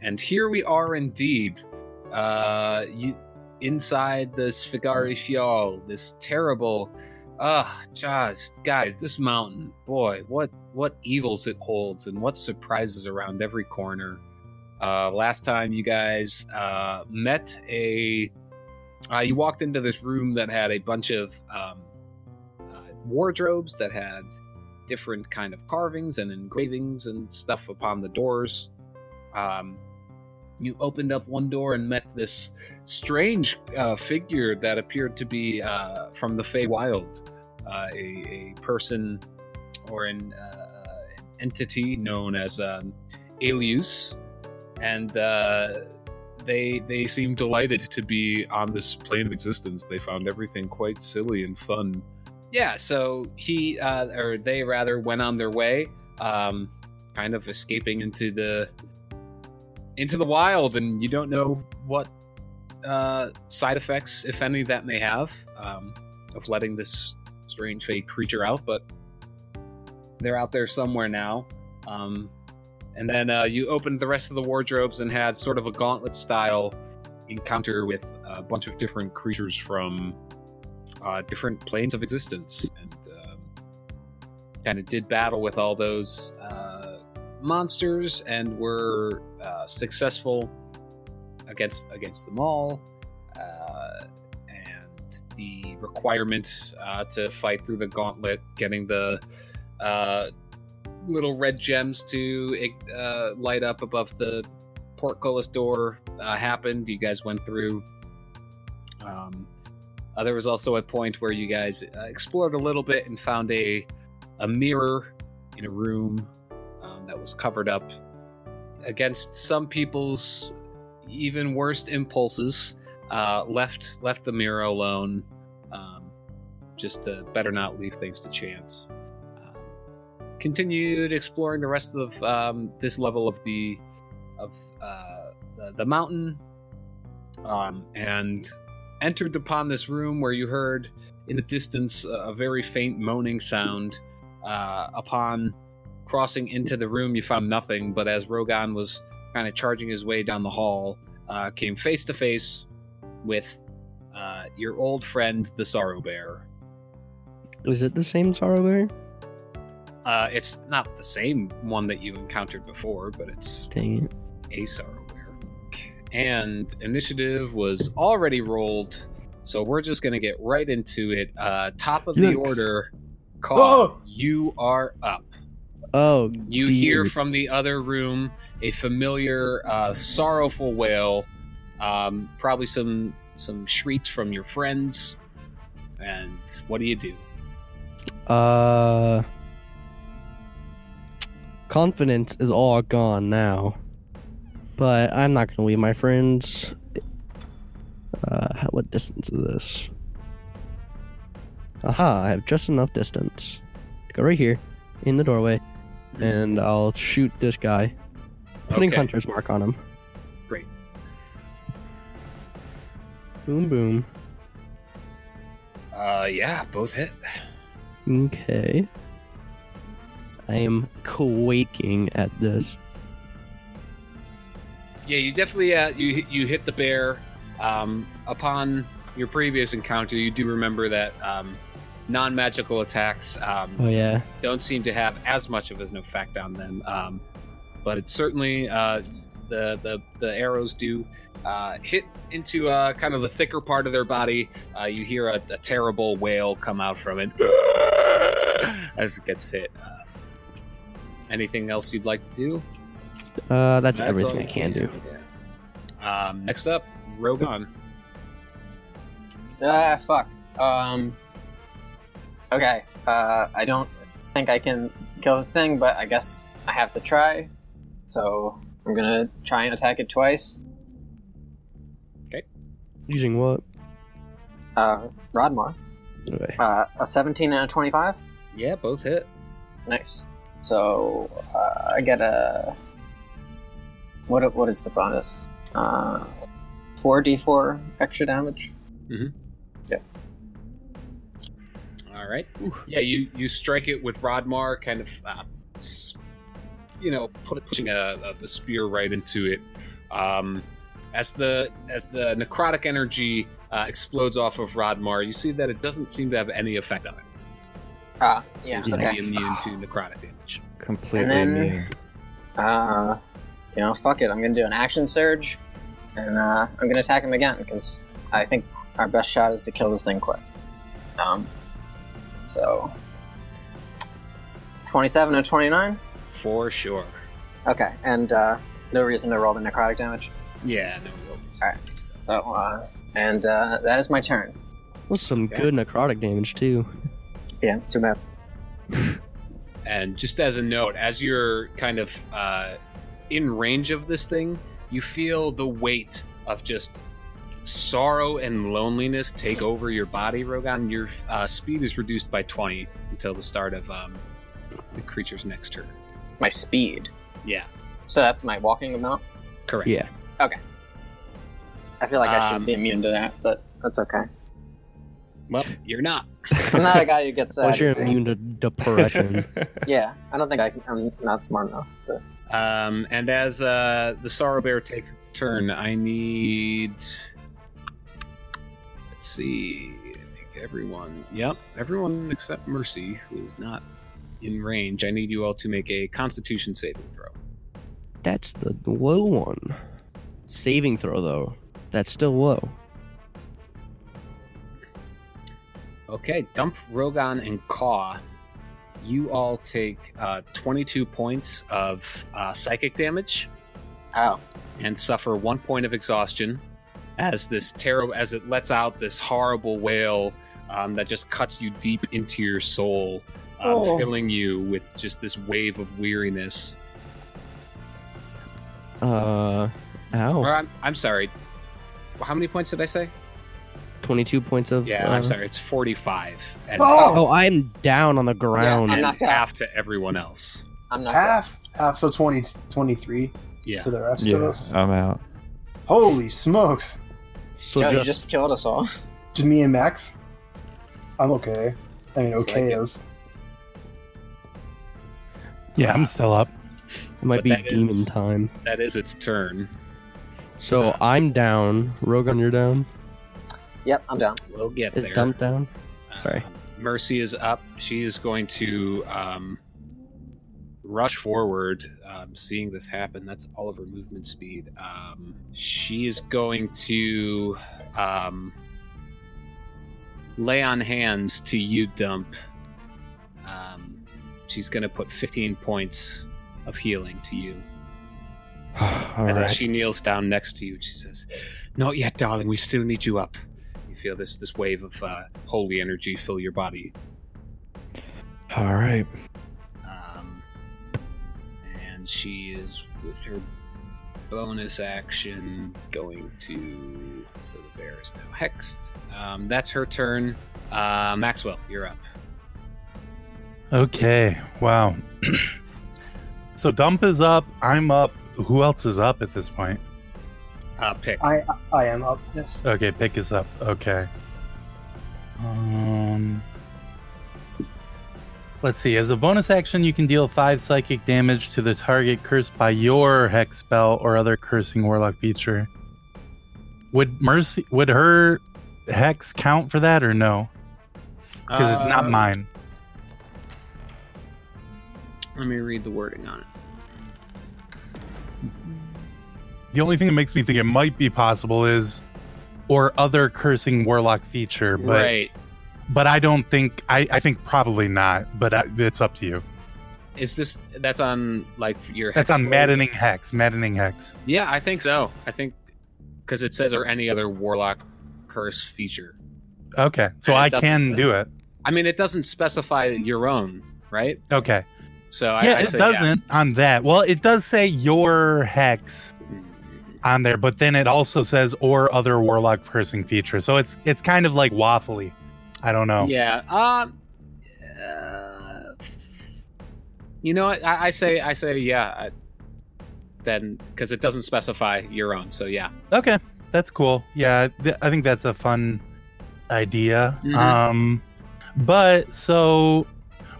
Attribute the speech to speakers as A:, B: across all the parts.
A: And here we are indeed. Uh, you, inside the Sfigari Fjall, this terrible. Ah, just guys, this mountain, boy, what what evils it holds, and what surprises around every corner. Uh, last time you guys uh, met a, uh, you walked into this room that had a bunch of um, uh, wardrobes that had different kind of carvings and engravings and stuff upon the doors. Um, you opened up one door and met this strange uh, figure that appeared to be uh, from the Feywild, uh, a, a person or an, uh, an entity known as um, Alius, and uh, they they seem delighted to be on this plane of existence. They found everything quite silly and fun. Yeah, so he uh, or they rather went on their way, um, kind of escaping into the into the wild, and you don't know what uh, side effects, if any, that may have um, of letting this strange fake creature out. But they're out there somewhere now. Um, and then uh, you opened the rest of the wardrobes and had sort of a gauntlet style encounter with a bunch of different creatures from uh, different planes of existence, and um, kind of did battle with all those. Uh, monsters and were uh, successful against against them all. Uh, and the requirement uh, to fight through the gauntlet, getting the uh, little red gems to uh, light up above the portcullis door, uh, happened. You guys went through. Um, uh, there was also a point where you guys uh, explored a little bit and found a a mirror in a room um, that was covered up against some people's even worst impulses. Uh, left left the mirror alone, um, just to better not leave things to chance. Um, continued exploring the rest of um, this level of the of uh, the, the mountain, um, and entered upon this room where you heard in the distance a a very faint moaning sound. Uh, upon crossing into the room, you found nothing, but as Rogan was kind of charging his way down the hall, uh, came face to face with uh, your old friend, the Sorrow Bear.
B: Is it the same sorrow bear?
A: Uh, it's not the same one that you encountered before, but it's
B: Dang it.
A: a Sorrow Bear. And initiative was already rolled, so we're just going to get right into it. Uh, top of the
B: Yikes.
A: order, Call,
C: Oh!
A: you are up.
B: Oh,
A: You hear
B: Dude.
A: from the other room a familiar, uh, sorrowful wail, um, probably some some shrieks from your friends. And what do you do?
B: uh, confidence is all gone now. But I'm not gonna leave my friends. Uh, how- what distance is this? Aha! I have just enough distance. Go right here, in the doorway, and I'll shoot this guy, putting
A: Okay.
B: hunter's mark on him.
A: Great.
B: Boom, boom.
A: Uh, yeah, both hit.
B: Okay. I am quaking at this.
A: Yeah, you definitely uh, you you hit the bear. Um, upon your previous encounter, you do remember that um, non-magical attacks um,
B: Oh yeah.
A: don't seem to have as much of an effect on them. Um, but it certainly uh, the, the the arrows do uh, hit into uh, kind of the thicker part of their body. Uh, you hear a, a terrible wail come out from it as it gets hit. Uh, anything else you'd like to do?
B: Uh, that's, everything
A: all
B: I
A: you
B: can do.
A: Yeah. Um, next up, Rogan.
C: Ah, fuck. Um. Okay. Uh, I don't think I can kill this thing, but I guess I have to try. So I'm gonna try and attack it twice.
B: Using what?
C: Uh, Rodmar.
B: Okay.
C: Uh, a 17 and a 25.
A: Yeah, both hit.
C: Nice. So uh, I get a. What what is the bonus? Uh, four d4 extra damage.
A: All right. Yeah, you you strike it with Rodmar, uh, kind of, uh, s- you know, put, pushing a, a, the spear right into it. Um, as the as the necrotic energy uh, explodes off of Rodmar, you see that it doesn't seem to have any effect on it.
C: Ah,
A: So
C: yeah.
A: it seems to
C: Okay.
A: be immune to necrotic damage.
D: Completely
C: And then-
D: immune.
C: Uh, you know, fuck it. I'm gonna do an action surge, and uh, I'm gonna attack him again because I think our best shot is to kill this thing quick. Um, so twenty-seven or twenty-nine.
A: For sure.
C: Okay, and uh, no reason to roll the necrotic damage.
A: Yeah. No, we'll
C: Alright. So, uh, and uh, that is my turn.
B: That's some
A: Okay.
B: good necrotic damage too.
C: Yeah, too bad.
A: And just as a note, as you're kind of uh, in range of this thing, you feel the weight of just sorrow and loneliness take over your body, Rogan. Your uh, speed is reduced by 20 until the start of um, the creature's next turn.
C: My speed.
A: Yeah,
C: So that's my walking amount.
A: correct.
B: Yeah.
C: I feel like I
A: Um,
C: should be immune to that, but that's okay.
A: Well, you're not.
C: I'm not a guy who gets.
B: Plus,
C: sad
B: you're
C: easily.
B: immune to depression.
C: Yeah, I don't think I, I'm not smart enough. But
A: Um, and as uh, the Sorrow Bear takes its turn, I need. Let's see. I think everyone. Yep, everyone except Mercy, who is not in range. I need you all to make a Constitution saving throw.
B: That's the low one. Saving throw though. That's still low.
A: Okay, Dump, Rogan, and Kaw. You all take uh, 22 points of uh, psychic damage.
C: oh,
A: and suffer one point of exhaustion as this terror as it lets out this horrible wail um, that just cuts you deep into your soul, um,
C: Oh.
A: filling you with just this wave of weariness.
B: Uh, ow.
A: Or I'm, I'm sorry. How many points did I say?
B: Twenty-two points of.
A: Yeah, I'm
B: uh,
A: sorry. It's 45. And,
E: Oh!
B: Oh, I'm down on the ground.
C: I'm
A: and
C: knocked out.
A: half to everyone else.
C: I'm not.
B: Ah,
E: half, half, so 20, 23
A: Yeah.
E: to the rest of
D: yeah,
E: us.
D: I'm out.
E: Holy smokes.
B: so
C: good. Joe, you
B: just,
C: just killed us all.
E: Just me and Max? I'm okay. I mean,
A: It's
E: okay
A: like
E: is.
F: Yeah, I'm still up.
B: it might
A: but
B: be
A: that
B: demon
A: is-
B: time.
A: That is its turn.
B: So I'm down. Rogan, you're down.
C: Yep, I'm down.
A: We'll get
B: Is
A: there.
B: Dump down? Sorry.
A: Um, Mercy is up. She is going to um, rush forward, um, seeing this happen. That's all of her movement speed. Um, she is going to um, lay on hands to you, Dump. Um, she's going to put 15 points of healing to you.
D: All
A: As
D: right.
A: she kneels down next to you, she says, "Not yet, darling. We still need you up." You feel this this wave of uh, holy energy fill your body.
D: All right.
A: Um, and she is with her bonus action going to. So the bear is now hexed. Um, that's her turn. Uh, Maxwell, you're up.
F: Okay. Wow. so dump is up. I'm up. Who else is up at this point?
A: Uh, pick.
E: I I am up, yes.
F: Okay, pick is up. Okay. Um. Let's see. As a bonus action, you can deal five psychic damage to the target cursed by your hex spell or other cursing warlock feature. Would mercy? Would her hex count for that or no? Because it's not
A: Uh,
F: mine.
A: Let me read the wording on it.
F: The only thing that makes me think it might be possible is, or other cursing warlock feature. But
A: right.
F: but I don't think I. I think probably not. But I, it's up to you.
A: Is this that's on like your?
F: That's on
A: hex-
F: maddening hex. Maddening hex.
A: Yeah, I think so. I think because it says or any other warlock curse feature.
F: Okay, so
A: And it
F: I
A: doesn't
F: can
A: fit.
F: do it.
A: I mean, it doesn't specify your own, right?
F: Okay.
A: So I,
F: yeah,
A: I
F: it
A: say,
F: doesn't on that. Well, it does say your hex
A: Mm,
F: on there, but then it also says or other warlock cursing feature. So it's it's kind of like waffly. I don't know.
A: Yeah. Um. uh, you know what? I, I say. I say. Yeah. I, then, because it doesn't specify your own. So yeah.
F: Okay, that's cool. Yeah, th- I think that's a fun idea.
A: Mhm.
F: Um, but so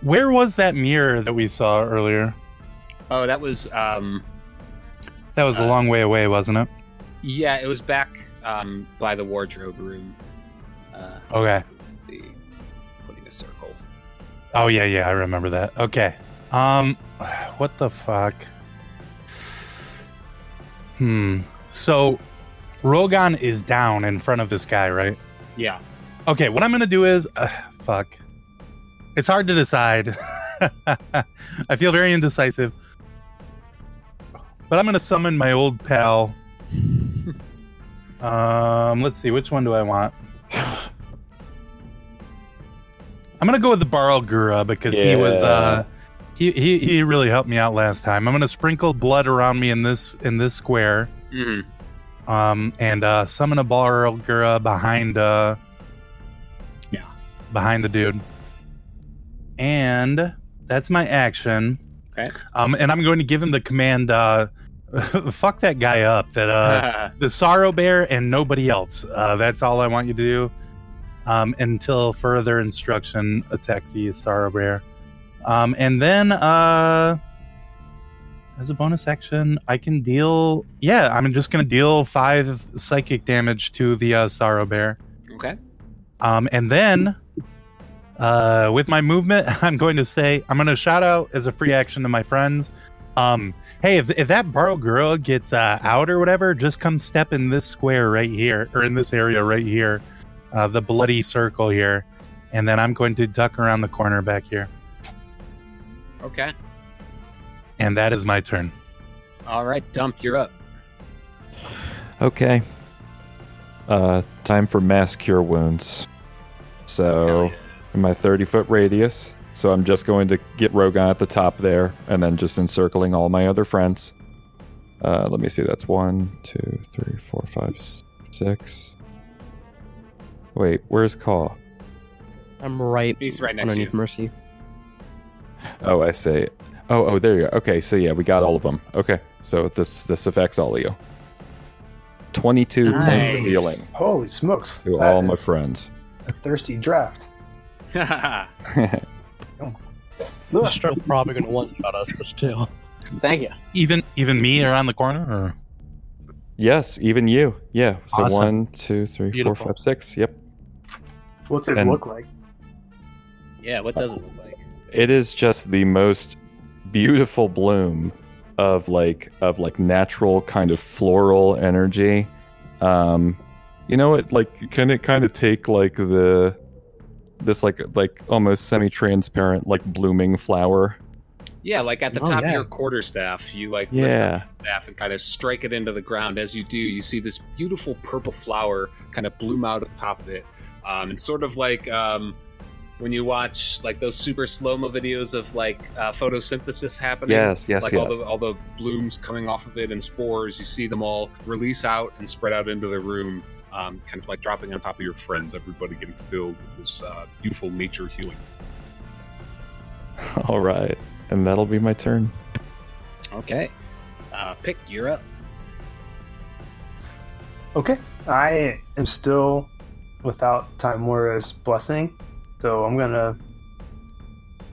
F: where was that mirror that we saw earlier?
A: Oh, that was um.
F: That was a
A: Uh,
F: long way away, wasn't it?
A: Yeah, it was back um, by the wardrobe room. Uh,
F: Okay.
A: the putting a circle.
F: Oh yeah, yeah, I remember that. Okay. Um what the fuck? Hmm. So Rogan is down in front of this guy, right?
A: Yeah.
F: Okay, what I'm going to do is uh, fuck. It's hard to decide. I feel very indecisive. But I'm going to summon my old pal. um, let's see which one do I want? I'm gonna go with the Barl Gura because he was
G: Yeah.
F: uh, he, he he really helped me out last time. I'm gonna sprinkle blood around me in this in this square,
A: hmm
F: um, and uh, summon a Barl Gura behind uh,
A: Yeah.
F: behind the dude, and that's my action.
A: Okay.
F: um, and I'm going to give him the command. Uh, fuck that guy up. That uh, the sorrow bear and nobody else uh, that's all i want you to do um, until further instruction attack the sorrow bear um, and then uh, as a bonus action i can deal yeah i'm just gonna deal five psychic damage to the uh, sorrow bear
A: okay.
F: um, and then uh, with my movement i'm going to say i'm going to shout out as a free action to my friends um, hey if, if that borrow girl gets uh, out or whatever just come step in this square right here or in this area right here uh, the bloody circle here and then i'm going to duck around the corner back here
A: Okay.
F: and that is my turn
A: All right, Dump, you're up.
G: Okay. Uh, time for mass cure wounds. So, in my 30 foot radius. So, I'm just going to get Rogan at the top there and then just encircling all my other friends. Uh, let me see. That's one, two, three, four, five, s- six. Wait, where's Call?
B: I'm right
A: He's right next to
B: underneath
A: you.
B: Mercy.
G: Oh, I see. Oh, oh, there you go. Okay, so yeah, we got all of them. Okay, so this this affects all of you. 22 points of
A: Nice.
G: healing
E: Holy smokes.
G: to
E: that
G: all my
E: is
G: friends.
E: A thirsty draft.
B: The struggle probably gonna one shot us, but still.
C: Thank you.
F: even even me around the corner or
G: Yes, even you. Yeah. So
F: Awesome.
G: one, two, three, four,
F: Beautiful.
G: five, six. Yep.
E: What's it
G: And-
E: look like?
A: yeah, what does it look like?
G: It is just the most beautiful bloom of like of like natural kind of floral energy. Um, you know it like can it kind of take like the this like like almost semi-transparent like blooming flower.
A: Yeah, like at the
B: Oh,
A: top
B: yeah.
A: of your quarterstaff, you like lift up
G: Yeah.
A: the staff and kind of strike it into the ground. As you do, you see this beautiful purple flower kind of bloom out of the top of it. Um, and sort of like um, when you watch like those super slow mo videos of like uh, photosynthesis happening.
G: Yes, yes,
A: like
G: yes.
A: all the all the blooms coming off of it and spores, you see them all release out and spread out into the room, um, kind of like dropping on top of your friends. Everybody getting filled with this uh, beautiful nature healing.
G: all right. And that'll be my turn.
A: Okay, uh, pick you're up.
E: Okay. I am still without Timura's blessing, so I'm gonna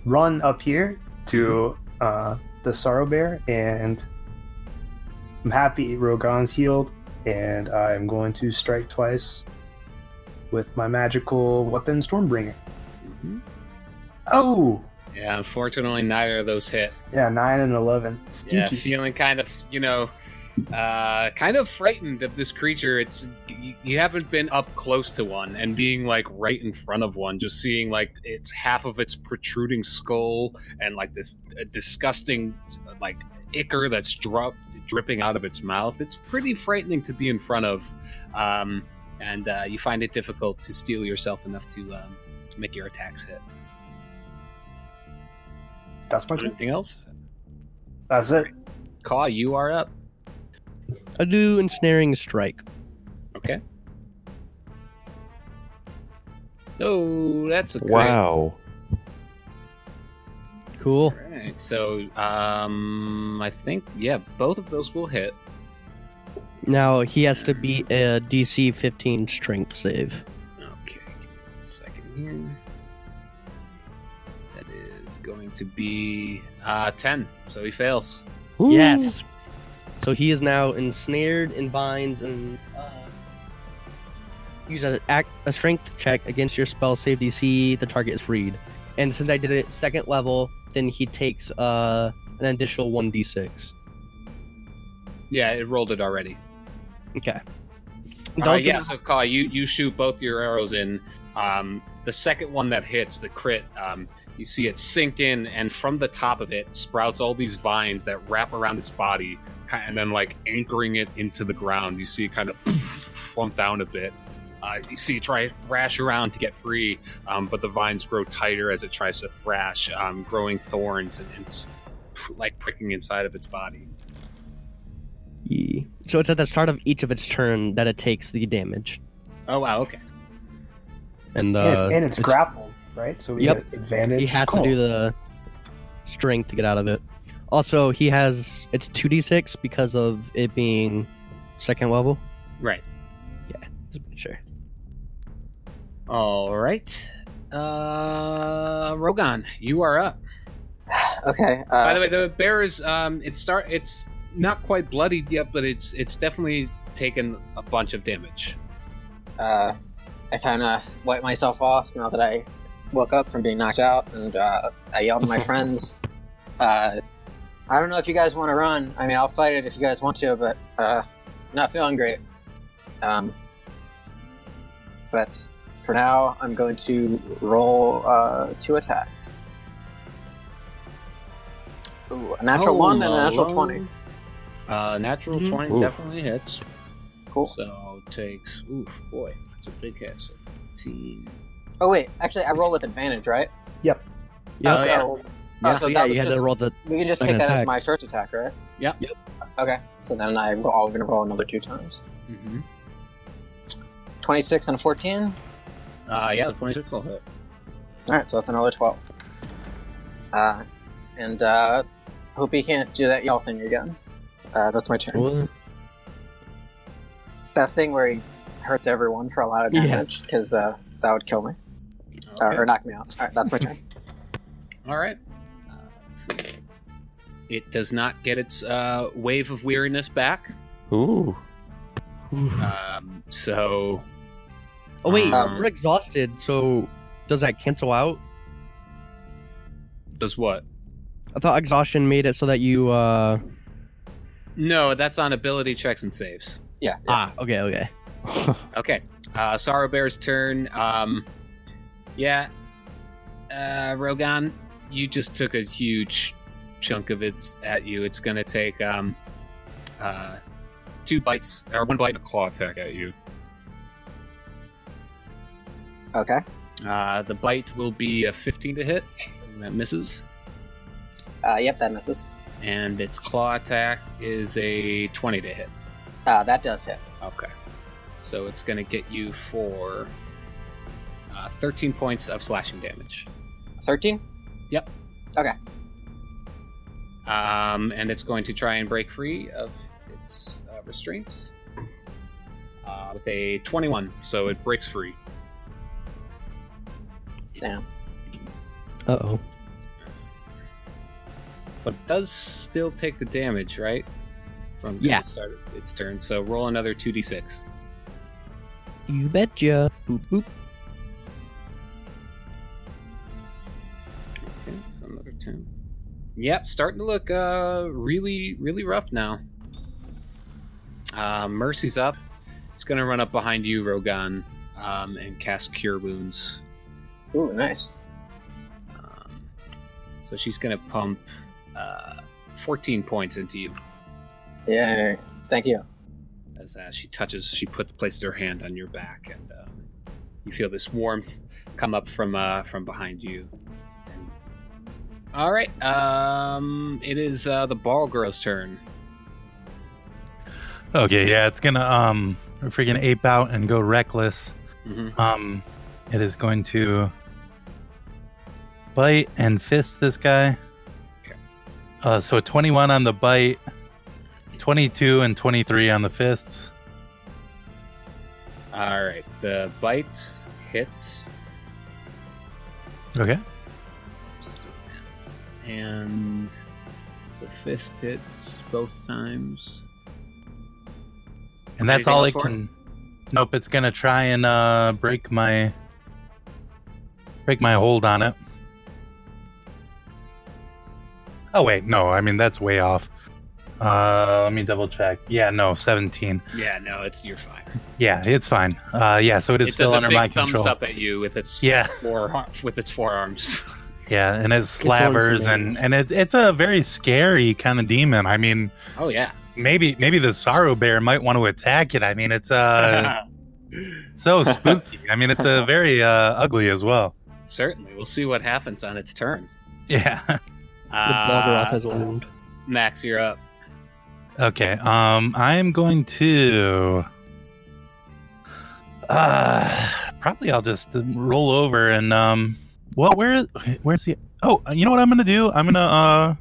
E: run up here to uh, the Sorrow Bear, and I'm happy Rogan's healed, and I'm going to strike twice with my magical weapon, Stormbringer. Oh,
A: Yeah, unfortunately, neither of those hit.
E: yeah, nine and eleven.
A: Yeah,
E: Stinky.
A: feeling kind of, you know, uh, kind of frightened of this creature. It's you, you haven't been up close to one, and being like right in front of one, just seeing like it's half of its protruding skull and like this uh, disgusting like ichor that's drop dripping out of its mouth. It's pretty frightening to be in front of, um, and uh, you find it difficult to steel yourself enough to um, to make your attacks hit.
E: That's my turn.
A: Anything else?
E: That's it.
A: Caw, you are up.
B: I do ensnaring strike.
A: Okay. Oh, that's a crit.
G: Wow.
B: Cool.
A: Alright, so um, I think yeah, both of those will hit.
B: Now he has to beat a DC 15 strength save.
A: Okay, give me one second here. That is going to be uh, ten, so he fails.
B: Yes. So he is now ensnared and binds and uh, use a, act, a strength check against your spell save DC. The target is freed. And since I did it second level, then he takes uh, an additional 1d6.
A: Yeah, it rolled it already.
B: Okay.
A: All right, yeah, so Kai, you, you shoot both your arrows in. Um, the second one that hits, the crit, um, you see it sink in, and from the top of it sprouts all these vines that wrap around its body, ki- and then like anchoring it into the ground. You see it kind of flump down a bit. Uh, you see it try to thrash around to get free, um, but the vines grow tighter as it tries to thrash, um, growing thorns and, and s- like pricking inside of its body.
B: Ye- So it's at the start of each of its turn that it takes the damage.
A: Oh wow, okay.
B: And, uh,
E: and it's, and it's grappled, right? So we
B: Yep.
E: get advantage.
B: He has
E: Cool.
B: to do the strength to get out of it. Also, he has it's two d six because of it being second level.
A: Right.
B: Just making Sure.
A: All right. Uh, Rogan, you are up.
C: Okay. Uh,
A: By the way, the bear is um, it start it's not quite bloodied yet, but it's it's definitely taken a bunch of damage.
C: uh, I kind of wipe myself off now that I woke up from being knocked out, and uh, I yelled at my friends. Uh, I don't know if you guys want to run. I mean, I'll fight it if you guys want to, but uh, not feeling great. Um, but for now, I'm going to roll uh, two attacks. Ooh, a natural
A: Oh,
C: one and a natural
A: Malone.
C: twenty.
A: Uh, natural
B: Mhm.
A: twenty
G: Oof.
A: definitely hits.
C: Cool.
A: So takes oof boy, it's a big hit. So 18.
C: Oh wait, actually, I roll with advantage, right?
B: Yeah.
C: So-
A: yeah.
C: Oh,
B: So
C: so
B: yeah,
C: that was
B: you had
C: just-
B: to roll the.
C: We can just
B: Second
C: take that as
B: attack.
C: my first attack, right?
A: Yep.
C: Okay, so then I'm all gonna roll another two times.
A: Mm-hmm.
C: 26 and 14.
A: Uh, yeah, the twenty-six will hit.
C: Alright, so that's another 12. Uh, and, uh, hope you can't do that yell thing again. Uh, that's my turn. That thing where he hurts everyone for a lot of
B: Yeah.
C: damage, because, uh, that would kill me. Uh,
A: Okay.
C: or knock me out. Alright, that's my turn.
A: All right. Uh, let's see. It does not get its uh, wave of weariness back.
G: Ooh.
A: Um, so
B: Oh wait,
C: Um,
B: we're exhausted. So does that cancel out?
A: does what?
B: I thought exhaustion made it so that you. uh
A: No, that's on ability checks and saves.
C: Yeah. yeah.
B: Ah, okay, okay.
A: Okay. Uh, Sorrow Bear's turn. Um, yeah. Uh, Rogan, you just took a huge chunk of it at you. It's going to take um, uh, two bites, or one bite and a claw attack at you.
C: Okay.
A: Uh, the bite will be a 15 to hit. and That misses.
C: Uh, yep, that misses.
A: And its claw attack is a 20 to hit.
C: Uh, that does hit.
A: Okay. So it's going to get you for uh, 13 points of slashing damage.
C: 13?
A: um, and it's going to try and break free of its uh, restraints uh, with a 21. So it breaks free.
C: Damn.
B: Uh oh.
A: but it does still take the damage, right? From 'cause
B: Yeah.
A: It started its turn. So roll another 2d6.
B: You betcha. Boop boop.
A: Okay, so another 10. Yep, starting to look uh, really, really rough now. Uh, Mercy's up. It's going to run up behind you, Rogan, um, and cast Cure Wounds.
C: Ooh, nice.
A: Um, so she's going to pump uh, 14 points into you
C: Yay. Thank you.
A: as uh, she touches, she put, places her hand on your back, and um, you feel this warmth come up from uh, from behind you. All right, um, it is uh, the ball girl's turn.
F: Okay, yeah, it's gonna um freaking ape out and go reckless.
A: Mm-hmm.
F: Um, it is going to bite and fist this guy.
A: Okay.
F: Uh, so 21 on the bite, 22 and 23 on the fists.
A: All right, the bite hits.
F: Okay.
A: Just do it. And the fist hits both times.
F: And that's
A: Anything
F: all
A: else
F: it
A: for it?
F: can. Nope, it's gonna try and uh, break my break my hold on it. Oh wait, no, I mean that's way off. Uh, let me double check. Yeah, no, seventeen.
A: Yeah, no, it's you're fine.
F: Yeah, it's fine. Uh, yeah, so it is
A: it
F: still
A: does a
F: under
A: big
F: my
A: thumbs
F: control.
A: up at you with its
F: Yeah.
A: four with its forearms.
F: Yeah, and it
B: on its
F: slavers and
B: knees.
F: and it, it's a very scary kind of demon. I mean,
A: Oh yeah.
F: maybe maybe the sorrow bear might want to attack it. I mean, it's uh so spooky. I mean, it's a very uh, ugly as well.
A: Certainly, we'll see what happens on its turn.
F: Yeah.
B: The Balgaroth
A: Uh,
B: has a wound.
A: Max, you're up.
F: Okay. Um, I am going to. Uh, probably I'll just roll over and um. Well, where where's he? Oh, you know what I'm gonna do? I'm gonna uh.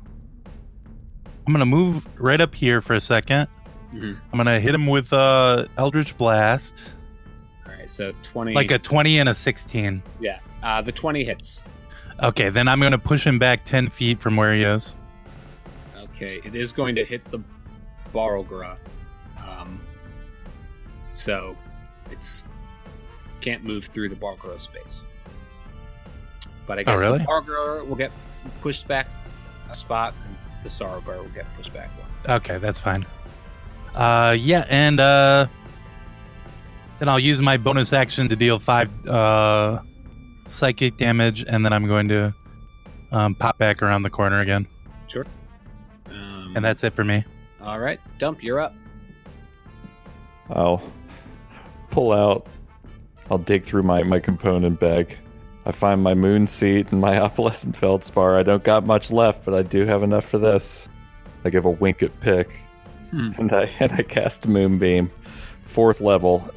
F: I'm gonna move right up here for a 2nd i
A: Mhm.
F: I'm gonna hit him with uh Eldritch Blast,
A: All right, so twenty.
F: like a 20 and a 16.
A: yeah, uh, the twenty hits.
F: Okay, then I'm gonna push him back 10 feet from where he is.
A: Okay, it is going to hit the Barlgra. Um, so it's can't move through the Barlgra space. But I guess
F: Oh, really?
A: the Barlgra will get pushed back a spot, and the Sorrowbear will get pushed back one.
F: Okay, that's fine. Uh, yeah, and uh, then I'll use my bonus action to deal five uh, psychic damage, and then I'm going to um, pop back around the corner again,
A: Um,
F: and that's it for me.
A: all right. Dump, you're up.
G: I'll pull out. I'll dig through my, my component bag. I find my moon seed and my opalescent feldspar. I don't got much left, but I do have enough for this. I give a wink at Pick,
A: Hmm.
G: and I and I cast Moonbeam, fourth level,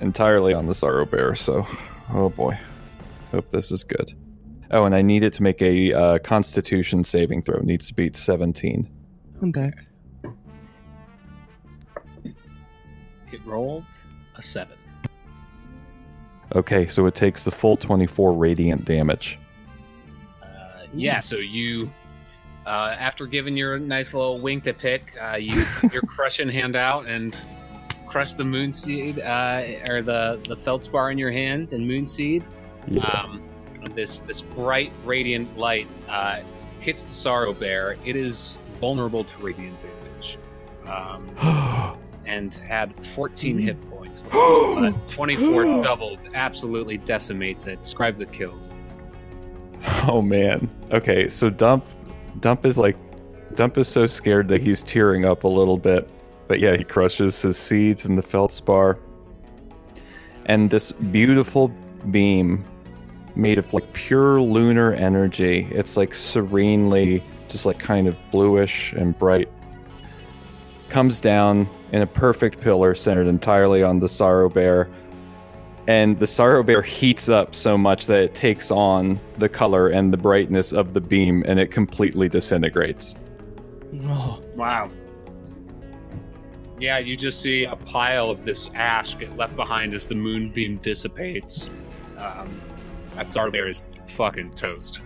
G: entirely on the Sorrow Bear. So, oh boy, hope this is good. Oh, and I need it to make a uh, Constitution saving throw. It needs to beat seventeen.
B: I'm back.
A: It rolled a seven.
G: Okay, so it takes the full twenty-four radiant damage.
A: Uh, yeah, so you, uh, after giving your nice little wink to pick, uh, you your crushing hand out and crush the moon seed uh, or the the feldspar in your hand and moon seed. Um, this this bright radiant light uh, hits the sorrow bear. It is vulnerable to radiant damage. Um,
G: Oh,
A: and had 14 hit points. But 24 doubled absolutely decimates it. Describe the kills.
G: Oh man. Okay, so Dump Dump is like Dump is so scared that he's tearing up a little bit. But yeah, he crushes his seeds in the feldspar. And this beautiful beam made of like pure lunar energy. It's like serenely just like kind of bluish and bright. Comes down in a perfect pillar centered entirely on the sorrow bear and the sorrow bear heats up so much that it takes on the color and the brightness of the beam and it completely disintegrates
B: No.
A: Wow. Yeah, you just see a pile of this ash get left behind as the moonbeam dissipates. Um, that star bear is fucking toast.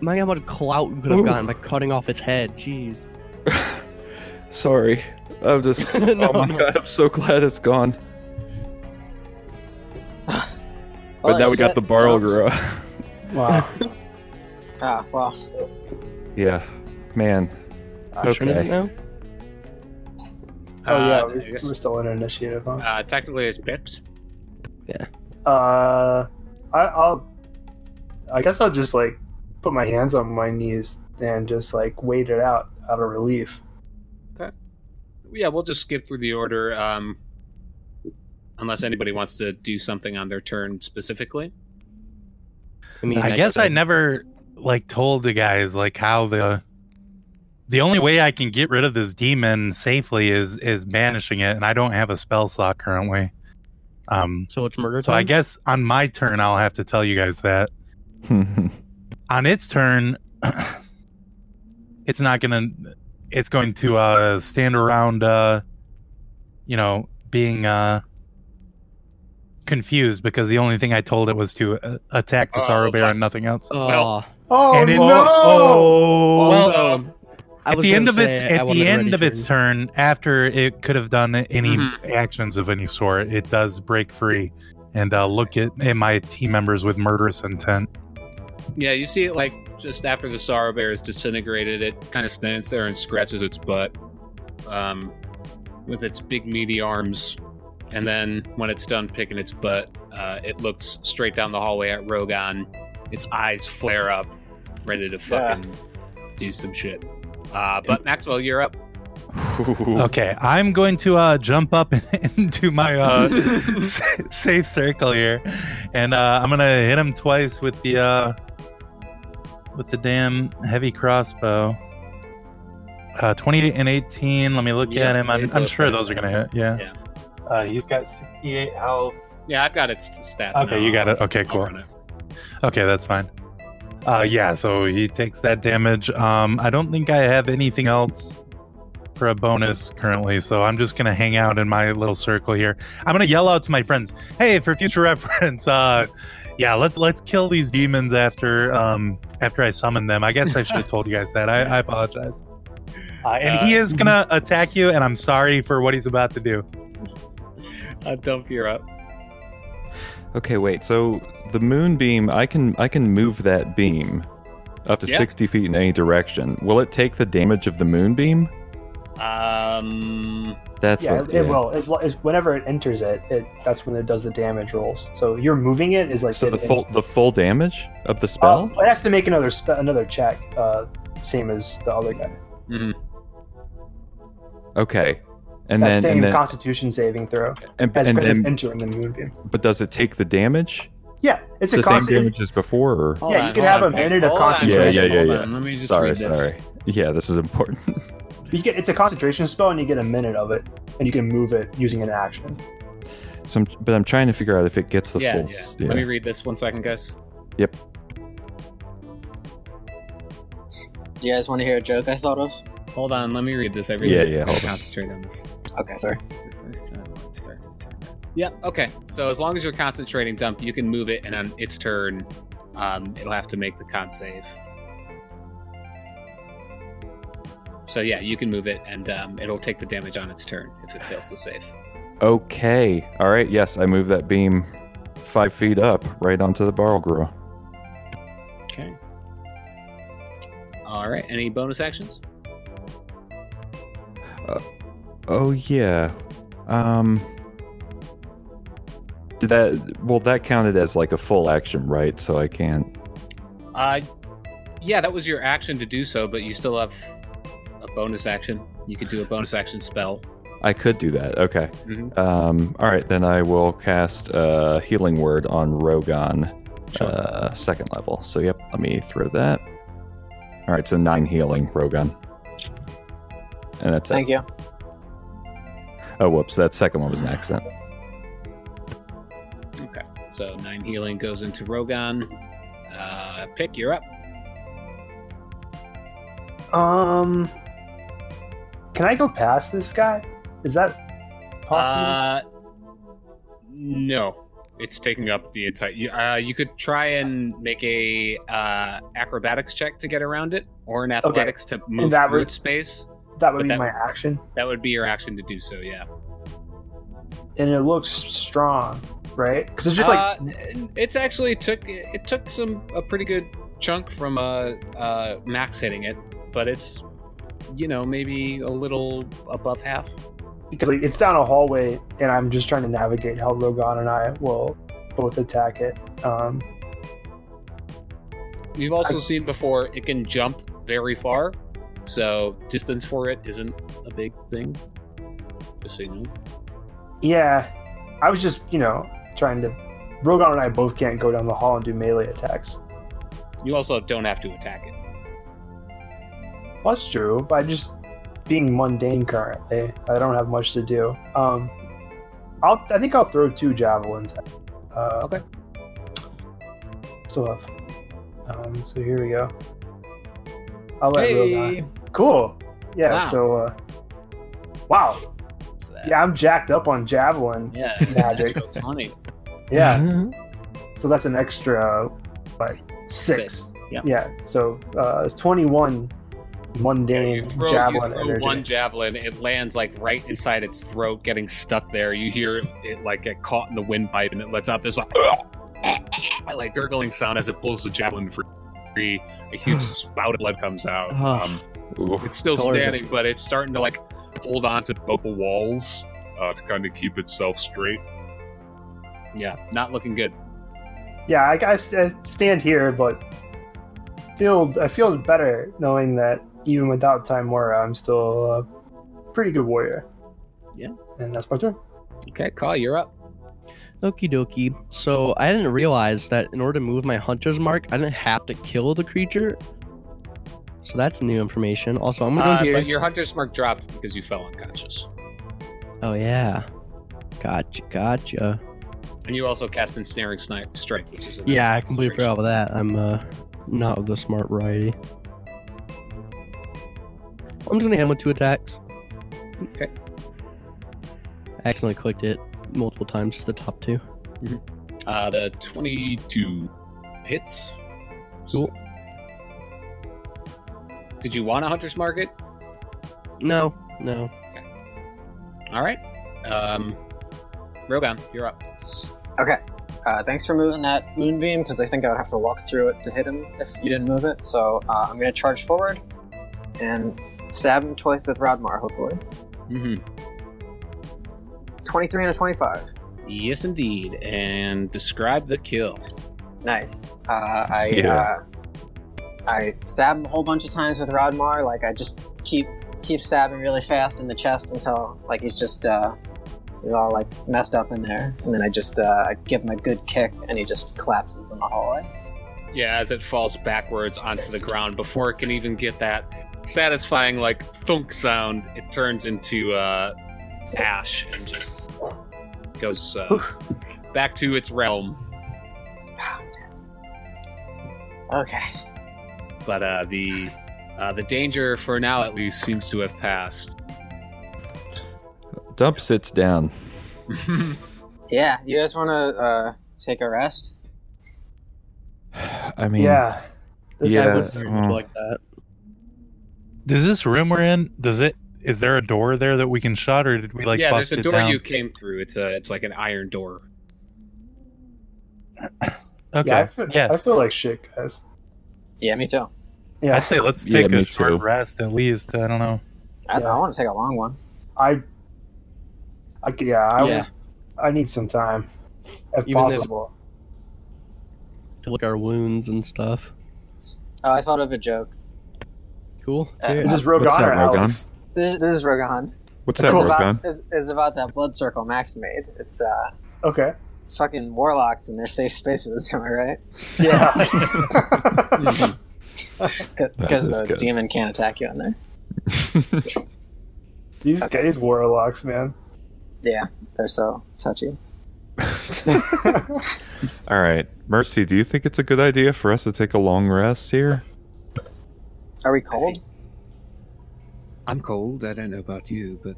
B: Imagine how much clout we could have gotten by cutting off its head. Jeez.
G: sorry i'm just
B: No.
G: oh my god i'm so glad it's gone but
E: Oh,
C: Holy
G: now we got
C: shit. Oh.
G: the barlgura
E: Wow.
C: Ah, well,
G: yeah man
B: What turn is it
G: Okay.
B: now?
E: Oh yeah,
A: Uh,
E: we're,
A: I guess-
E: we're still in initiative, huh?
A: uh, technically, it's Bix.
E: Uh, I, I'll. I guess I'll just like put my hands on my knees and just like wait it out out of relief.
A: Yeah, we'll just skip through the order, um, unless anybody wants to do something on their turn specifically.
B: mean,
F: I guess I
B: could-
F: never like told the guys like how the the only way I can get rid of this demon safely is is banishing it, and I don't have a spell slot currently. Um,
B: So it's murder
F: so
B: time.
F: I guess on my turn I'll have to tell you guys that. on its turn it's not gonna it's going to uh stand around uh you know being uh confused because the only thing i told it was to uh, attack the
A: Oh,
B: Uh,
F: sorrow bear
A: but-
F: and nothing else
B: Oh,
A: well,
E: Oh
F: and it-
E: no!
F: oh
A: Well,
B: I
F: at
B: was
F: the end
B: gonna
F: of its
B: say I
F: at
B: wanted
F: the
B: a
F: end
B: ready Mm-hmm.
F: of its
B: turn.
F: turn, after it could have done any
A: Mhm.
F: actions of any sort, it does break free and uh, look at, at my team members with murderous intent.
A: Yeah, you see it like just after the sorrow bear is disintegrated, it kind of stands there and scratches its butt um, with its big, meaty arms. And then when it's done picking its butt, uh, it looks straight down the hallway at Rogan. Its eyes flare up, ready to fucking do some shit. Uh, but Maxwell, you're up.
F: Okay, I'm going to uh, jump up into my uh, s- safe circle here, and uh, I'm gonna hit him twice with the uh, with the damn heavy crossbow. Uh, 28 and 18. Let me look
A: Yeah,
F: at him. I'm,
A: they
F: I'm
A: both
F: sure
A: hit.
F: those are gonna hit. Yeah.
A: Yeah.
F: Uh, he's got 68 health.
A: yeah, I've got its stats.
F: Okay,
A: now.
F: you got it. Okay,
A: I'll
F: cool.
A: run it.
F: Okay, that's fine. Uh, yeah, so he takes that damage. Um, I don't think I have anything else for a bonus currently, so I'm just gonna hang out in my little circle here. I'm gonna yell out to my friends, "Hey, for future reference, uh, yeah, let's let's kill these demons after um after I summon them. I guess I should have told you guys that. I, I apologize." Uh, mm-hmm. and he is gonna attack you, and I'm sorry for what he's about to do.
A: Uh, dump, you're up.
G: Okay, wait. So the moonbeam, I can I can move that beam up to
A: Yeah.
G: 60 feet in any direction. Will it take the damage of the moonbeam?
A: Um,
G: That's
E: yeah,
G: what
E: it, it will. As, lo- as whenever it enters it, it, that's when it does the damage rolls. So you're moving it is like
G: So
E: it-
G: the
E: it-
G: full the full damage of the
E: Uh,
G: spell?
E: it has to make another spe- another check, uh, same as the other guy.
G: okay. And
E: That
G: then,
E: same
G: and then,
E: Constitution saving throw
G: and,
E: as
G: and
E: Chris is
G: then
E: entering the moonbeam.
G: but does it take the damage?
E: Yeah, it's a
G: the same
E: const-
G: damage as before? Or?
A: hold
E: Yeah, you
A: on,
E: could
A: hold
E: have
A: on,
E: a minute of
A: hold on,
G: yeah, yeah,
E: concentration.
G: yeah,
A: hold
G: yeah.
A: on, Let me just
G: sorry,
A: read this.
G: sorry. Yeah, this is important.
E: You get it's a concentration spell, and you get a minute of it, and you can move it using an action.
G: so I'm, but I'm trying to figure out if it gets the
A: yeah,
G: full.
A: yeah.
G: s-
A: Let me read this one second, guys.
C: Do you guys want to hear a joke I thought of?
A: Hold on, let me read this. I really
G: Yeah, yeah, hold on.
A: concentrate on this.
C: Okay, sorry.
A: The first time it starts its turn. Yeah, okay. So as long as you're concentrating, Dump, you can move it, and on its turn, um, it'll have to make the con save. So yeah, you can move it, and um, it'll take the damage on its turn if it fails the save.
G: Okay. All right. Yes, I move that beam five feet up right onto the barrel grill.
A: Okay. All right. Any bonus actions?
G: Oh yeah. Um. Did that? Well, that counted as like a full action, right? So I can't.
A: Uh, yeah, that was your action to do so, but you still have a bonus action. You could do a bonus action spell.
G: I could do that. Okay.
A: Mhm.
G: Um. All right. Then I will cast uh, healing word on Rogan,
A: Sure.
G: uh, second level. So yep. Let me throw that. All right. So nine healing Rogan. And that's it.
C: Thank you.
G: Oh, whoops. That second one was an accident.
A: Okay. So nine healing goes into Rogan. Uh, pick, you're up.
E: Um, can I go past this guy? Is that possible?
A: Uh, no, it's taking up the entire. you- Uh, you could try and make a uh, acrobatics check to get around it, or an athletics to move
E: that
A: through
E: would-
A: its space.
E: that would
A: but
E: be
A: that-
E: my action,
A: That would be your action to do so. Yeah.
E: and it looks strong, right? Because it's just like
A: Uh, n- it's actually took it took some a pretty good chunk from uh, uh, Max hitting it, but it's you know maybe a little above half.
E: because like, it's down a hallway, and I'm just trying to navigate how Rogan and I will both attack it. Um,
A: You've also seen before it can jump very far, so distance for it isn't a big thing. Just so you know.
E: Yeah, I was just, you know, trying to. Rogan and I both can't go down the hall and do melee attacks.
A: You also don't have to attack it.
E: Well, that's true, but I just being mundane currently, I don't have much to do. Um, I'll, I think I'll throw two javelins. At, uh, okay. Still have. Um, so here we go. I'll let Rogan.
A: Hey!
E: Cool. Yeah.
A: Wow.
E: So. Uh, wow.
A: What's that?
E: Yeah, I'm jacked up on javelin.
A: Yeah.
E: Magic.
A: that joke's funny.
E: Yeah. So that's an extra, like, six.
A: Six, yeah.
E: Yeah. So uh, it's 21
A: You
E: one damn
A: throw,
E: javelin
A: you throw
E: energy.
A: one javelin, it lands like right inside its throat, getting stuck there. You hear it, it like get caught in the windpipe, and it lets out this like, like gurgling sound as it pulls the javelin free. A huge spout of blood comes out.
B: Ugh.
A: Um, it's still
B: Colors.
A: standing, but it's starting to like hold on to both the walls uh, to kind of keep itself straight. Yeah, not looking good.
E: yeah, I, I s- I stand here, but feel I feel better knowing that even without Timora, I'm still a pretty good warrior.
A: Yeah.
E: and that's my turn.
A: Okay, call you're up.
B: Okie dokie. So I didn't realize that in order to move my hunter's mark, I didn't have to kill the creature. So that's new information. Also, I'm gonna
A: Uh,
B: go here.
A: but your hunter's mark dropped because you fell unconscious,
B: Oh yeah. Gotcha, gotcha.
A: and you also cast ensnaring sni- strike, which is another
B: Yeah, I completely
A: concentration.
B: forgot about that. I'm uh not of the smart variety. I'm just gonna hit him with two attacks.
A: Okay.
B: I accidentally clicked it multiple times, just the top two.
A: Uh, the 22 hits.
B: Cool.
A: Did you want a hunter's market?
B: No, no.
A: All right. Um, Rogan, you're up.
C: Okay. Uh, thanks for moving that moonbeam because I think I would have to walk through it to hit him if you didn't move it. So uh, I'm going to charge forward and stab him twice with Rodmar, hopefully.
A: Mm-hmm.
C: 23 and a 25.
A: Yes, indeed. And describe the kill.
C: Nice. Uh, I
G: Yeah.
C: uh, I stab him a whole bunch of times with Rodmar. Like I just keep keep stabbing really fast in the chest until like he's just uh, he's all like messed up in there. And then I just uh, I give him a good kick and he just collapses in the hallway.
A: Yeah, as it falls backwards onto the ground before it can even get that satisfying like thunk sound, it turns into uh, ash and just goes uh, back to its realm.
C: Okay.
A: but uh, the uh, the danger for now at least seems to have passed.
G: Dump sits down.
C: Yeah. You guys want to uh, take a rest?
G: I mean,
E: yeah,
G: Yeah.
B: I would
E: is-
B: very
G: mm.
B: much like that.
F: Does this room we're in? Does it? Is there a door there that we can shut, or did we like
A: yeah,
F: bust
A: there's a
F: it
A: door
F: down?
A: you came through. It's a, it's like an iron door.
F: okay.
E: yeah, I
F: Yeah,
E: feel, I feel like shit, guys.
C: Yeah, me too.
E: Yeah,
F: I'd say let's
G: Yeah,
F: take
G: me
F: a short
G: too.
F: rest at least. I don't know.
C: I,
E: Yeah.
C: I want to take a long one.
E: I, I c- yeah, I,
B: Yeah.
E: I need some time, if
B: Even if-
E: possible.
B: To look at our wounds and stuff.
C: Oh, I thought of a joke.
B: Cool.
C: Uh,
B: Dude,
E: Is this Rogan
G: What's that,
E: or
G: Rogan?
E: Alex?
C: This is, this is Rogan.
G: what's that,
E: Cool.
C: It's about,
G: Rogan?
C: it's, it's about that blood circle Max made. It's uh,
E: Okay.
C: fucking warlocks and their safe spaces. Am I right?
E: Yeah.
G: That
C: Because
G: is
C: the
G: good.
C: demon can't attack you in there.
E: these guys, warlocks, man.
C: Yeah, they're so touchy.
G: All right, Mercy. Do you think it's a good idea for us to take a long rest here?
C: Are we cold?
A: I'm cold. I don't know about you, but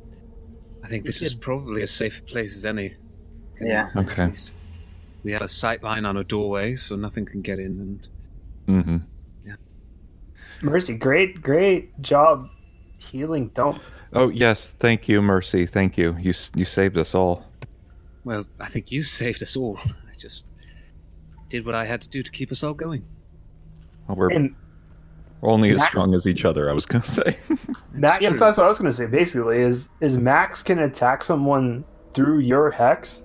A: I think this is probably as safe a place as any.
C: Yeah.
G: Okay.
A: We have a sight line on a doorway, so nothing can get in. And
G: Mm-hmm.
E: Mercy, great, great job healing dump.
G: Oh yes, thank you, Mercy. Thank you. You s- you saved us all.
A: well, I think you saved us all. I just did what I had to do to keep us all going.
G: Well, We're
E: And
G: only as
E: Max-
G: strong as each other. I was gonna say.
E: Max,
A: true.
E: that's what I was going to say. Basically, is is Max can attack someone through your hex?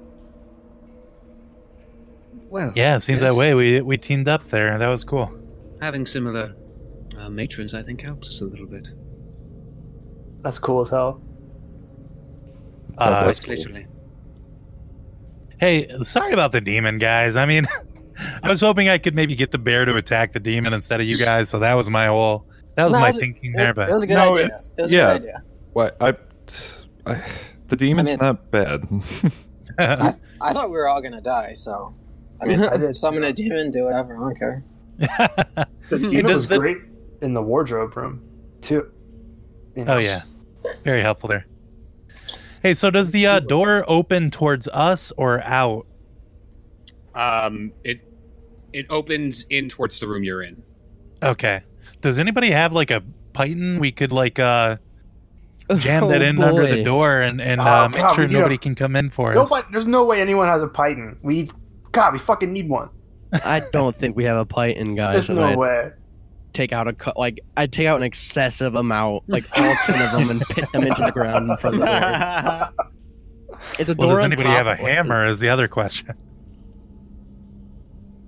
A: Well,
F: Yeah, it seems
A: Yes.
F: that way. We we teamed up there. That was cool.
A: having similar uh, matrons, I think, helps us a little bit.
E: That's cool as hell.
F: Uh,
A: Quite literally.
F: Hey, sorry about the demon, guys. I mean, I was hoping I could maybe get the bear to attack the demon instead of you guys. So that was my whole, that was
C: No, it
F: my
C: was-
F: thinking
C: It,
F: there. But
C: it was a good
G: No,
C: idea.
G: it's-
C: It was
G: yeah.
C: a good idea.
G: What I, I- the demon's
C: I mean-
G: not bad.
C: I thought we were all gonna die, so I mean,
E: I did.
C: summon a demon, do whatever. I don't care.
E: The
F: It
E: demon
F: does
E: was
F: the-
E: great in the wardrobe room, too. You know,
F: oh yeah, very helpful there. Hey, so does the uh, door open towards us or out?
A: Um, it it opens in towards the room you're in.
F: Okay. Does anybody have like a Python, we could like uh jam
B: Oh,
F: that in under the door and and
E: Oh,
F: uh, make
E: God,
F: sure
E: we need a-
F: nobody can come in for us.
E: Nobody, there's no way anyone has a Python. We, God, we fucking need one.
B: I don't think we have a python, guys.
E: There's
B: and
E: no
B: I'd
E: way.
B: Take out a cut like I would take out an excessive amount, like all ten of them, and pit them into the ground in front of the door. If the
F: Well,
B: door
F: does
B: on
F: anybody
B: top-
F: have a hammer? Is the other question.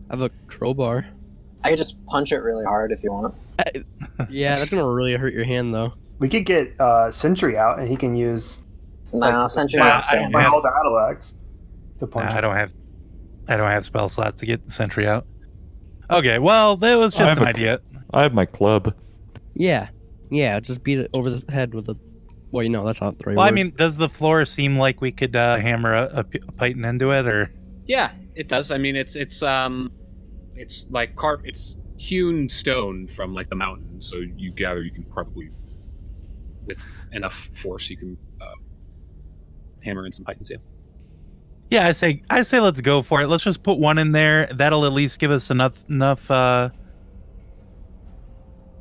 B: I have a crowbar.
C: I could just punch it really hard if you want.
B: Yeah, that's gonna really hurt your hand though.
E: We could get uh, Sentry out, and he can use
C: Nah,
E: Like-
C: Sentry
E: Yeah,
C: yeah,
E: I
F: Yeah.
E: my old Adelax to punch.
F: Nah, I
E: him.
F: don't have, I don't have spell slots to get the sentry out. Okay, well that was
G: I
F: just
G: have
F: an
G: a-
F: idea.
G: I have my club.
B: Yeah, yeah. Just beat it over the head with a. Well, you know that's not the right
F: Well, I
B: word.
F: mean, does the floor seem like we could uh, hammer a, a p- a python into it, or
H: Yeah, it does. I mean, it's it's um, it's like carp. It's hewn stone from like the mountain, so you gather you can probably, with enough force, you can uh, hammer in some pythons. Yeah.
F: Yeah, I say I say let's go for it. Let's just put one in there. That'll at least give us enough enough uh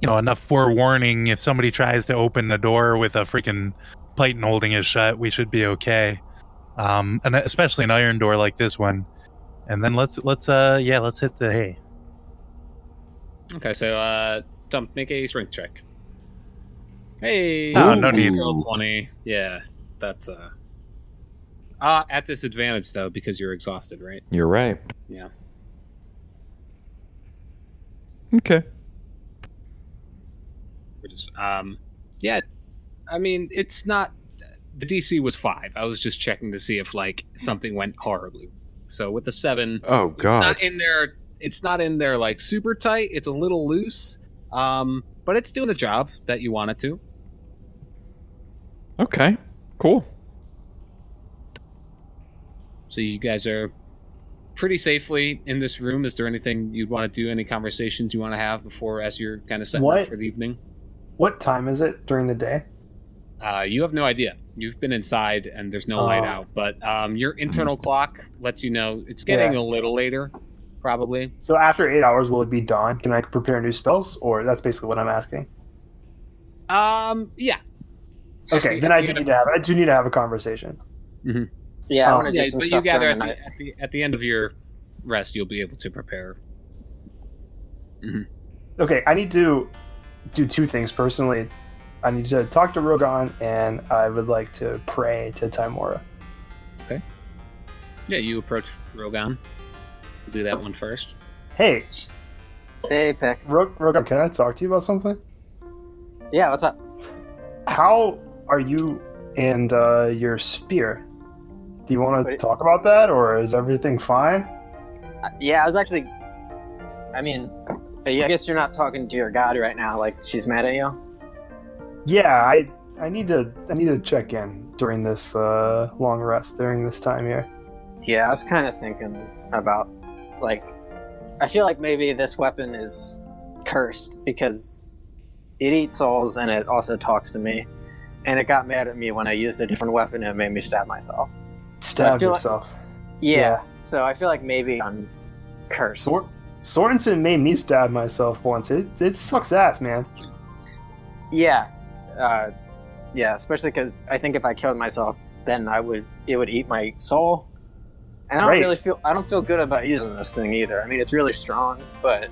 F: you know, enough forewarning if somebody tries to open the door with a freaking python holding it shut, we should be okay. Um and especially an iron door like this one. And then let's let's uh yeah, let's hit the hay.
H: Okay, so uh, dump. Make a strength check. Hey.
F: Oh, no
H: Ooh.
F: need.
H: Roll Twenty. Yeah, that's uh. Uh, at disadvantage though because you're exhausted, right?
G: You're right.
H: Yeah.
G: Okay.
H: Which is, um, yeah, I mean, it's not. The DC was five. I was just checking to see if like something went horribly. So with the seven,
A: Oh God.
H: not in there. It's not in there like super tight. It's a little loose, um, but it's doing the job that you want it to.
G: Okay. Cool.
H: So you guys are pretty safely in this room. Is there anything you'd want to do? Any conversations you want to have before as you're kind of setting up
E: What?
H: for the evening?
E: What time is it during the day?
H: Uh, you have no idea. You've been inside and there's no
E: Oh.
H: light out, but um, your internal
C: Mm-hmm.
H: clock lets you know it's getting a little later, probably.
E: So after eight hours, will it be dawn? Can I prepare new spells, or that's basically what I'm asking.
H: Um, yeah.
E: Okay, then I do need to have I do need to have a conversation.
C: Yeah, I
E: Oh,
C: want to
H: Yeah,
C: do some
H: but you
C: stuff
H: gather
C: during
H: at
C: the
H: the,
C: night.
H: at the at the end of your rest, you'll be able to prepare.
E: Okay, I need to do two things personally. I need to talk to Rogan, and I would like to pray to Timora.
H: Yeah, you approach Rogan. We'll do that one first.
E: Hey,
C: Hey, Pick.
E: Rog- Rogan, can I talk to you about something?
C: Yeah, what's up?
E: How are you and uh, your spear? Do you want to
C: Wait.
E: talk about that, or is everything fine?
C: Uh, Yeah, I was actually. I mean, I guess you're not talking to your god right now. Like she's mad at you.
E: Yeah, I I need to I need to check in during this uh, long rest during this time here.
C: Yeah, I was kind of thinking about, like, I feel like maybe this weapon is cursed because it eats souls and it also talks to me, and it got mad at me when I used a different weapon and it made me stab myself. I
E: Stab
C: feel like-
E: yourself.
C: Yeah.
E: Yeah.
C: So I feel like maybe I'm cursed.
E: Sor- Sorensen made me stab myself once. It it sucks ass, man.
C: Yeah, uh, yeah. Especially because I think if I killed myself, then I would it would eat my soul, and I don't
E: Right.
C: really feel I don't feel good about using this thing either. I mean, it's really strong, but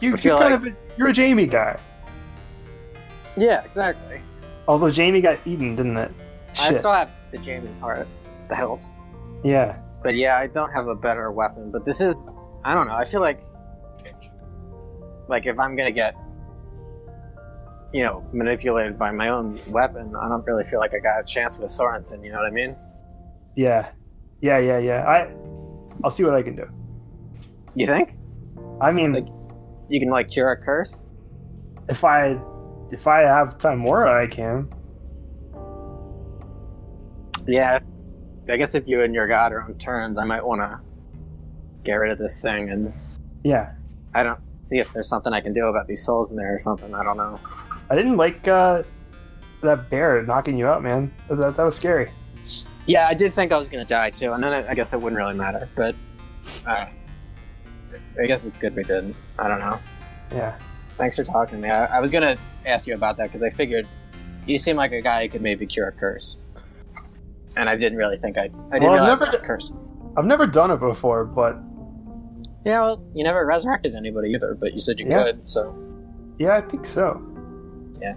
E: You,
C: I
E: you
C: feel
E: kind of a, you're a Jamie guy.
C: yeah, exactly.
E: Although Jamie got eaten, didn't it?
C: I
E: Shit.
C: still have the Jamie part, the hilt,
E: Yeah.
C: but yeah, I don't have a better weapon. But this is I don't know. I feel like like if I'm gonna get you know manipulated by my own weapon, I don't really feel like I got a chance with Sorensen. You know what I mean?
E: Yeah. Yeah. Yeah. Yeah. I I'll see what I can do.
C: You think
E: I mean,
C: Like- you can like cure a curse?
E: if I if I have Timora, I can.
C: Yeah, if- I guess if you and your god are on turns, I might want to get rid of this thing, and
E: Yeah.
C: I don't see if there's something I can do about these souls in there or something. I don't know.
E: I didn't like uh, that bear knocking you out, man. That that was scary.
C: Yeah, I did think I was gonna die too, and then I, I guess it wouldn't really matter. But uh, I guess it's good we didn't. I don't know.
E: Yeah.
C: Thanks for talking to me. I, I was gonna ask you about that because I figured you seem like a guy who could maybe cure a curse, and I didn't really think I. I didn't
E: Well, I've
C: realize
E: never-
C: it was a curse.
E: I've never done it before, but
C: Yeah, well, you never resurrected anybody either, but you said you
E: Yeah.
C: could, so
E: yeah, I think so.
C: Yeah.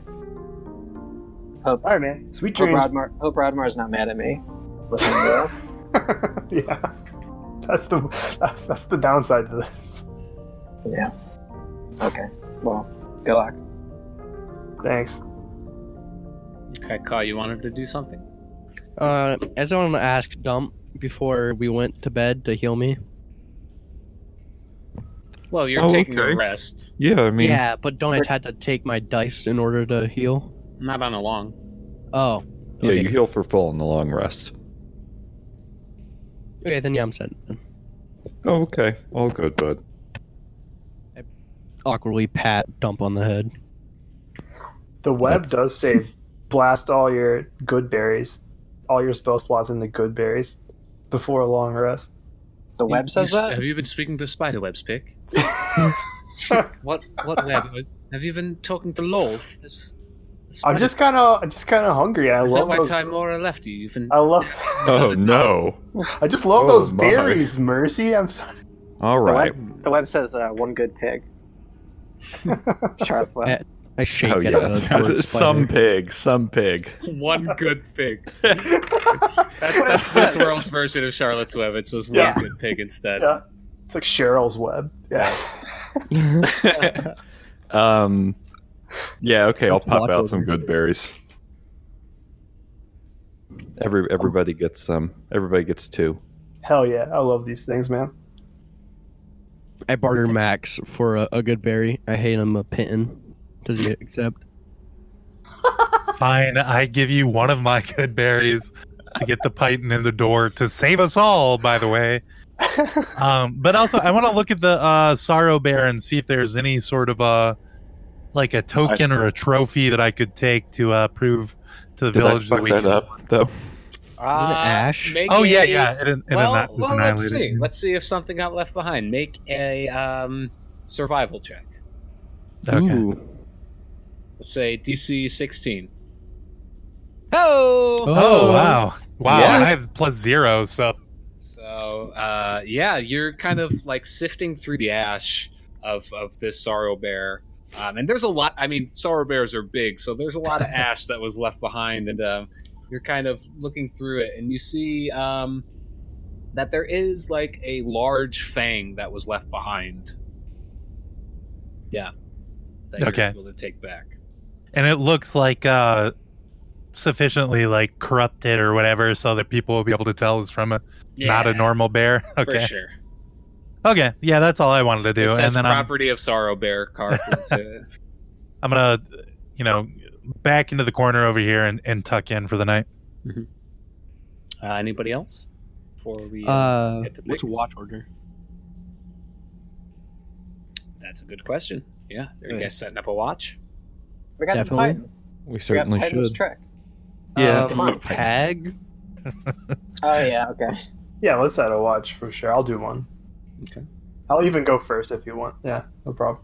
C: Hope-
E: All right, man. Sweet
C: hope
E: dreams.
C: Rodmar, hope Rodmar's not mad at me. Listening to this.
E: yeah, that's the that's, that's the downside to this.
C: Yeah. Okay. Well, good luck.
E: Thanks.
H: Okay, Kai, you wanted to do something?
B: Uh, I just want to ask Dump before we went to bed to heal me.
H: Well, you're
G: Oh,
H: taking
G: okay.
H: a rest.
G: Yeah, I mean,
B: yeah, but don't I had to take my dice in order to heal?
H: Not on a long.
B: Oh.
G: yeah,
B: okay.
G: you heal for full in the long rest.
B: Okay, then yeah, I'm sent. Then.
G: Oh, okay. All good, bud.
B: Awkwardly pat Dump on the head.
E: The web does say blast all your good berries, all your spell slots into good berries before a long rest.
C: The web says that.
H: Have you been speaking to Spiderwebs, Pick? What what web?
A: uh,
H: Have you been talking to Lolf? This- this
E: I'm
H: spider-
E: just kind of, I'm just kind of hungry. I
H: Is that
E: love,
H: why
E: those,
H: Timora left you? You've been
E: I love,
G: Oh, no.
E: I just love
G: Oh,
E: those
G: my.
E: berries. Mercy, I'm sorry.
G: All
B: Oh,
C: The
G: right.
C: web, the web says uh, one good pig. Charlotte's
H: Eh,
C: web.
B: I shake
G: Oh,
B: it
G: yeah.
B: out of
G: some pig. Some pig.
H: one good pig. That's, that's this world's version of Charlotte's Web. It's just one
E: Yeah.
H: good pig instead.
E: Yeah. It's like Cheryl's web. Yeah.
G: um, yeah. Okay, I'll
B: Let's
G: pop
B: watch
G: out
B: over.
G: some good berries. Every everybody gets some. Everybody gets two.
E: Hell yeah, I love these things, man.
B: I barter Max for a, a good berry. I hate him a pitten. Does he accept?
F: Fine, I give you one of my good berries to get the python in the door to save us all, by the way. Um, but also, I want to look at the uh, sorrow bear and see if there's any sort of a like a token or a trophy that I could take to uh, prove to the
G: Did I
F: village
G: fuck
F: we
G: that up though?
B: Isn't it Ash?
H: Uh, make
F: Oh
H: a-
F: yeah, yeah. It, it, it
H: well,
F: anni- was
H: well, let's
F: annihilated.
H: see. Let's see if something got left behind. Make a um, survival check.
F: okay.
B: Ooh.
H: Let's say DC 16.
B: Oh!
F: Oh wow, wow!
G: Yeah.
F: I have plus zero, so
H: So uh, yeah, you're kind of like sifting through the ash of of this sorrow bear, um, and there's a lot. I mean, sorrow bears are big, so there's a lot of ash that was left behind, and um, you're kind of looking through it, and you see um, that there is like a large fang that was left behind. Yeah, that
F: Okay.
H: you're able to take back.
F: and it looks like uh sufficiently like corrupted or whatever, so that people will be able to tell it's from a not a
H: Yeah,
F: normal bear.
H: for
F: Okay,
H: sure.
F: okay, yeah, that's all I wanted to do,
H: It says
F: and then I'm
H: property of sorrow bear Uh, carved into it.
F: I'm gonna, you know, back into the corner over here and, and tuck in for the night.
H: Uh, anybody else? Before we
B: Uh,
H: Get to
B: what's
H: pick.
B: watch order?
H: That's a good question. Yeah, are you guys setting up a watch?
C: We got
B: Definitely.
C: Definitely. Python.
G: We
C: We got
G: certainly
C: Python's
G: should.
C: trick.
G: Yeah.
B: Oh,
C: come
B: Um,
C: on.
B: Tag?
C: Oh yeah. Okay.
E: Yeah, let's set a watch for sure. I'll do one.
H: Okay.
E: I'll even go first if you want. Yeah, no problem.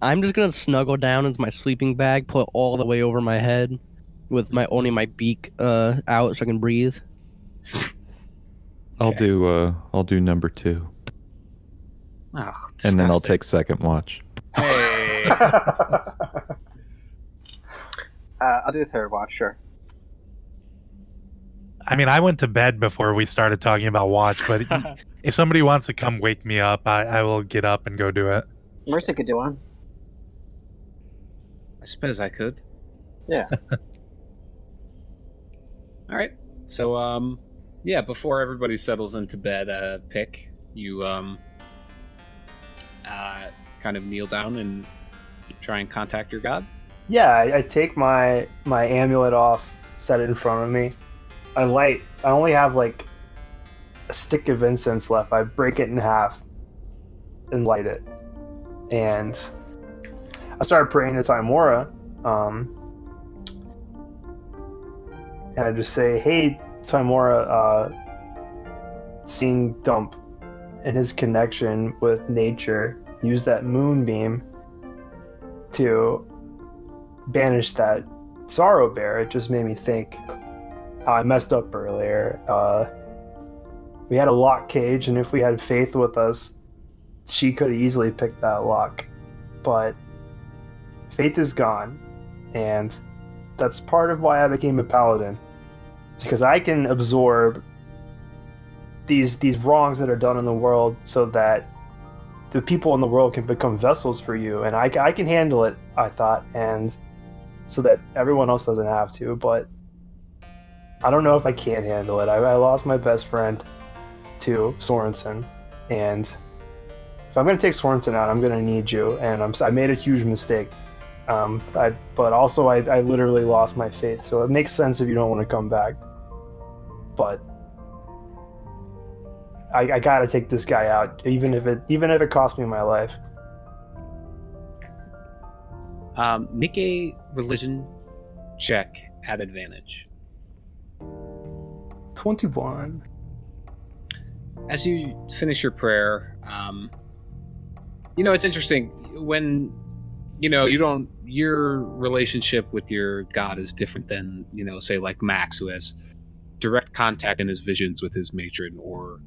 B: I'm just gonna snuggle down into my sleeping bag, put all the way over my head, with my only my beak uh out so I can breathe.
G: I'll
H: Okay.
G: do. Uh, I'll do number two,
H: Oh,
A: Ah,
G: and then I'll take second watch.
H: Hey.
C: Uh, I'll do third watch. Sure.
F: I mean, I went to bed before we started talking about watch, but if somebody wants to come wake me up, I, I will get up and go do it.
C: Mercy could do one.
H: I suppose I could.
C: Yeah.
H: All right. So, um, yeah, before everybody settles into bed, uh, pick you, um, uh, kind of kneel down and try and contact your god.
E: yeah, I, I take my my amulet off, set it in front of me. I light. I only have like a stick of incense left. I break it in half and light it. And I started praying to Timora. Um, and I just say, "Hey, Timora, uh, seeing Dump and his connection with nature, use that moonbeam to banish that sorrow bear. It just made me think how I messed up earlier. Uh, we had a lock cage, and if we had Faith with us, she could have easily picked that lock. But Faith is gone, and that's part of why I became a paladin. Because I can absorb these these wrongs that are done in the world so that the people in the world can become vessels for you and I, I can handle it i thought and so that everyone else doesn't have to but i don't know if i can handle it i, I lost my best friend to sorensen and if i'm going to take sorensen out i'm going to need you and I'm, s- i made a huge mistake um, I, but also I, I literally lost my faith so it makes sense if you don't want to come back but I, I gotta take this guy out, even if it even if it costs me my life.
H: Um, make a religion check at advantage.
E: Twenty one.
H: as you finish your prayer, um, you know it's interesting when you know you don't your relationship with your God is different than you know say like Max who has direct contact in his visions with his matron or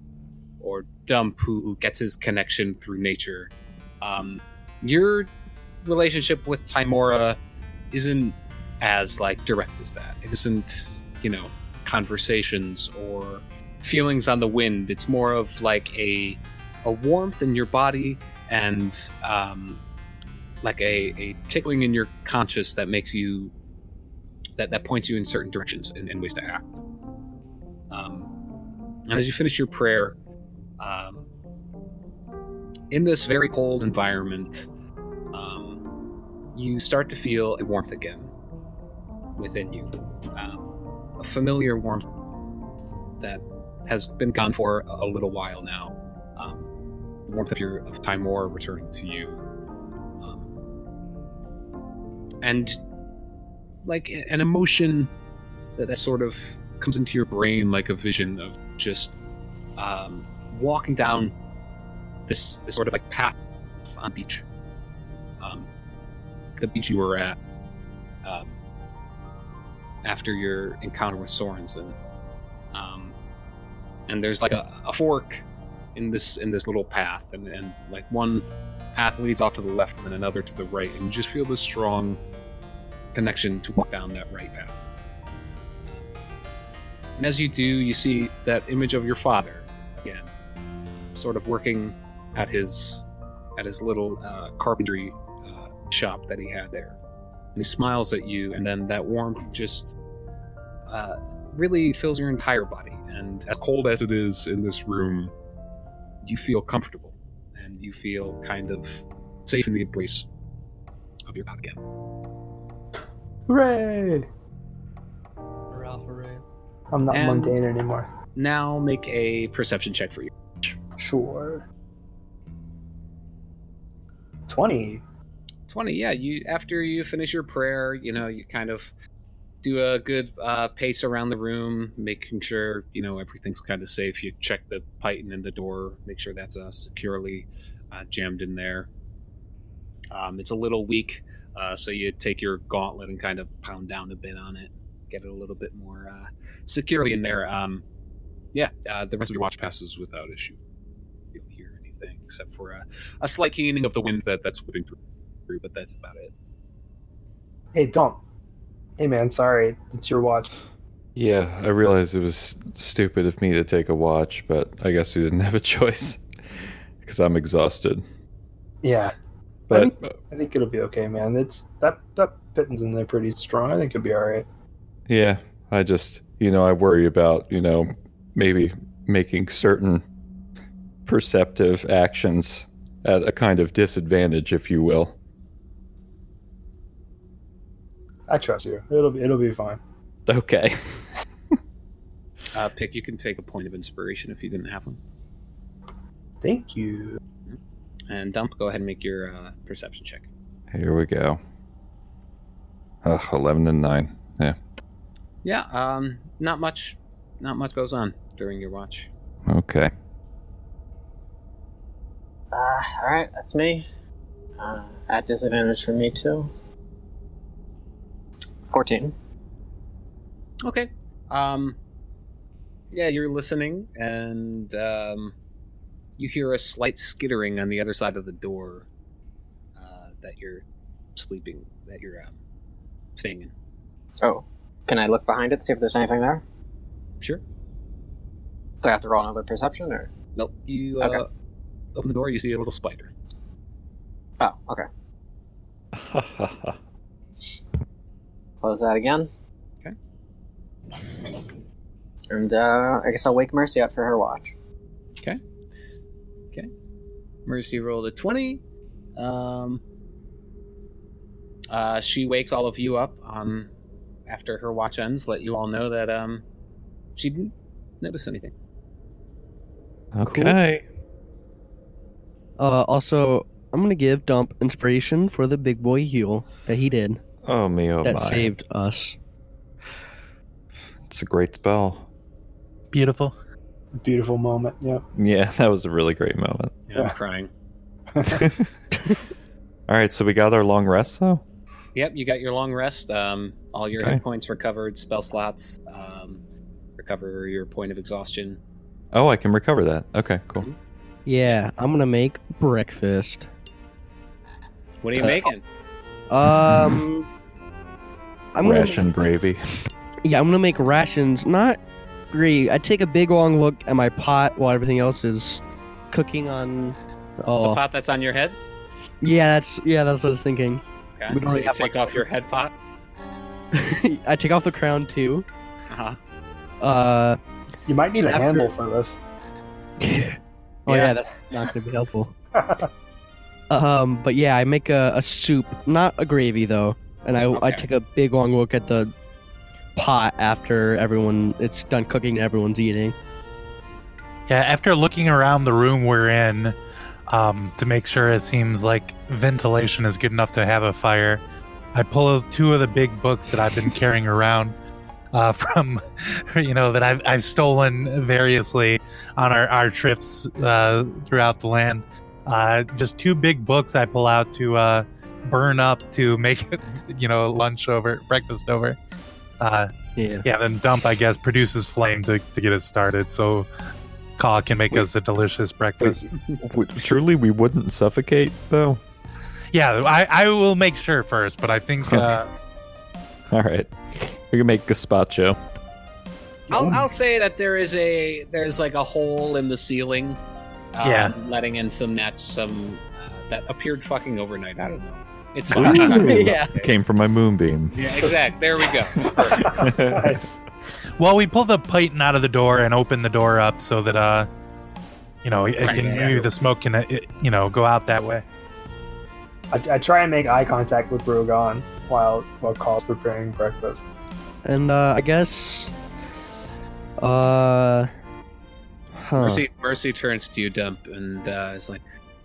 H: or Dump who, who gets his connection through nature. Um, your relationship with Timora isn't as like direct as that. It isn't you know conversations or feelings on the wind. It's more of like a a warmth in your body and um, like a, a tickling in your conscious that makes you that that points you in certain directions and, and ways to act. Um, and as you finish your prayer, um, in this very cold environment, um, you start to feel a warmth again within you, um, a familiar warmth that has been gone for a a little while now. Um, the warmth of your of time war returning to you, um, and like a- an emotion that, that sort of comes into your brain like a vision of just um, walking down this this sort of like path on the beach, um, the beach you were at um, after your encounter with Sorensen. Um, and there's like a, a fork in this in this little path and, and like one path leads off to the left and then another to the right and you just feel this strong connection to walk down that right path and as you do you see that image of your father again sort of working at his at his little uh, carpentry uh, shop that he had there and he smiles at you and then that warmth just uh, really fills your entire body. And as cold as it is in this room, you feel comfortable and you feel kind of safe in the embrace of your god again.
E: Hooray! I'm not
H: And-
E: mundane anymore.
H: Now make a perception check for you.
E: Sure. Twenty.
H: 20 yeah you after you finish your prayer you know you kind of do a good uh, pace around the room making sure you know everything's kind of safe you check the python in the door make sure that's uh, securely uh, jammed in there um, it's a little weak uh, so you take your gauntlet and kind of pound down a bit on it get it a little bit more uh, securely in there um, yeah uh, the rest of your watch passes without issue you don't hear anything except for a, a slight keening of the wind that that's whipping through through, but that's about it.
E: Hey, dump. Hey, man. Sorry, it's your watch.
A: Yeah, I realized it was st- stupid of me to take a watch, but I guess we didn't have a choice because I'm exhausted.
E: Yeah,
A: But uh,
E: I think it'll be okay, man. It's that that pitting's in there pretty strong. I think it'll be all right.
A: yeah, I just, you know, I worry about, you know, maybe making certain perceptive actions at a kind of disadvantage, if you will.
E: I trust you. It'll be it'll be fine.
A: Okay.
H: Uh, Pick, you can take a point of inspiration if you didn't have one.
E: Thank you.
H: And Dump, go ahead and make your uh, perception check.
A: Here we go. Ugh, 11 and 9. Yeah.
H: Yeah, um, not much, not much goes on during your watch.
A: Okay.
C: Uh, all right, that's me. Uh, at disadvantage for me too. Fourteen.
H: Okay. Um, yeah, you're listening, and um, you hear a slight skittering on the other side of the door uh, that you're sleeping, that you're um, staying in.
C: Oh, can I look behind it see if there's anything there?
H: Sure.
C: Do I have to roll another perception or?
H: Nope. You uh,
C: Okay.
H: open the door, you see a little spider.
C: Oh, okay. Close that again.
H: Okay.
C: And uh, I guess I'll wake Mercy up for her watch.
H: Mercy rolled a 20. Um, uh, she wakes all of you up um, after her watch ends, let you all know that um, she didn't notice anything.
G: okay.
B: Uh, also, I'm gonna give Dump inspiration for the big boy heal that he did
G: Oh me, oh
B: that
G: my.
B: saved us.
G: It's a great spell.
F: Beautiful.
E: Beautiful moment. Yep.
G: Yeah, that was a really great moment.
H: Yeah, I'm
E: Yeah.
H: crying.
G: All right, so we got our long rest though.
H: Yep, you got your long rest. Um, all your
G: Okay.
H: hit points recovered, spell slots, um, recover your point of exhaustion.
G: Oh, I can recover that. Okay, cool.
B: Yeah, I'm gonna make breakfast.
H: What are you
B: Uh,
H: making?
B: Um, I'm gonna
G: Ration gravy.
B: yeah, I'm gonna make rations. Not great. I take a big long look at my pot while everything else is cooking on.
H: The
B: Oh,
H: pot that's on your head?
B: yeah, that's yeah, that's what I was thinking.
H: Okay.
B: We don't
H: so
B: really
H: you
B: have
H: take
B: much-
H: off your head pot.
B: I take off the crown too.
H: Uh-huh.
B: Uh,
E: You might need a
B: After-
E: handle for this.
B: oh yeah,
H: Yeah.
B: that's not gonna be helpful. Um, but yeah, I make a, a soup, not a gravy though, and I I
H: Okay.
B: take a big long look at the pot after everyone it's done cooking and everyone's eating.
F: Yeah, after looking around the room we're in um, to make sure it seems like ventilation is good enough to have a fire, I pull out two of the big books that I've been carrying around uh, from, you know, that I've, I've stolen variously on our, our trips uh, throughout the land. Uh, just two big books I pull out to uh, burn up to make, you know, lunch over, breakfast over. Uh,
B: Yeah.
F: yeah, then dump, I guess, produces flame to, to get it started, so Kaw can make
G: Wait.
F: us a delicious breakfast.
G: Would- Truly, we wouldn't suffocate though.
F: Yeah, I, I will make sure first, but I think uh,
G: All right, we can make gazpacho.
H: I'll, I'll say that there is a there's like a hole in the ceiling, um,
F: Yeah.
H: letting in some nat some uh, that appeared fucking overnight. I don't know. It's fine.
B: yeah.
G: Came from my moonbeam.
H: yeah, exact. There we go.
E: nice.
F: well, we pull the python out of the door and open the door up so that uh, you know, it
H: Right,
F: can
H: yeah,
F: maybe the smoke can uh, it, you know go out that way.
E: I, I try and make eye contact with Rogan while while Carl's preparing breakfast.
B: And uh, I guess, uh, huh.
H: Mercy, Mercy turns to you, Dump, and uh, is like,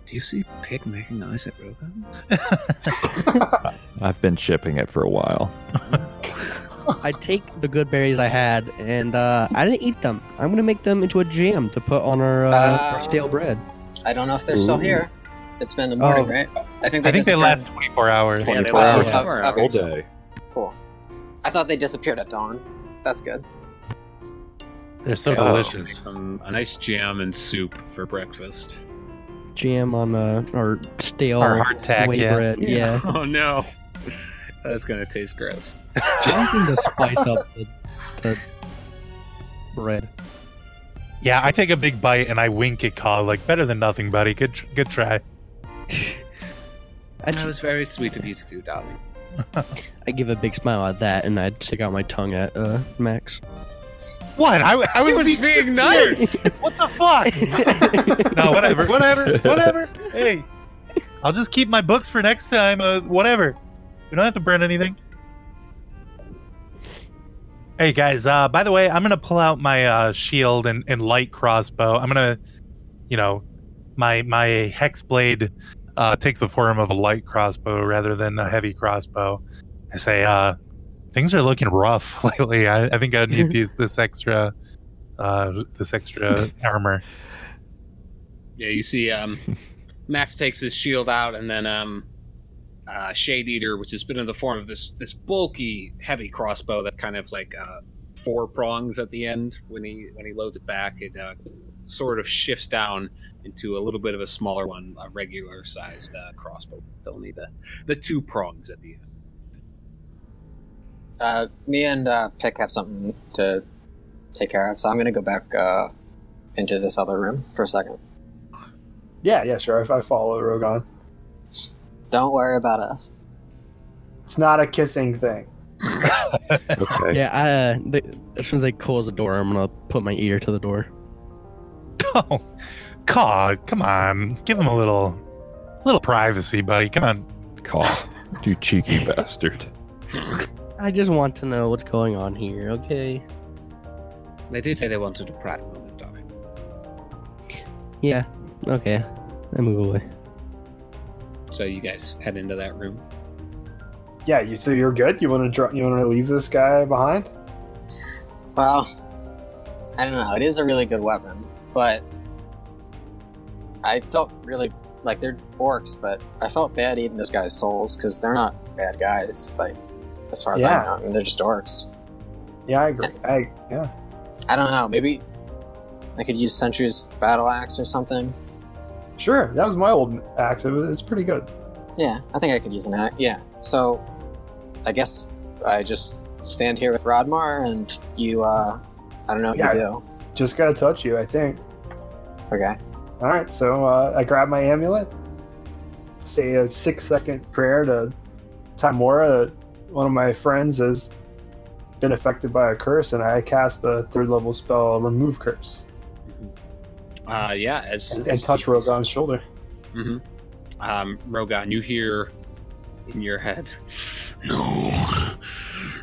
H: "Do you see Pig making eyes at Rogan?"
G: I've been shipping it for a while.
B: I take the good berries I had, and uh, I didn't eat them. I'm gonna make them into a jam to put on our, uh,
C: Uh,
B: our stale bread.
C: I don't know if they're still
G: Ooh.
C: here. It's been the morning, right? I think
F: Oh. I think they
C: disappeared.
F: last 24 hours.
H: Yeah, they
G: 24
H: were
G: hours.
H: all over.
C: Okay.
G: day.
C: Cool. I thought they disappeared at dawn. That's good.
F: They're so
H: Yeah, make
F: delicious.
H: Some a nice jam and soup for breakfast.
B: Jam on uh, our stale
F: Our hardtack,
B: whey
F: yeah.
B: bread. Yeah.
H: Oh no, that's gonna taste gross.
B: Something to spice up the, the bread.
F: Yeah, I take a big bite and I wink at Kaw, like better than nothing, buddy. Good, tr- good try.
B: I,
H: That was very sweet of you to do, darling.
B: I give a big smile at that, and I stick out my tongue at uh, Max.
F: What? I, I was being
H: nice.
F: What the fuck? no, whatever, whatever, whatever. Hey, I'll just keep my books for next time. Uh, whatever. We don't have to burn anything. Hey guys, uh, by the way, I'm gonna pull out my uh, shield and, and light crossbow. I'm gonna, you know, my my hex blade uh, takes the form of a light crossbow rather than a heavy crossbow. I say, uh, things are looking rough lately. I, I think I need these this extra, uh, this extra armor.
H: Yeah, you see, um, Max takes his shield out, and then um, uh, Shade Eater, which has been in the form of this this bulky, heavy crossbow that kind of like uh, four prongs at the end. When he when he loads it back, it uh, sort of shifts down into a little bit of a smaller one, a regular sized uh, crossbow. with only the the two prongs at the end.
C: Uh, me and uh, Pick have something to take care of, so I'm gonna go back uh, into this other room for a second.
E: Yeah, yeah, sure. I, I follow Rogan.
C: Don't worry about us.
E: It's not a kissing thing.
A: Okay.
B: Yeah, I, uh, they, as soon as they close the door, I'm gonna put my ear to the door.
F: Oh, God, come on. Give him a little little privacy, buddy. Come on.
A: Call. You cheeky bastard.
B: I just want to know what's going on here, okay?
H: They did say they wanted a private moment, darling.
B: Yeah, okay. I move away.
H: So you guys head into that room.
E: Yeah, you so you're good. You want to dr- you want to leave this guy behind?
C: Well, I don't know. It is a really good weapon, but I felt really like they're orcs, but I felt bad eating this guy's souls because they're not bad guys. Like as far as
E: Yeah.
C: I know, I mean, they're just orcs.
E: Yeah, I agree. I yeah.
C: I don't know. Maybe I could use Sentry's battle axe or something.
E: Sure. That was my old axe. It was, it's pretty good.
C: Yeah, I think I could use an axe. Yeah. So I guess I just stand here with Rodmar and you. uh I don't know what
E: Yeah.
C: you do.
E: Just gotta touch you, I think.
C: Okay.
E: All right, so uh, I grab my amulet, say a six-second prayer to Timora that one of my friends has been affected by a curse, and I cast the third-level spell Remove Curse
H: Uh, yeah, as
E: and,
H: as
E: and touch
H: you-
E: Rogan's shoulder.
H: hmm Um, Rogan, you hear in your head,
I: No.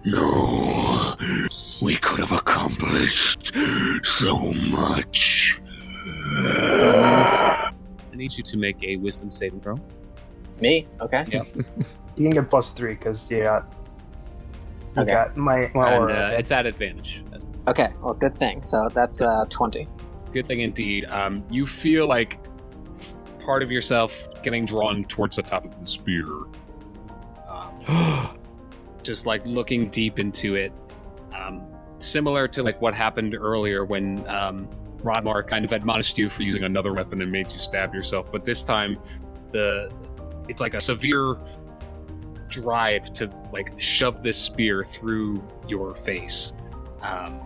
I: No. We could have accomplished so much.
H: I need you to make a wisdom saving throw.
C: Me? Okay.
E: You can get plus three because yeah, I
C: Okay.
E: got my, my
H: And
E: aura.
H: uh, it's at advantage. That's
C: Okay. Well, good thing. So that's uh, twenty.
H: a good thing indeed. Um, you feel like part of yourself getting drawn towards the top of the spear. Um, just like looking deep into it. Um, similar to like what happened earlier when um, Rodmar kind of admonished you for using another weapon and made you stab yourself, but this time the it's like a severe drive to like shove this spear through your face. Um,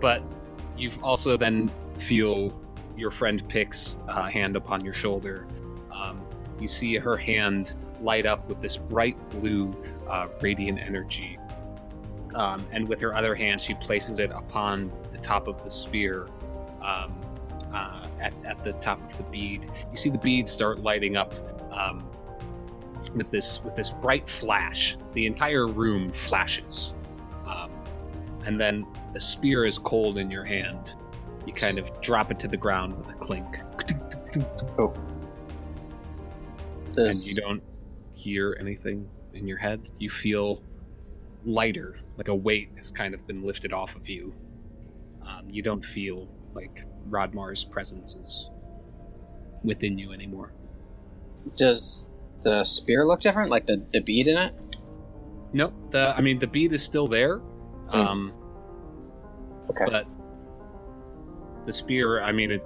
H: but you've also then feel your friend Pick's uh, hand upon your shoulder. Um, you see her hand light up with this bright blue uh, radiant energy. Um, and with her other hand, she places it upon the top of the spear um, uh, at, at the top of the bead. You see the bead start lighting up um, with this with this bright flash. The entire room flashes. Um, and then the spear is cold in your hand. You kind of drop it to the ground with a clink, and
C: Does,
H: you don't hear anything in your head. You feel lighter, like a weight has kind of been lifted off of you. Um, you don't feel like Rodmar's presence is within you anymore.
C: does the spear look different? Like the, the bead in it?
H: No, the I mean the bead is still there, um,
C: Hmm. Okay.
H: but the spear. I mean it.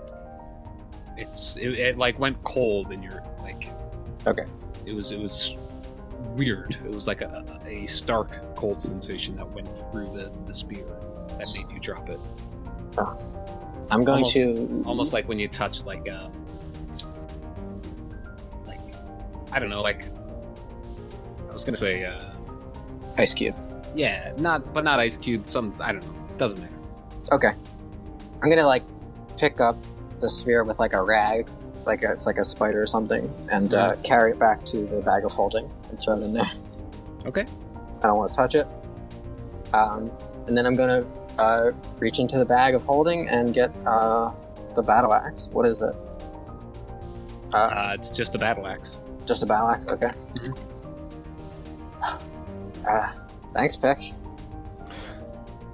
H: It's it, it like went cold in your like.
C: Okay.
H: It was it was weird. It was like a, a stark cold sensation that went through the the spear that made you drop it.
C: I'm going
H: Almost-
C: to
H: Almost like when you touch like um like I don't know like I was gonna say. Uh,
C: ice cube.
H: Yeah, not but not Ice Cube. Some I don't know. Doesn't matter.
C: Okay. I'm gonna like pick up the spear with like a rag, like it's like a spider or something, and uh, carry it back to the bag of holding and throw it in there.
H: Okay.
C: I don't want to touch it. Um, and then I'm gonna uh, reach into the bag of holding and get uh, the battle axe. What is it? Uh,
H: Uh, it's just a battle axe.
C: just a battle axe. Okay.
H: Mm-hmm.
C: Ah, thanks, Pick.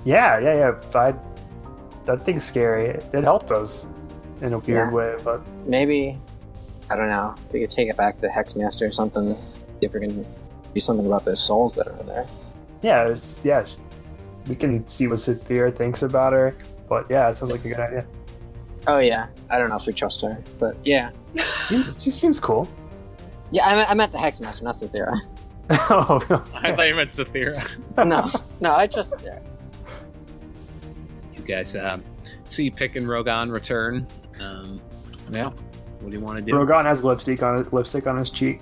E: Yeah, yeah, yeah. I, that thing's scary. It, helped us in a weird
C: Yeah.
E: way, but
C: Maybe I don't know. We could take it back to Hexmaster or something. See if we can do something about those souls that are there.
E: Yeah, it's, yeah. sh- We can see what Sathir thinks about her. But yeah, it sounds like a good idea.
C: Oh yeah, I don't know if we trust her, but yeah,
E: Seems, she seems cool.
C: yeah. I, me- I meant the Hexmaster, not Sathira.
E: oh,
H: I thought you meant Sathira.
C: no, no, I trust Sathira.
H: You guys uh, see Pick and Rogan return. Um, yeah. What do you want to do?
E: Rogan has lipstick on lipstick on his cheek.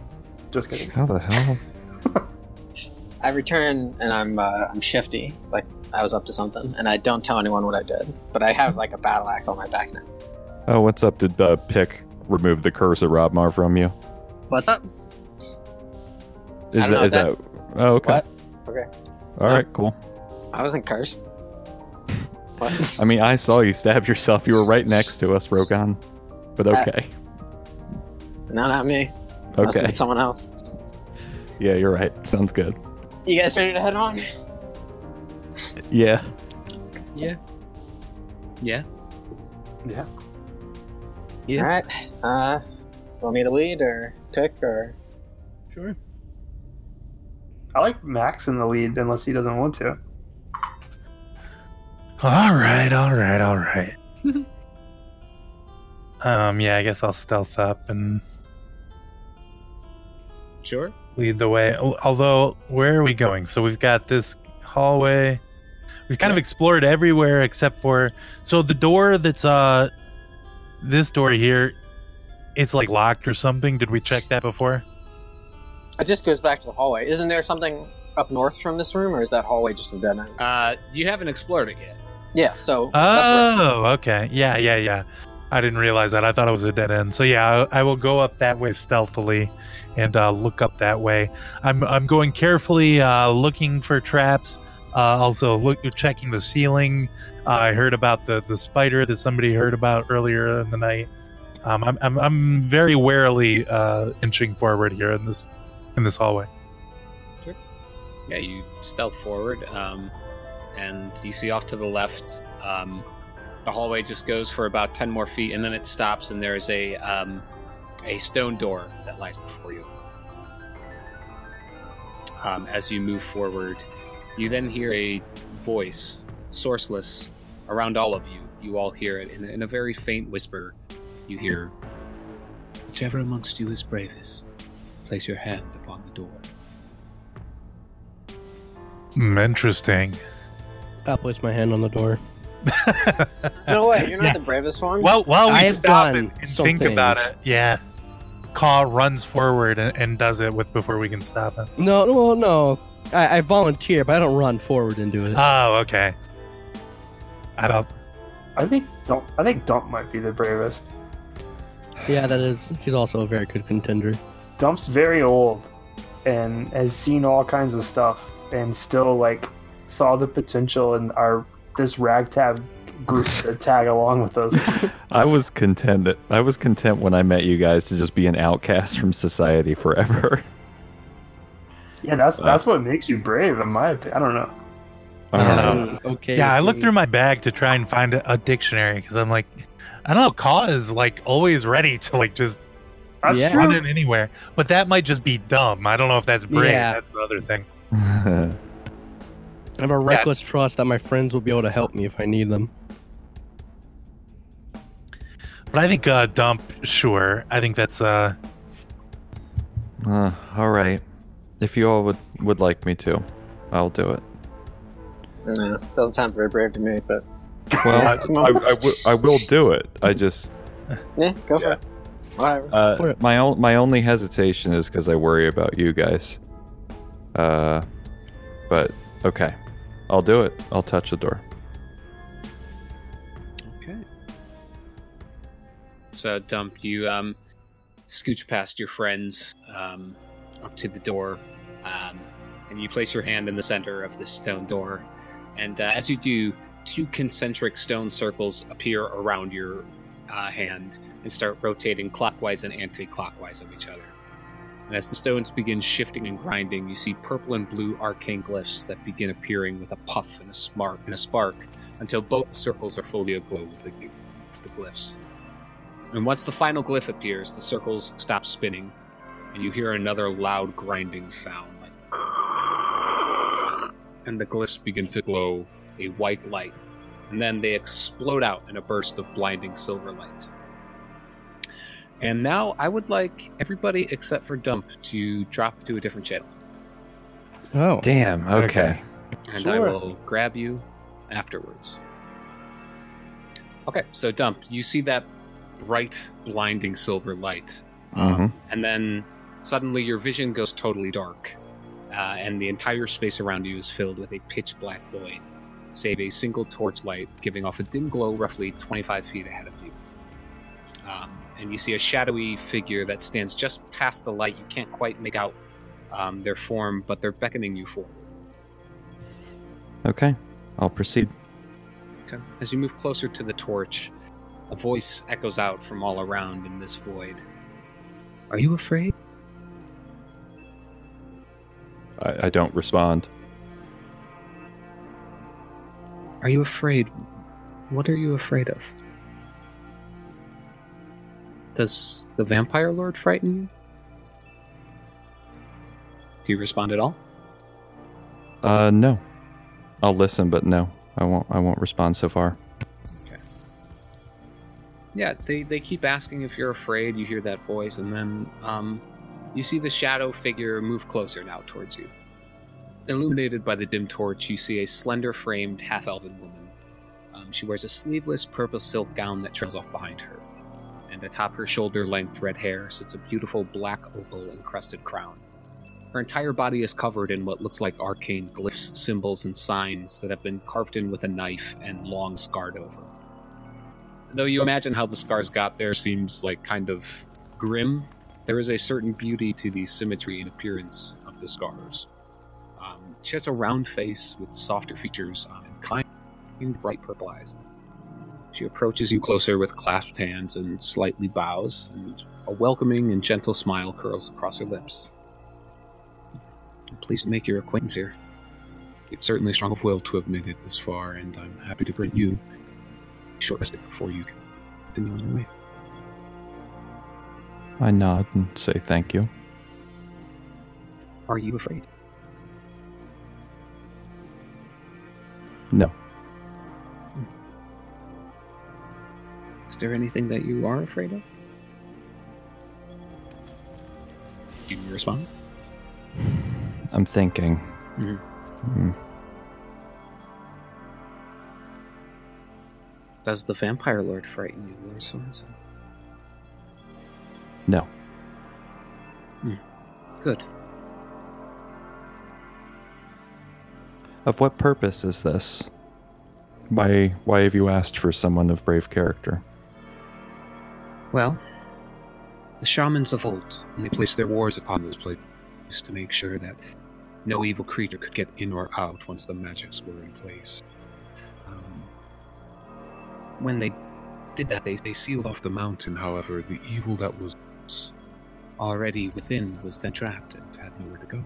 E: Just kidding.
G: How the hell?
C: I return and I'm uh, I'm shifty, like I was up to something, and I don't tell anyone what I did, but I have like a battle axe on my back now.
G: Oh, what's up? Did uh, Pick remove the curse of Robmar from you?
C: What's up?
G: Is
C: don't know,
G: is
C: that-
G: Oh, okay.
C: What? Okay. Uh,
G: All right, cool.
C: I wasn't cursed. What?
G: I mean, I saw you stab yourself. You were right next to us, Rogan. But
C: Uh,
G: okay.
C: No, not me. Must have
G: Okay.
C: been someone else.
G: Yeah, you're right. Sounds good.
C: You guys ready to head on?
G: Yeah.
H: Yeah.
B: Yeah.
C: All right. Uh, want me to lead or pick or?
B: Sure.
E: I like Max in the lead, unless he doesn't want to.
F: All right, all right, all right. um, yeah, I guess I'll stealth up and
H: Sure.
F: lead the way. Al- Although, where are we going? So we've got this hallway. We've kind of explored everywhere except for so the door that's uh this door here. It's like locked or something. Did we check that before?
C: It just goes back to the hallway. Isn't there something up north from this room, or is that hallway just a dead end?
H: Uh, you haven't explored it yet.
C: Yeah. So. that's
F: Oh, okay. Yeah, yeah, yeah. I didn't realize that. I thought it was a dead end. So yeah, I, I will go up that way stealthily, and uh, look up that way. I'm I'm going carefully, uh, looking for traps. Uh, also, look checking the ceiling. Uh, I heard about the the spider that somebody heard about earlier in the night. Um, I'm, I'm I'm very warily uh, inching forward here in this in this hallway.
H: Yeah, you stealth forward, um, and you see off to the left. Um, the hallway just goes for about ten more feet, and then it stops, and there's a um, a stone door that lies before you. Um, as you move forward, you then hear a voice, sourceless, around all of you. You all hear it in, in a very faint whisper. You hear, "Whichever amongst you is bravest, place your hand upon the door."
F: Hmm, interesting.
B: I'll place my hand on the door.
C: what- No way. You're not
F: Yeah.
C: the bravest one.
F: Well, while we
B: I've
F: stop
B: done
F: and, and
B: some
F: think about
B: things.
F: it, yeah. Kaw runs forward and, and does it with before we can stop him.
B: No, no, well, no. I, I volunteer, but I don't run forward and do it.
F: Oh, okay. I don't.
E: I think Dump. I think Dump might be the bravest.
B: yeah, that is. She's also a very good contender.
E: Dump's very old, and has seen all kinds of stuff, and still like saw the potential in our this ragtag group to tag along with us.
G: I was content that I was content when I met you guys to just be an outcast from society forever.
E: Yeah, that's
G: Uh,
E: that's what makes you brave, in my opinion. I don't know.
G: I don't know.
B: Um, okay.
F: Yeah, I
B: with
F: looked
B: me.
F: through my bag to try and find a, a dictionary because I'm like, I don't know. Kaw is like always ready to like just
E: That's
B: Yeah.
E: true.
F: run in anywhere, but that might just be dumb. I don't know if that's brave.
B: Yeah.
F: That's the other thing.
B: I have a reckless trust that my friends will be able to help me if I need them.
F: But I think uh, dump. Sure, I think that's uh.
G: Uh, all right. If you all would would like me to, I'll do it.
C: No, doesn't sound very brave to me, but
G: Well, I, I, w- I will do it. I just
C: yeah, go for it. Whatever.
G: uh, my on, my only hesitation is because I worry about you guys. Uh, but okay, I'll do it. I'll touch the door.
H: Okay. So, Dump, you um, scooch past your friends um, up to the door, um, and you place your hand in the center of this stone door. And uh, as you do, two concentric stone circles appear around your uh, hand and start rotating clockwise and anti clockwise of each other. And as the stones begin shifting and grinding, you see purple and blue arcane glyphs that begin appearing with a puff and a spark and a spark until both circles are fully aglow with the, with the glyphs. And once the final glyph appears, the circles stop spinning, and you hear another loud grinding sound, like, and the glyphs begin to glow a white light, and then they explode out in a burst of blinding silver light. And now I would like everybody except for Dump to drop to a different channel,
B: Oh.
G: Damn. Okay.
F: Okay.
H: and I
E: Sure.
H: will grab you afterwards. Okay, so Dump, you see that bright, blinding silver light
G: Mhm.
H: and then suddenly your vision goes totally dark, uh, and the entire space around you is filled with a pitch black void, save a single torchlight giving off a dim glow roughly 25 feet ahead of you. Um, and you see a shadowy figure that stands just past the light. You can't quite make out um, their form, but they're beckoning you forward.
G: Okay. I'll proceed.
H: Okay. As you move closer to the torch, a voice echoes out from all around in this void. Are you afraid?
G: I, I don't respond.
H: Are you afraid? What are you afraid of? Does the vampire lord frighten you? Do you respond at all?
G: Uh, no. I'll listen, but no, I won't. I won't respond so far.
H: Yeah, they, they keep asking if you're afraid. You hear that voice, and then um, you see the shadow figure move closer now towards you. Illuminated by the dim torch, you see a slender framed half elven woman. Um, she wears a sleeveless purple silk gown that trails off behind her, and atop her shoulder length red hair sits a beautiful black opal encrusted crown. Her entire body is covered in what looks like arcane glyphs, symbols, and signs that have been carved in with a knife and long scarred over though you imagine how the scars got there seems like kind of grim, there is a certain beauty to the symmetry and appearance of the scars. Um, she has a round face with softer features um, and kind, bright purple eyes. She approaches you closer with clasped hands and slightly bows, and a welcoming and gentle smile curls across her lips. I'm pleased to make your acquaintance here. It's certainly strong of will to have made it this far, and I'm happy to bring you short rest before you continue on your way.
G: I nod and say thank you.
H: Are you afraid?
G: No.
H: Is there anything that you are afraid of? Do you respond?
G: I'm thinking.
H: Mhm.
G: Mm.
H: Does the vampire lord frighten you, Lord Sorensen?
G: No.
H: Mm. Good.
G: Of what purpose is this? Why? Why have you asked for someone of brave character?
H: Well, the shamans of old, and they placed their wards upon those places to make sure that no evil creature could get in or out once the magics were in place. Um, when they did that, they, they sealed off the mountain. However, the evil that was already within was then trapped and had nowhere to go.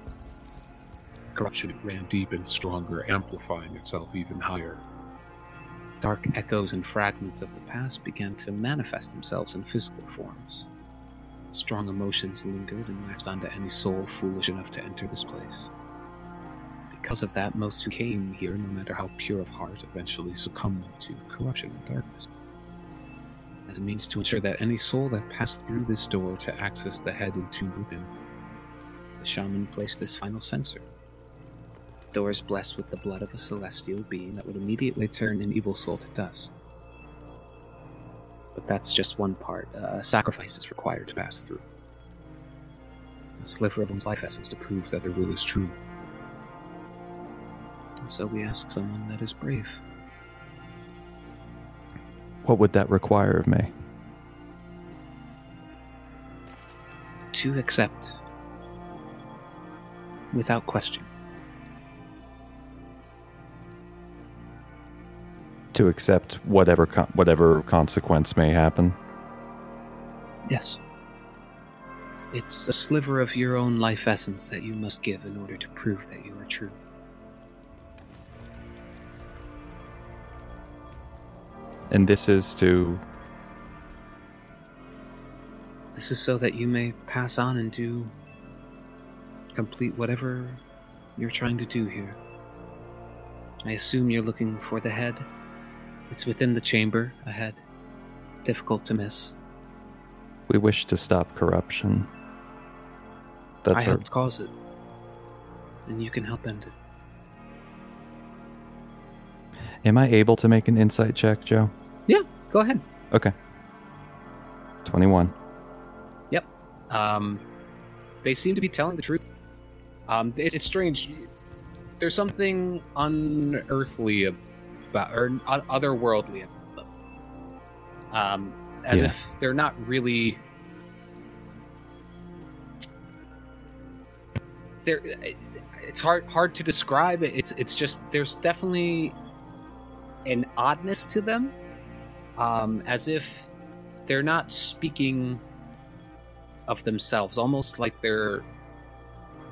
H: Corruption ran deep and stronger, amplifying itself even higher. Dark echoes and fragments of the past began to manifest themselves in physical forms. Strong emotions lingered and latched onto any soul foolish enough to enter this place. Because of that, most who came here, no matter how pure of heart, eventually succumbed to corruption and darkness. As a means to ensure that any soul that passed through this door to access the head and tomb within, the shaman placed this final censor. The door is blessed with the blood of a celestial being that would immediately turn an evil soul to dust. But that's just one part. Uh, sacrifice is required to pass through. A sliver of one's life essence to prove that their will is true. And so we ask someone that is brave.
G: What would that require of me?
H: to accept without question.
G: To accept whatever con- whatever consequence may happen.
H: Yes. It's a sliver of your own life essence that you must give in order to prove that you are true.
G: And this is to
H: This is so that you may pass on and do complete whatever you're trying to do here. I assume you're looking for the head. It's within the chamber ahead. It's difficult to miss.
G: We wish to stop corruption. That's
H: I
G: our,
H: helped cause it. And you can help end it.
G: Am I able to make an insight check, Joe?
H: Go ahead.
G: 21.
H: Um, they seem to be telling the truth. Um, it, it's strange. There's something unearthly about, or un- otherworldly about them. Um, as
G: Yeah.
H: if they're not really. They're, it's hard hard to describe. It's it's just there's definitely an oddness to them, um, as if they're not speaking of themselves almost like their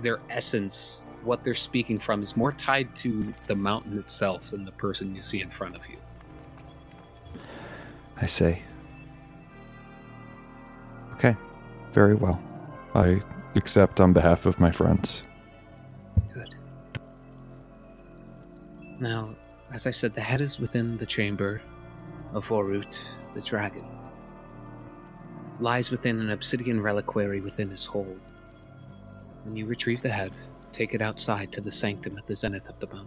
H: their essence what they're speaking from is more tied to the mountain itself than the person you see in front of you
G: I see. Okay. Very well. I accept on behalf of my friends.
H: good now as i said the head is within the chamber of orut the dragon lies within an obsidian reliquary within his hold when you retrieve the head take it outside to the sanctum at the zenith of the mountain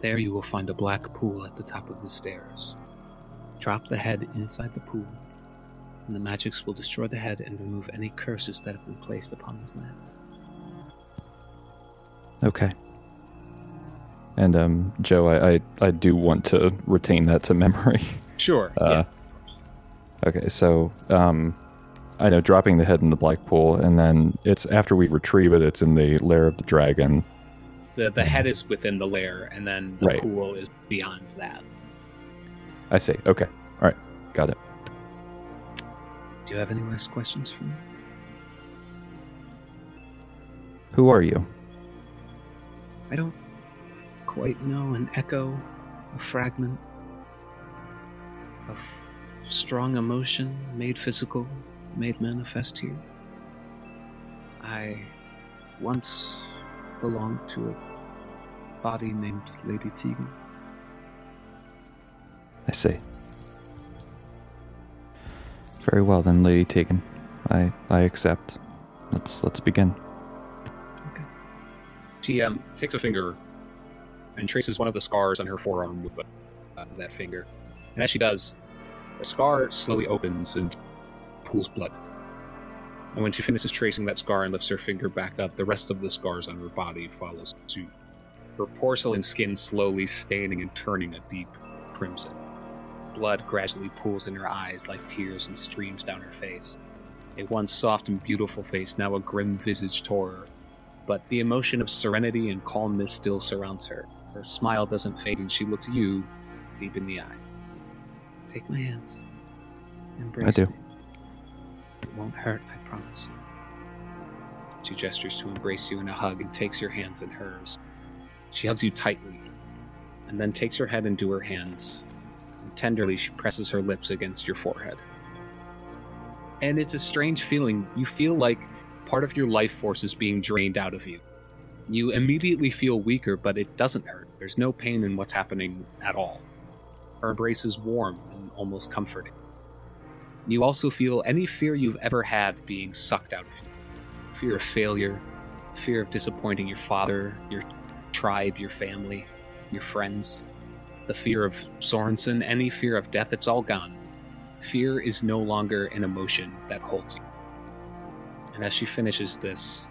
H: there you will find a black pool at the top of the stairs Drop the head inside the pool, and the magics will destroy the head and remove any curses that have been placed upon this land.
G: Okay. And um, Joe, I, I, I do want to retain that to memory.
H: Sure.
G: Uh, Okay, so um, I know dropping the head in the black pool, and then it's after we retrieve it, it's in the lair of the dragon.
H: The, the head is within the lair, and then the
G: Right.
H: pool is beyond that.
G: I see. Okay, all right, got it.
H: Do you have any last questions for me?
G: Who are you?
H: I don't quite know. An echo, a fragment of strong emotion made physical, made manifest here. I once belonged to a body named Lady Tegan.
G: I see. Very well then, Lady Tegan. I I accept. Let's let's begin.
H: She um, takes a finger and traces one of the scars on her forearm with uh, that finger. And as she does, the scar slowly opens and pools blood. And when she finishes tracing that scar and lifts her finger back up, the rest of the scars on her body follows suit. Her porcelain skin slowly staining and turning a deep crimson. Blood gradually pools in her eyes like tears and streams down her face. A once soft and beautiful face, now a grim visaged horror but the emotion of serenity and calmness still surrounds her. Her smile doesn't fade, and she looks you deep in the eyes. Take my hands. Embrace
G: do.
H: me. It won't hurt, I promise. She gestures to embrace you in a hug and takes your hands in hers. She hugs you tightly, and then takes her head into her hands. And tenderly, she presses her lips against your forehead. And it's a strange feeling. You feel like part of your life force is being drained out of you. You immediately feel weaker, but it doesn't hurt. There's no pain in what's happening at all. Her embrace is warm and almost comforting. You also feel any fear you've ever had being sucked out of you fear of failure, fear of disappointing your father, your tribe, your family, your friends, the fear of Sorensen, any fear of death, it's all gone. Fear is no longer an emotion that holds you. And as she finishes this,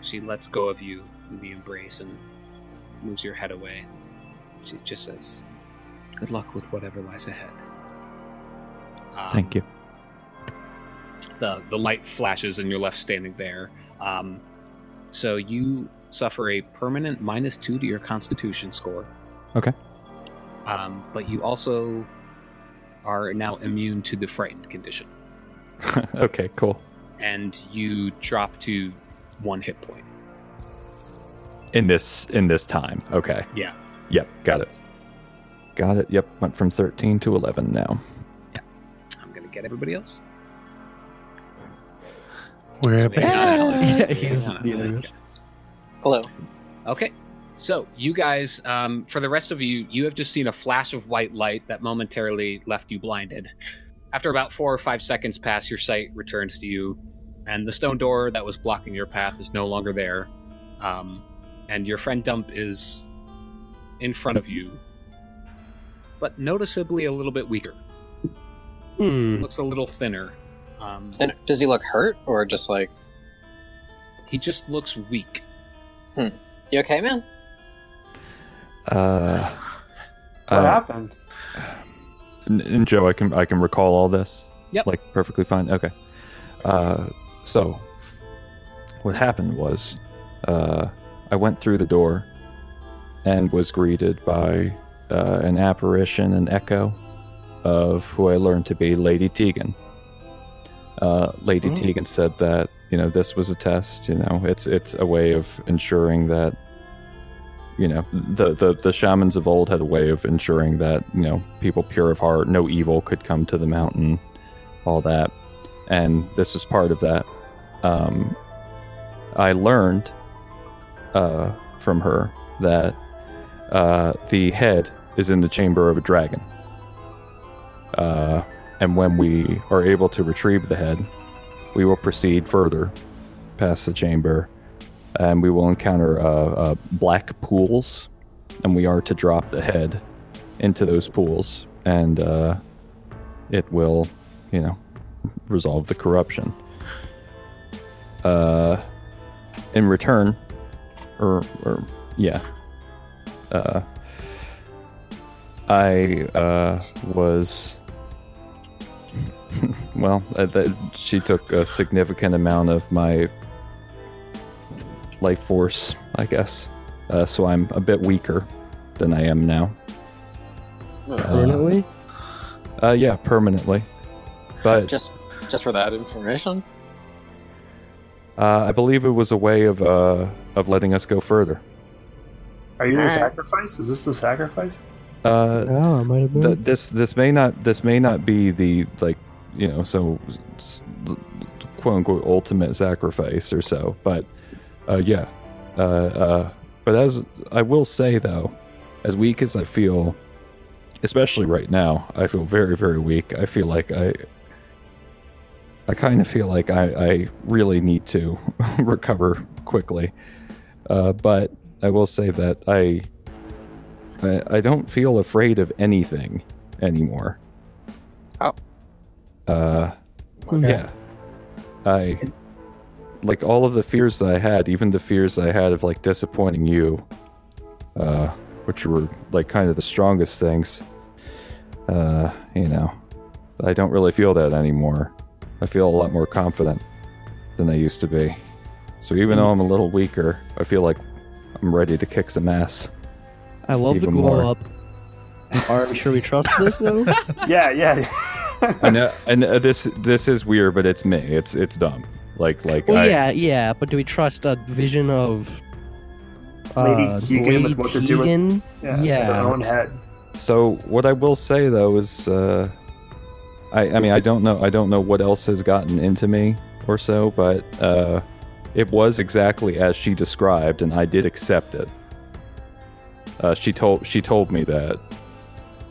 H: she lets go of you in the embrace and moves your head away. She just says, Good luck with whatever lies ahead. Um,
G: Thank you.
H: the the light flashes and you're left standing there. Um, so you suffer a permanent minus two to your Constitution score.
G: Okay.
H: Um, but you also are now immune to the frightened condition,
G: okay, cool.
H: and you drop to one hit point.
G: In this in this time. Okay.
H: Yeah.
G: Yep, got it. Got it. Yep, went from 13 to 11 now.
H: I'm gonna get everybody else.
F: We're
H: So
F: at
H: we have
B: base.
H: Alex.
B: Yeah, he's-
H: We have Alex.
C: Hello.
H: Okay. So you guys, um, for the rest of you, you have just seen a flash of white light that momentarily left you blinded. After about four or five seconds pass, your sight returns to you, and the stone door that was blocking your path is no longer there. Um, and your friend Dump is in front of you, but noticeably a little bit weaker.
B: Hmm.
H: Looks a little thinner. Um,
C: Then, does he look hurt or just like,
H: he just looks weak.
C: you okay, man?
G: Uh,
E: What
G: uh,
E: happened?
G: and, and Joe, I can I can recall all this.
H: Yep.
G: Like perfectly fine. Okay. Uh, so what happened was, uh, I went through the door and was greeted by uh, an apparition, an echo of who I learned to be Lady Tegan. Uh, Lady
E: Oh.
G: Tegan said that you know this was a test. You know, it's it's a way of ensuring that you know the, the the shamans of old had a way of ensuring that you know people pure of heart no evil could come to the mountain all that and this was part of that um, i learned uh, from her that uh, the head is in the chamber of a dragon uh, and when we are able to retrieve the head we will proceed further past the chamber and we will encounter uh, uh, black pools, and we are to drop the head into those pools, and uh, it will, you know, resolve the corruption. Uh, in return, or, or yeah, uh, I uh, was. Well, uh, that, she took a significant amount of my life force, I guess. Uh, so I'm a bit weaker than I am now.
B: Permanently?
G: Uh, yeah, permanently. But
C: Just, just for that information.
G: uh, I believe it was a way of uh, of letting us go further.
E: Are you the
C: Alright.
E: sacrifice? Is this the sacrifice?
G: Uh,
B: Oh, it might have
G: th- this this may not this may not be the like you know so s- quote unquote ultimate sacrifice or so, but uh, yeah. Uh, uh, but as I will say though, as weak as I feel, especially right now, I feel very very weak. I feel like I. I kind of feel like I, I really need to recover quickly, uh, but I will say that I I, I don't feel afraid of anything anymore.
C: Oh.
G: Uh,
B: Okay.
G: yeah. I like all of the fears that I had, even the fears I had of like disappointing you, uh, which were like kind of the strongest things. Uh, you know, I don't really feel that anymore. I feel a lot more confident than I used to be. So even though I'm a little weaker, I feel like I'm ready to kick some ass.
B: I love the
G: Even
B: glow
G: more.
B: up. Are we sure we trust this though?
E: Yeah, yeah.
G: I know, and uh, this this is weird, but it's me. It's it's dumb. Like like
B: well,
G: I,
B: yeah, yeah, but do we trust a vision of
E: Lady
B: uh,
E: Tegan with what to do with-
B: Tegan?
E: yeah.
B: Yeah.
E: Their own head.
G: So what I will say though is, uh, I I mean I don't know I don't know what else has gotten into me or so, but uh, it was exactly as she described, and I did accept it. Uh, she told she told me that,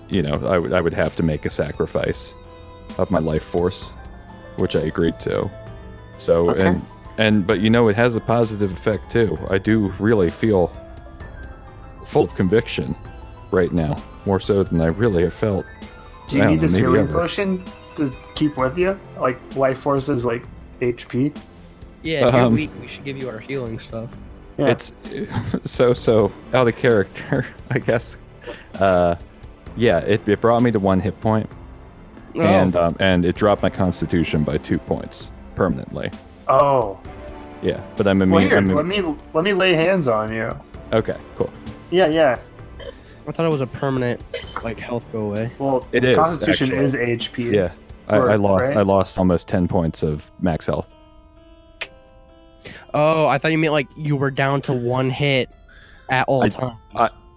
G: you know, I would I would have to make a sacrifice of my life force, which I agreed to. So
C: Okay.
G: and and but you know it has a positive effect too. I do really feel full of conviction right now, more so than I really have felt.
E: Do you
G: I don't
E: need this
G: know, maybe
E: healing
G: ever.
E: potion to keep with you? Like life force is like HP.
B: Yeah, if you're
G: Um,
B: weak, we should give you our healing stuff.
E: Yeah.
G: It's so so out of character, I guess. Uh, yeah, it, it brought me to one hit point,
E: Oh.
G: and um, and it dropped my constitution by two points permanently.
E: Oh,
G: Yeah, but I'm immune.
E: weird.
G: I'm immune-
E: let me let me lay hands on you.
G: okay, cool.
E: Yeah, yeah.
B: I thought it was a permanent like health go away.
E: Well,
G: It is,
E: Constitution
G: actually.
E: is HP.
G: Yeah, I, I
E: Or-
G: lost
E: right?
G: I lost almost ten points of max health.
B: Oh, I thought you meant like you were down to one hit at all
G: I-
B: times.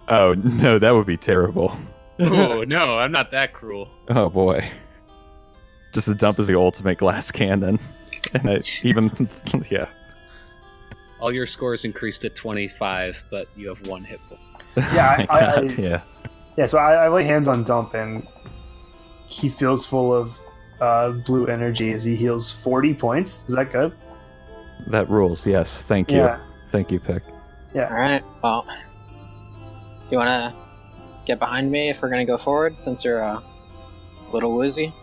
G: Oh no, that would be terrible.
H: oh no, I'm not that cruel.
G: Oh boy, just the dump is the ultimate glass cannon. And I even, yeah.
H: All your scores increased to 25, but you have one hit point.
E: Yeah, I- I- I-
G: Oh yeah.
E: Yeah, so I, I lay hands on Dump, and he feels full of uh, blue energy as he heals 40 points. Is that good?
G: That rules. Yes. Thank you.
E: Yeah.
G: Thank you, Pick.
C: All right. Well, you want to get behind me if we're gonna go forward, since you're uh, a little woozy.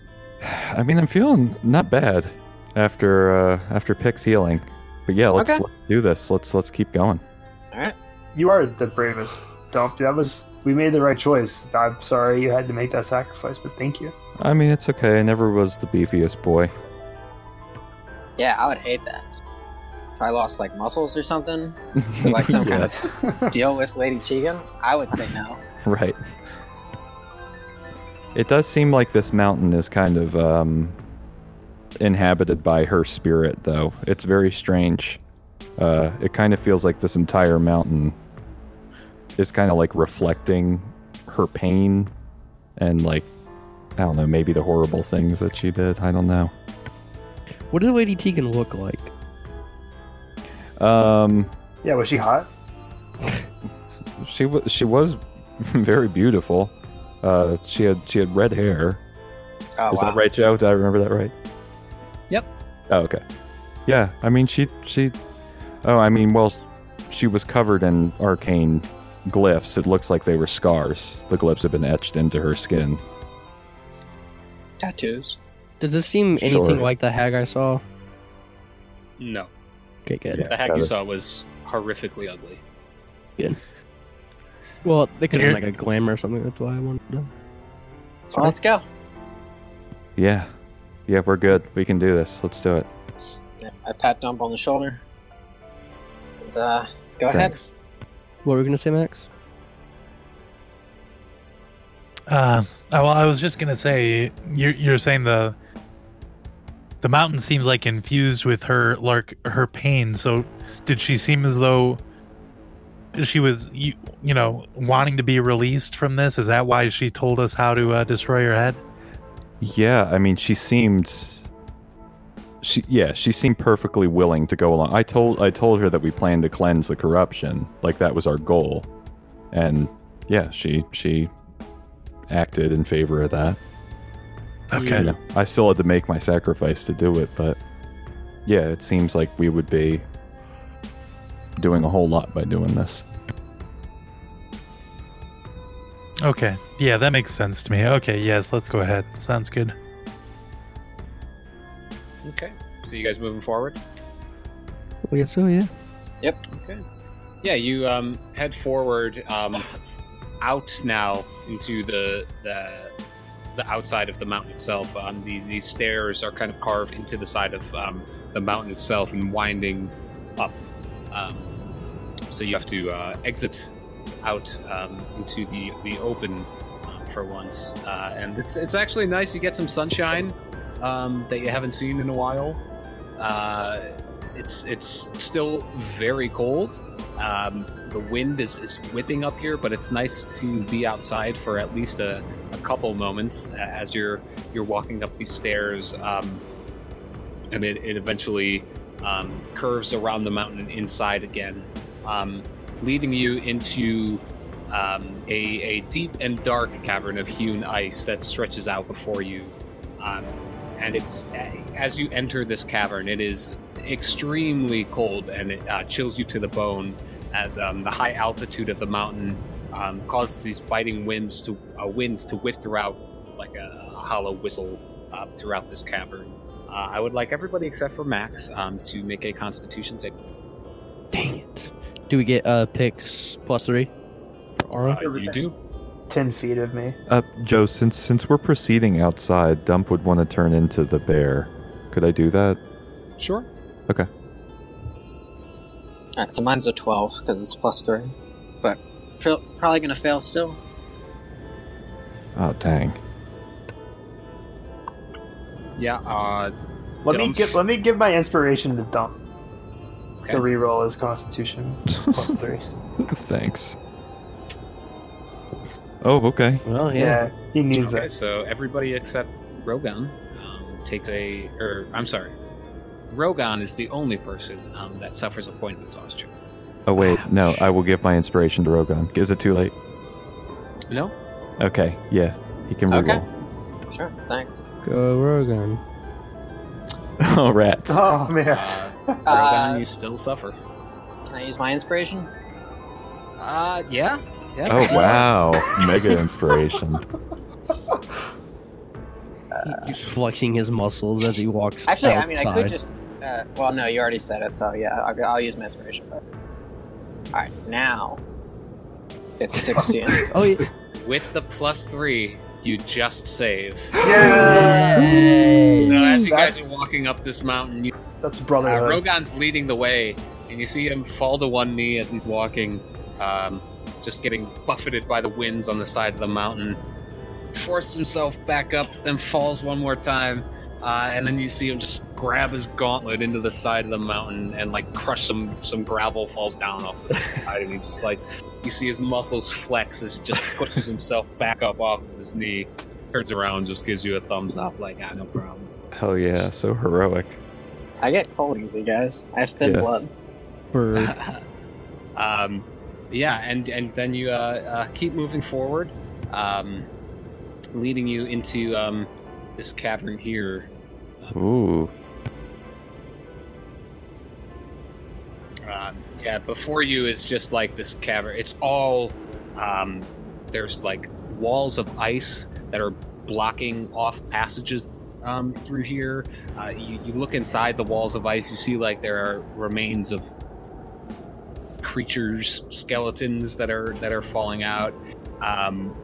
G: I mean, I'm feeling not bad after uh, after Pick's healing, but yeah, let's,
C: Okay.
G: let's do this. Let's let's keep going.
E: You are the bravest, Dump. That was we made the right choice. I'm sorry you had to make that sacrifice, but thank you.
G: I mean, it's okay. I never was the beefiest boy.
C: Yeah, I would hate that. If I lost like muscles or something, or, like some kind of deal with Lady Chegan, I would say no.
G: Right. It does seem like this mountain is kind of um, inhabited by her spirit, though. It's very strange. Uh, it kind of feels like this entire mountain is kind of like reflecting her pain and, like, I don't know, maybe the horrible things that she did. I don't know.
B: What did Lady Tegan look like?
G: Um,
E: Yeah, was she hot?
G: she was she was very beautiful. Uh, she had she had red hair.
C: Oh
G: Is
C: wow.
G: that right, Joe? Did I remember that right?
H: Yep.
G: Oh, okay. Yeah, I mean, she she. Oh, I mean, well, she was covered in arcane glyphs. It looks like they were scars. The glyphs have been etched into her skin.
C: Tattoos.
B: Does this seem anything
G: Sure.
B: like the hag I saw?
H: No.
B: Okay, good.
G: Yeah,
H: the heck
G: that
H: you
G: is-
H: saw was horrifically ugly.
B: Well, they could have
F: Here-
B: like a glamour or something. That's why I wanted to.
C: Well, let's go.
G: Yeah, yeah, we're good. We can do this. Let's do it.
C: I pat Dump on the shoulder. And, uh, let's go ahead.
G: Thanks.
B: What were we gonna say, Max?
F: Uh, oh, well, I was just gonna say you're you're saying the the mountain seems like infused with her like her pain. So, did she seem as though she was you, you know wanting to be released from this? Is that why she told us how to uh, destroy her head?
G: Yeah, I mean, she seemed. She yeah, she seemed perfectly willing to go along. I told I told her that we planned to cleanse the corruption, like that was our goal, and yeah, she she acted in favor of that.
F: Okay.
G: You know, I still had to make my sacrifice to do it, but yeah, it seems like we would be doing a whole lot by doing this.
F: Okay. Yeah, that makes sense to me. Okay. Yes, let's go ahead. Sounds good.
H: Okay. So you guys moving forward?
B: I guess so. Yeah.
H: Okay. Yeah, you um, head forward um, out now into the the the outside of the mountain itself. Um, these these stairs are kind of carved into the side of um, the mountain itself and winding up. Um, so you have to uh, exit out um, into the the open um, for once, uh, and it's it's actually nice. You get some sunshine um, that you haven't seen in a while. Uh, it's it's still very cold. Um, the wind is, is whipping up here, but it's nice to be outside for at least a, a couple moments a- as you're you're walking up these stairs. Um, and it, it eventually um, curves around the mountain and inside again, um, leading you into um, a, a deep and dark cavern of hewn ice that stretches out before you. Um, and it's as you enter this cavern, it is extremely cold and it uh, chills you to the bone as um, the high altitude of the mountain um, causes these biting winds to uh, winds to whip throughout like a, a hollow whistle uh, throughout this cavern. Uh, I would like everybody except for Max um, to make a Constitution save.
B: Dang it. Do we get uh picks plus three? For Aura?
H: Uh, you do.
E: 10 feet of me.
G: Uh, Joe, since since we're proceeding outside, Dump would want to turn into the bear. Could I do that?
H: Sure.
C: All right, so mine's a 12 because it's plus three, but pr- probably gonna fail still.
G: Oh dang.
H: Yeah. Uh,
E: Let me
H: Dumps.
E: give let me give my inspiration to Dump.
H: Okay.
E: The reroll is Constitution plus three.
G: Thanks. Oh, okay.
B: Well, yeah.
E: yeah. he needs
H: okay.
E: it.
H: So everybody except Rogan um, takes a, or I'm sorry, Rogan is the only person um, that suffers a point of exhaustion.
A: Oh wait, no, I will give my inspiration to Rogan. Is it too late?
H: No?
A: Okay, yeah, he can
C: Okay.
A: reroll.
C: Sure, thanks.
B: Go Rogan.
A: oh rats!
E: Oh man.
H: Uh,
C: Uh,
H: Rogan, you still suffer.
C: Can I use my inspiration?
H: Uh, yeah. yeah.
A: Oh wow, mega inspiration.
B: He's flexing his muscles as he walks.
C: Actually, I mean, I could
B: outside.
C: just. Uh, well, no, you already said it, so yeah, I'll, I'll use my inspiration. But... All right, now it's sixteen.
B: Oh yeah.
H: With the plus three, you just save.
B: Yay.
H: So as you guys
E: That's-
H: are walking up this mountain, you,
E: That's
H: uh,
E: brotherhood.
H: Rogan's leading the way, and you see him fall to one knee as he's walking, um, just getting buffeted by the winds on the side of the mountain. Forces himself back up, then falls one more time, uh, and then you see him just grab his gauntlet into the side of the mountain and like crush some some gravel, falls down off the side, and he's just like, you see his muscles flex as he just pushes himself back up off of his knee, turns around, just gives you a thumbs up, like, ah, no problem.
A: Hell yeah, so heroic.
C: I get cold easy, guys. I have thin
A: Yeah.
C: blood.
B: Bird.
H: um, yeah, and and then you uh, uh, keep moving forward, um, leading you into um, this cavern here.
A: Ooh,
H: Um, yeah, before you is just like this cavern. It's all um, there's like walls of ice that are blocking off passages um, through here. Uh, you, you look inside the walls of ice. You see like there are remains of creatures, skeletons that are that are falling out. Um,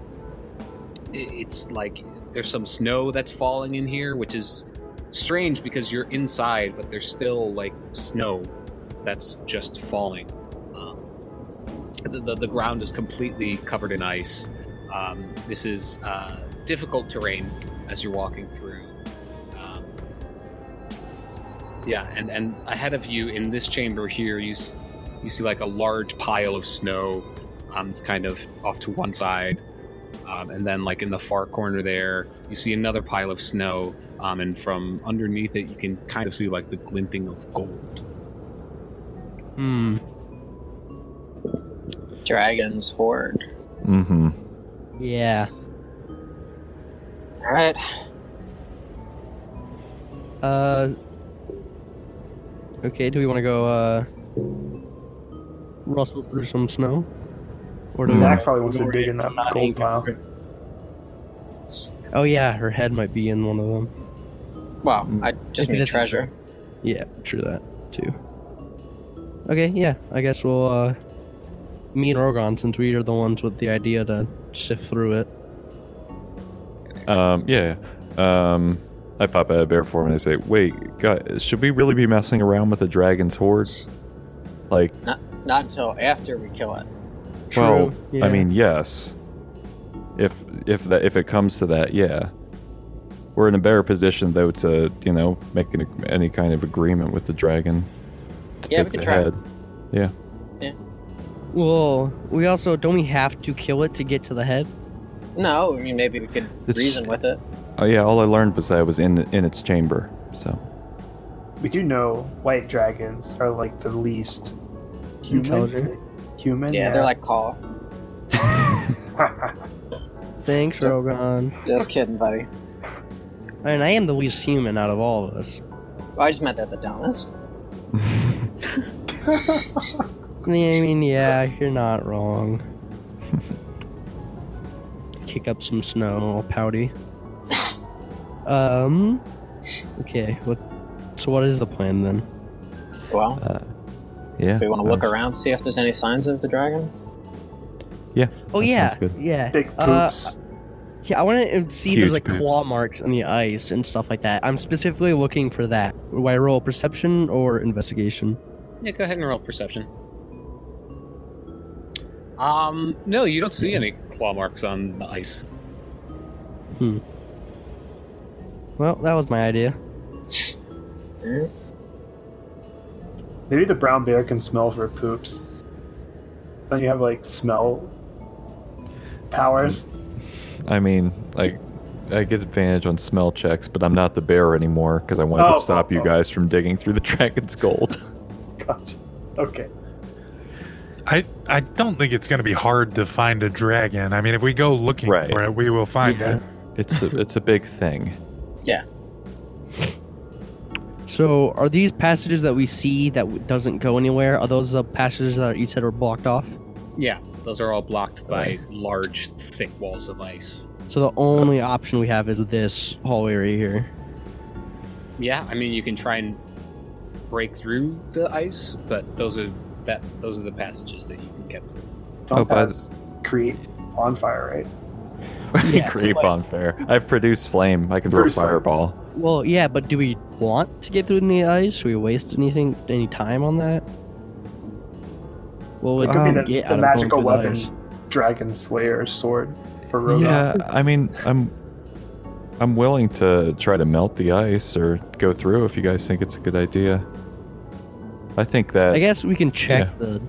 H: it- it's like there's some snow that's falling in here, which is strange because you're inside, but there's still like snow that's just falling. Um, the, the, the ground is completely covered in ice. Um, this is uh, difficult terrain as you're walking through. Um, yeah, and, and ahead of you in this chamber here, you, s- you see like a large pile of snow um, it's kind of off to one side. Um, and then, like in the far corner there, you see another pile of snow. Um, and from underneath it, you can kind of see like the glinting of gold.
B: Hmm.
C: Dragon's horde.
A: mm-hmm.
B: Yeah.
C: All right.
B: Uh. Okay. Do we want to go? uh Rustle through some snow. Or do we
E: Max
C: Hmm.
B: wanna...
E: probably wants to dig in that gold pile.
B: Oh yeah, her head might be in one of them.
C: Well,
A: Mm.
C: I just
B: Maybe
C: need
B: that's-
C: treasure.
B: Yeah, true that too. Okay. Yeah. I guess we'll. uh Me and Rogan, since we are the ones with the idea to sift through it.
A: Um, yeah. Um, I pop out of bear form and I say, "Wait, guys, should we really be messing around with the dragon's horde?" Like,
C: Not until after we kill it.
A: well,
B: True,
A: I
B: yeah.
A: mean, yes. If if that if it comes to that, yeah. We're in a better position though to you know make an, any kind of agreement with the dragon. To
C: Yeah, we could try.
B: Well, we also don't we have to kill it to get to the head?
C: No, I mean maybe we could
A: It's-
C: reason with it.
A: Oh yeah, all I learned was that it was in in its chamber. So
E: We do know white dragons are like the least human.
B: Intelligent.
E: Human.
C: Yeah, they're like call.
B: Thanks, Rogan.
C: Just kidding, buddy.
B: I mean, I am the least human out of all of us.
C: Well, I just meant that the dumbest.
B: I mean, yeah, you're not wrong. Kick up some snow, all pouty. Um. Okay. What? So, what is the plan then?
C: Well,
A: yeah.
C: do we want to look around, see if there's any signs of the dragon?
B: Oh
A: That
B: yeah,
A: sounds good.
B: yeah,
E: big
B: Uh,
E: poops.
B: yeah. I want to see if
A: Huge
B: there's like
A: poops.
B: claw marks in the ice and stuff like that. I'm specifically looking for that. Do I roll perception or investigation?
H: Yeah, go ahead and roll perception. Um, no, you don't see any claw marks on the ice.
B: Well, that was my idea.
E: Maybe the brown bear can smell for poops. Then
G: Hmm.
E: you have like smell powers.
A: I mean, like,
G: I get advantage on smell checks, but I'm not the bear anymore because I wanted
E: Oh,
G: to stop you
E: oh.
G: guys from digging through the dragon's gold.
E: Gotcha. Okay.
F: I I don't think it's going to be hard to find a dragon. I mean, if we go looking
G: Right.
F: for it, we will find it.
G: it's a, it's a big thing.
B: So, are these passages that we see that w- doesn't go anywhere? Are those the passages that you said were blocked off?
A: Yeah, those are all blocked by large, thick walls of ice.
B: So the only option we have is this hallway right here.
A: Yeah, I mean you can try and break through the ice, but those are that those are the passages that you can get through.
E: Don't
G: Oh, by the-
E: pass create bonfire, right?
B: Yeah,
G: Creep
C: like-
G: on fair. I've produced flame. I can throw a
E: Produce flame.
G: fireball.
B: Well, yeah, but do we want to get through any ice? Should we waste anything, any time on that? Well,
E: It
B: would
E: could
B: we
E: be the,
B: get out
E: the
B: of going
E: magical
B: through the
E: weapon,
B: ice?
E: dragon slayer sword for Rogan.
G: Yeah, I mean, I'm I'm willing to try to melt the ice or go through if you guys think it's a good idea. I think that
B: I guess we can check the.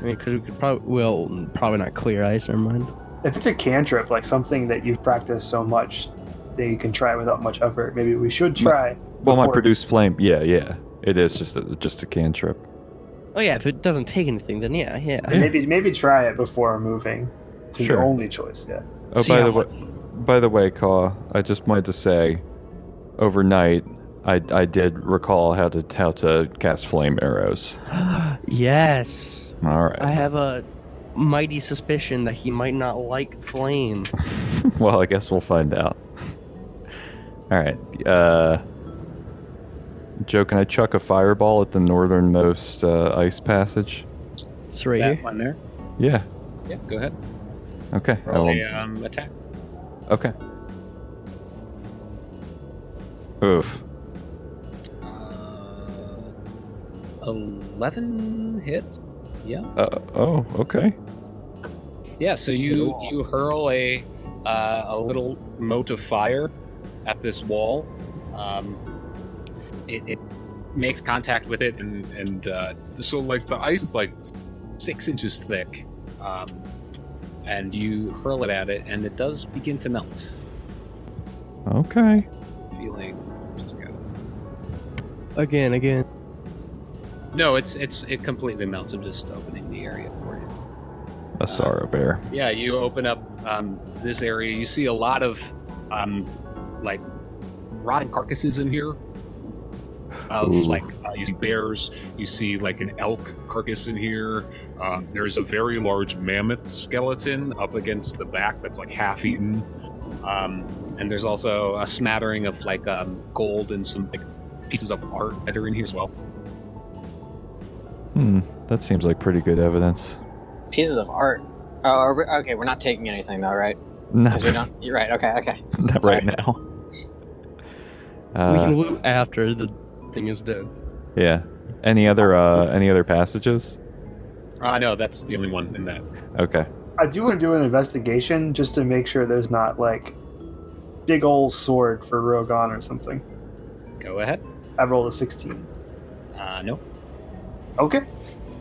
B: I mean, because we could probably well probably not clear ice. Never mind.
E: If it's a cantrip, like something that you've practiced so much that you can try without much effort, maybe we should
G: Hmm.
E: try.
G: well, my
E: before-
G: produced flame. Yeah, yeah, it is just a, just a cantrip.
B: Oh yeah, if it doesn't take anything, then yeah, yeah.
E: Maybe maybe try it before moving. It's
G: Sure.
E: your only choice. Yeah.
G: Oh,
B: See
G: by the
B: how-
G: way, by the way, Caw, I just wanted to say, overnight, I I did recall how to how to cast flame arrows.
B: yes.
G: All
B: I
G: right.
B: have a mighty suspicion that he might not like flame.
G: well, I guess we'll find out. All right. Uh, Joe, can I chuck a fireball at the northernmost uh, ice passage?
B: It's right
A: That
B: here.
A: one there.
G: Yeah.
A: Yeah, go ahead.
G: Okay. I
B: Oh,
A: Roll
G: will-
A: a, um, attack.
G: Okay. Oof.
A: Uh, Eleven hits. Yeah.
G: Uh, oh. Okay.
A: Yeah. So you you hurl a uh, a little mote of fire at this wall. Um, it, it makes contact with it, and and uh, so like the ice is like six inches thick, um, and you hurl it at it, and it does begin to melt.
G: Okay.
A: Feeling. Just gotta
B: Again, again.
A: No, it's it's it completely melts. I'm just opening the area for you.
G: A sorrow bear.
A: Yeah, you open up um, this area. You see a lot of um, like rotting carcasses in here of
G: Ooh.
A: like uh, you see bears. You see like an elk carcass in here. Um, there's a very large mammoth skeleton up against the back that's like half eaten. Um, and there's also a smattering of like um, gold and some like pieces of art that are in here as well.
G: Hmm. That seems like pretty good evidence.
C: Pieces of art. Oh, are we, okay, we're not taking anything though, right?
G: Not,
C: Because we don't. You're right. Okay, okay.
G: not
C: sorry.
G: right now.
B: we
G: Uh,
B: can loot after the thing is dead.
G: yeah. Any other uh, any other passages?
A: Uh, no, that's the only one in that.
G: Okay.
E: I do want to do an investigation just to make sure there's not like big old sword for Rogan or something.
A: Go ahead.
E: I rolled a 16.
A: Uh, no.
E: Okay.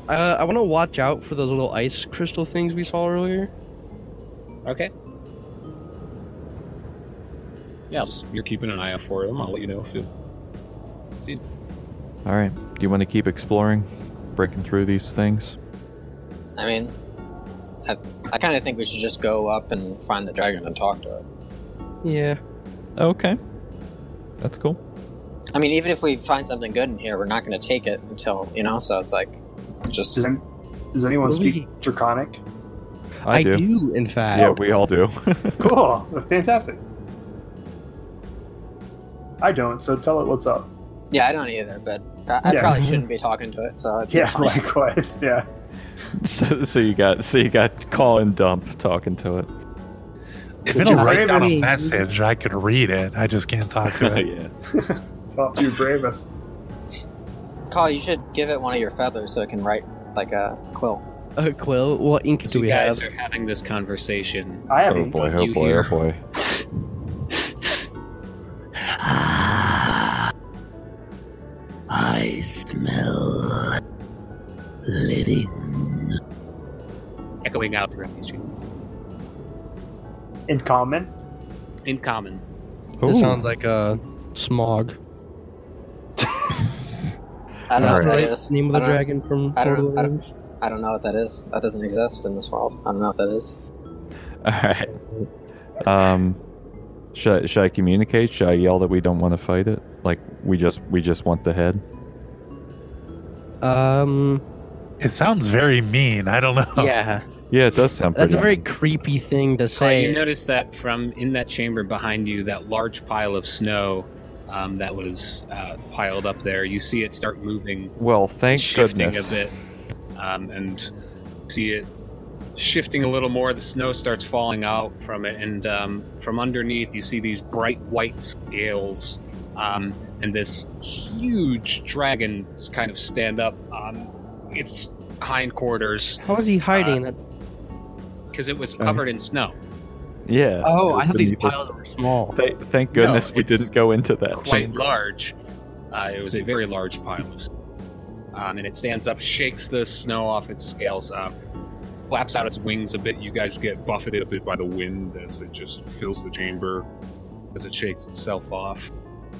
B: Uh, I want to watch out for those little ice crystal things we saw earlier.
A: Okay. Yeah, just- you're keeping an eye out for them. I'll let you know if you see.
G: All right. Do you want to keep exploring, breaking through these things?
C: I mean, I, I kind of think we should just go up and find the dragon and talk to it.
B: Yeah.
G: Okay. That's cool.
C: I mean, even if we find something good in here, we're not going to take it until you know. So it's like, just
E: Does, any- does anyone
B: Well, we-
E: speak Draconic?
G: I, do.
B: in fact.
G: Yeah, we all do.
E: Cool. Fantastic. I don't, so tell it what's up.
C: yeah, I don't either. But I, I
E: Yeah.
C: probably shouldn't be talking to it. So it's,
E: Yeah,
C: it's fine.
E: likewise. Yeah.
G: so, so you got so you got call and dump talking to it.
F: If it'll
E: Yeah.
F: write down a
E: Maybe.
F: message, I could read it. I just can't talk to it.
G: yeah.
E: Top two bravest.
C: Carl, you should give it one of your feathers so it can write like a quill.
B: Uh, Quill, what ink do
A: you
B: we
A: guys
B: have?
A: are having this conversation.
E: I have
G: Oh
E: ink.
G: boy.
A: You
G: Oh boy.
A: hear-
G: Oh boy.
J: I smell living.
A: Echoing out throughout these streets.
E: in common.
H: in common.
B: This
G: Ooh.
B: sounds like a smog.
C: I don't know what
G: Alright.
C: that
B: Right?
C: is.
B: Name of
C: I
B: the
C: don't-
B: dragon from
C: I
B: Lord
C: don't-
B: of the
C: I don't-
B: Rings.
C: I don't know what that is. That doesn't exist in this world. I don't know what that is.
G: All right. Um, should, I- should I communicate? Should I yell that we don't want to fight it? Like we just we just want the head?
B: Um.
F: It sounds very mean. I don't know.
B: Yeah,
G: Yeah, it does sound
B: that's
G: pretty.
B: a very creepy thing to
H: Clay, Uh, you
B: say.
H: notice that from in that chamber behind you, that large pile of snow um, that was uh, piled up there. You see it start moving
G: well, thank
H: shifting
G: goodness.
H: a bit, um, and see it shifting a little more. The snow starts falling out from it, and um, from underneath you see these bright white scales, um, and this huge dragon s- kind of stand up on its hindquarters
B: How is he hiding? that?
H: because it was
G: Okay.
H: covered in snow.
G: Yeah.
B: Oh, I thought these
G: beneath us.
B: piles were small.
G: Thank, thank goodness we
H: it's
G: didn't go into that.
H: quite
G: chamber.
H: large. Uh, it was a very large pile of snow. Um, and it stands up, shakes the snow off its scales, uh, flaps out its wings a bit. You guys get buffeted a bit by the wind as it just fills the chamber as it shakes itself off.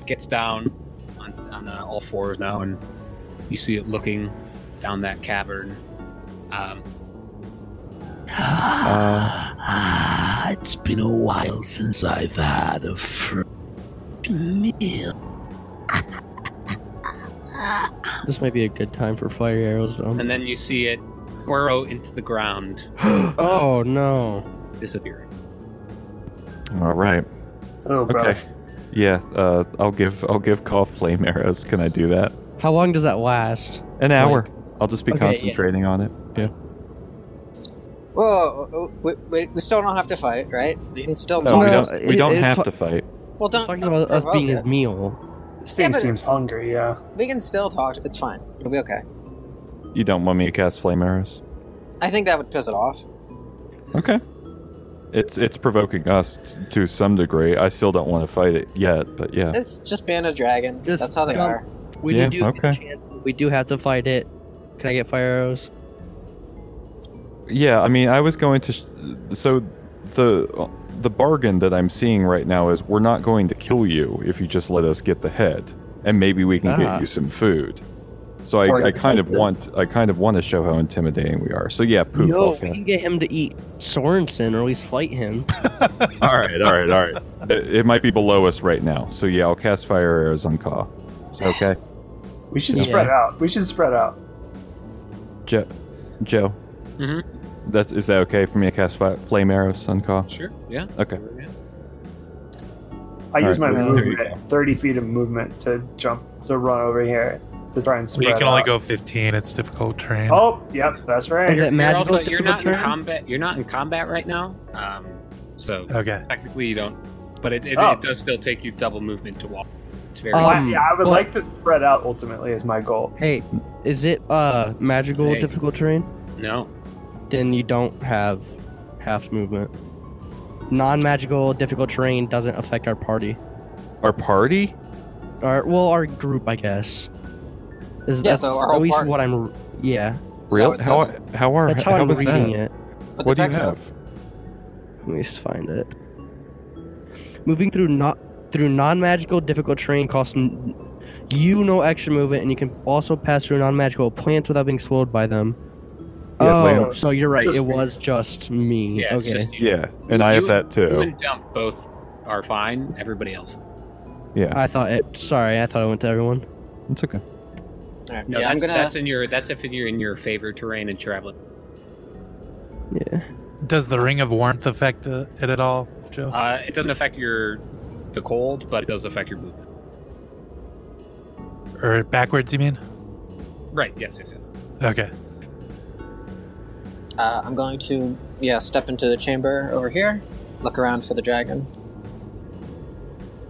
H: Gets down on, on uh, all fours now, and you see it looking down that cavern. Um,
A: Ah, it's been a while since I've had a fresh meal.
B: This might be a good time for fire arrows. Though.
H: and then you see it burrow into the ground,
B: Oh no!
H: disappearing.
G: All right.
E: Oh, brother.
G: Okay. Yeah. Uh, I'll give I'll give call flame arrows. Can I do that?
B: How long does that last?
G: An hour. I'll just be
B: Okay, yeah.
G: concentrating on it. Yeah.
C: Whoa, we, we, we still don't have to fight, right? We can still
G: No, we
B: No,
G: don't. We
B: it-
G: don't
B: it
G: have
B: ta-
G: to fight.
C: Well, don't
B: Talking
C: don't
B: about us
C: provoke
B: being
C: it.
B: his meal.
E: This
C: Yeah,
E: thing
C: but-
E: seems hungry, yeah.
C: We can still talk. It's fine. It'll be okay.
G: You don't want me to cast flame arrows.
C: I think that would piss it off.
G: Okay. It's it's provoking us t- to some degree. I still don't want to fight it yet, but yeah.
C: It's just being a dragon.
B: Just
C: That's how they
B: jump.
C: are.
B: We
G: Yeah,
B: do. get a
G: okay.
B: chance- We do have to fight it. Can I get fire arrows?
G: Yeah, I mean, I was going to sh- so the the bargain that I'm seeing right now is we're not going to kill you if you just let us get the head and maybe we can
B: Ah. Oh,
G: get you some food. So
C: Or
G: I, I kind of
C: something.
G: want I kind of want to show how intimidating we are. So yeah, poof.
B: no,
G: I'll
B: we
G: cast-
B: can get him to eat Sorensen, or at least fight him.
G: All right, all right, all right. It, it might be below us right now. So yeah, I'll cast fire arrows on Ka. Okay.
E: We should
B: Yeah.
E: spread out. We should spread out.
G: Joe, Joe.
H: Mhm.
C: Mm-hmm.
G: That's is that okay for me to cast fi- flame arrows on Ka?
H: Sure, yeah.
G: Okay.
E: I
G: All
E: use
G: right,
E: my
G: well, there you
E: movement, 30 feet of movement to jump, to run over here to try and
F: Well,
E: spread
F: you can only
E: out.
F: go 15. It's difficult terrain.
E: Oh, yep, that's
B: Is
E: right.
B: it magical?
H: you're, also, you're
B: difficult
H: not in
B: terrain?
H: combat. You're not in combat right now. Um, so
F: Okay.
H: Technically, you don't, but it, it,
E: Oh.
H: it does still take you double movement to walk. It's very.
B: Oh,
E: Why-
B: Um,
E: yeah, I would
B: but-
E: like to spread out ultimately is my goal.
B: Hey, is it uh magical
H: Hey.
B: difficult terrain?
H: no,
B: Then you don't have half movement. Non-magical difficult terrain doesn't affect our party.
G: Our party?
B: Our well, our group, I guess. Is
C: Yeah,
B: that's
C: so our whole
B: at least
C: party.
B: what I'm. Yeah,
G: Really?
C: So
G: How
C: it's-
G: how are
B: that's how, I'm
G: was
B: reading
G: that?
B: it.
C: But
G: What do
C: the
G: you
C: text-
G: have?
B: Let me just find it. Moving through not through non-magical difficult terrain costs n- you no extra movement, and you can also pass through non-magical plants without being slowed by them.
G: Yeah,
B: oh,
G: Lance.
B: so you're right.
E: Just
B: it
E: me.
B: was just me.
H: yeah, it's
B: okay.
H: just you.
G: Yeah, and I have
H: You-
G: that
H: You
G: too.
H: and Dump both are fine. Everybody else,
G: Yeah,
B: I thought it. Sorry, I thought it went to everyone.
G: it's okay.
C: Alright,
H: no,
C: yeah, I'm
H: that's,
C: gonna.
H: that's in your that's if you're in your favorite terrain and traveling.
B: Yeah.
F: Does the ring of warmth affect uh, it at all, Joe?
H: Uh, it doesn't affect your the cold, but it does affect your movement.
F: or backwards, you mean?
H: Right? Yes, yes, yes.
F: Okay.
C: Uh, I'm going to yeah step into the chamber over here, look around for the dragon.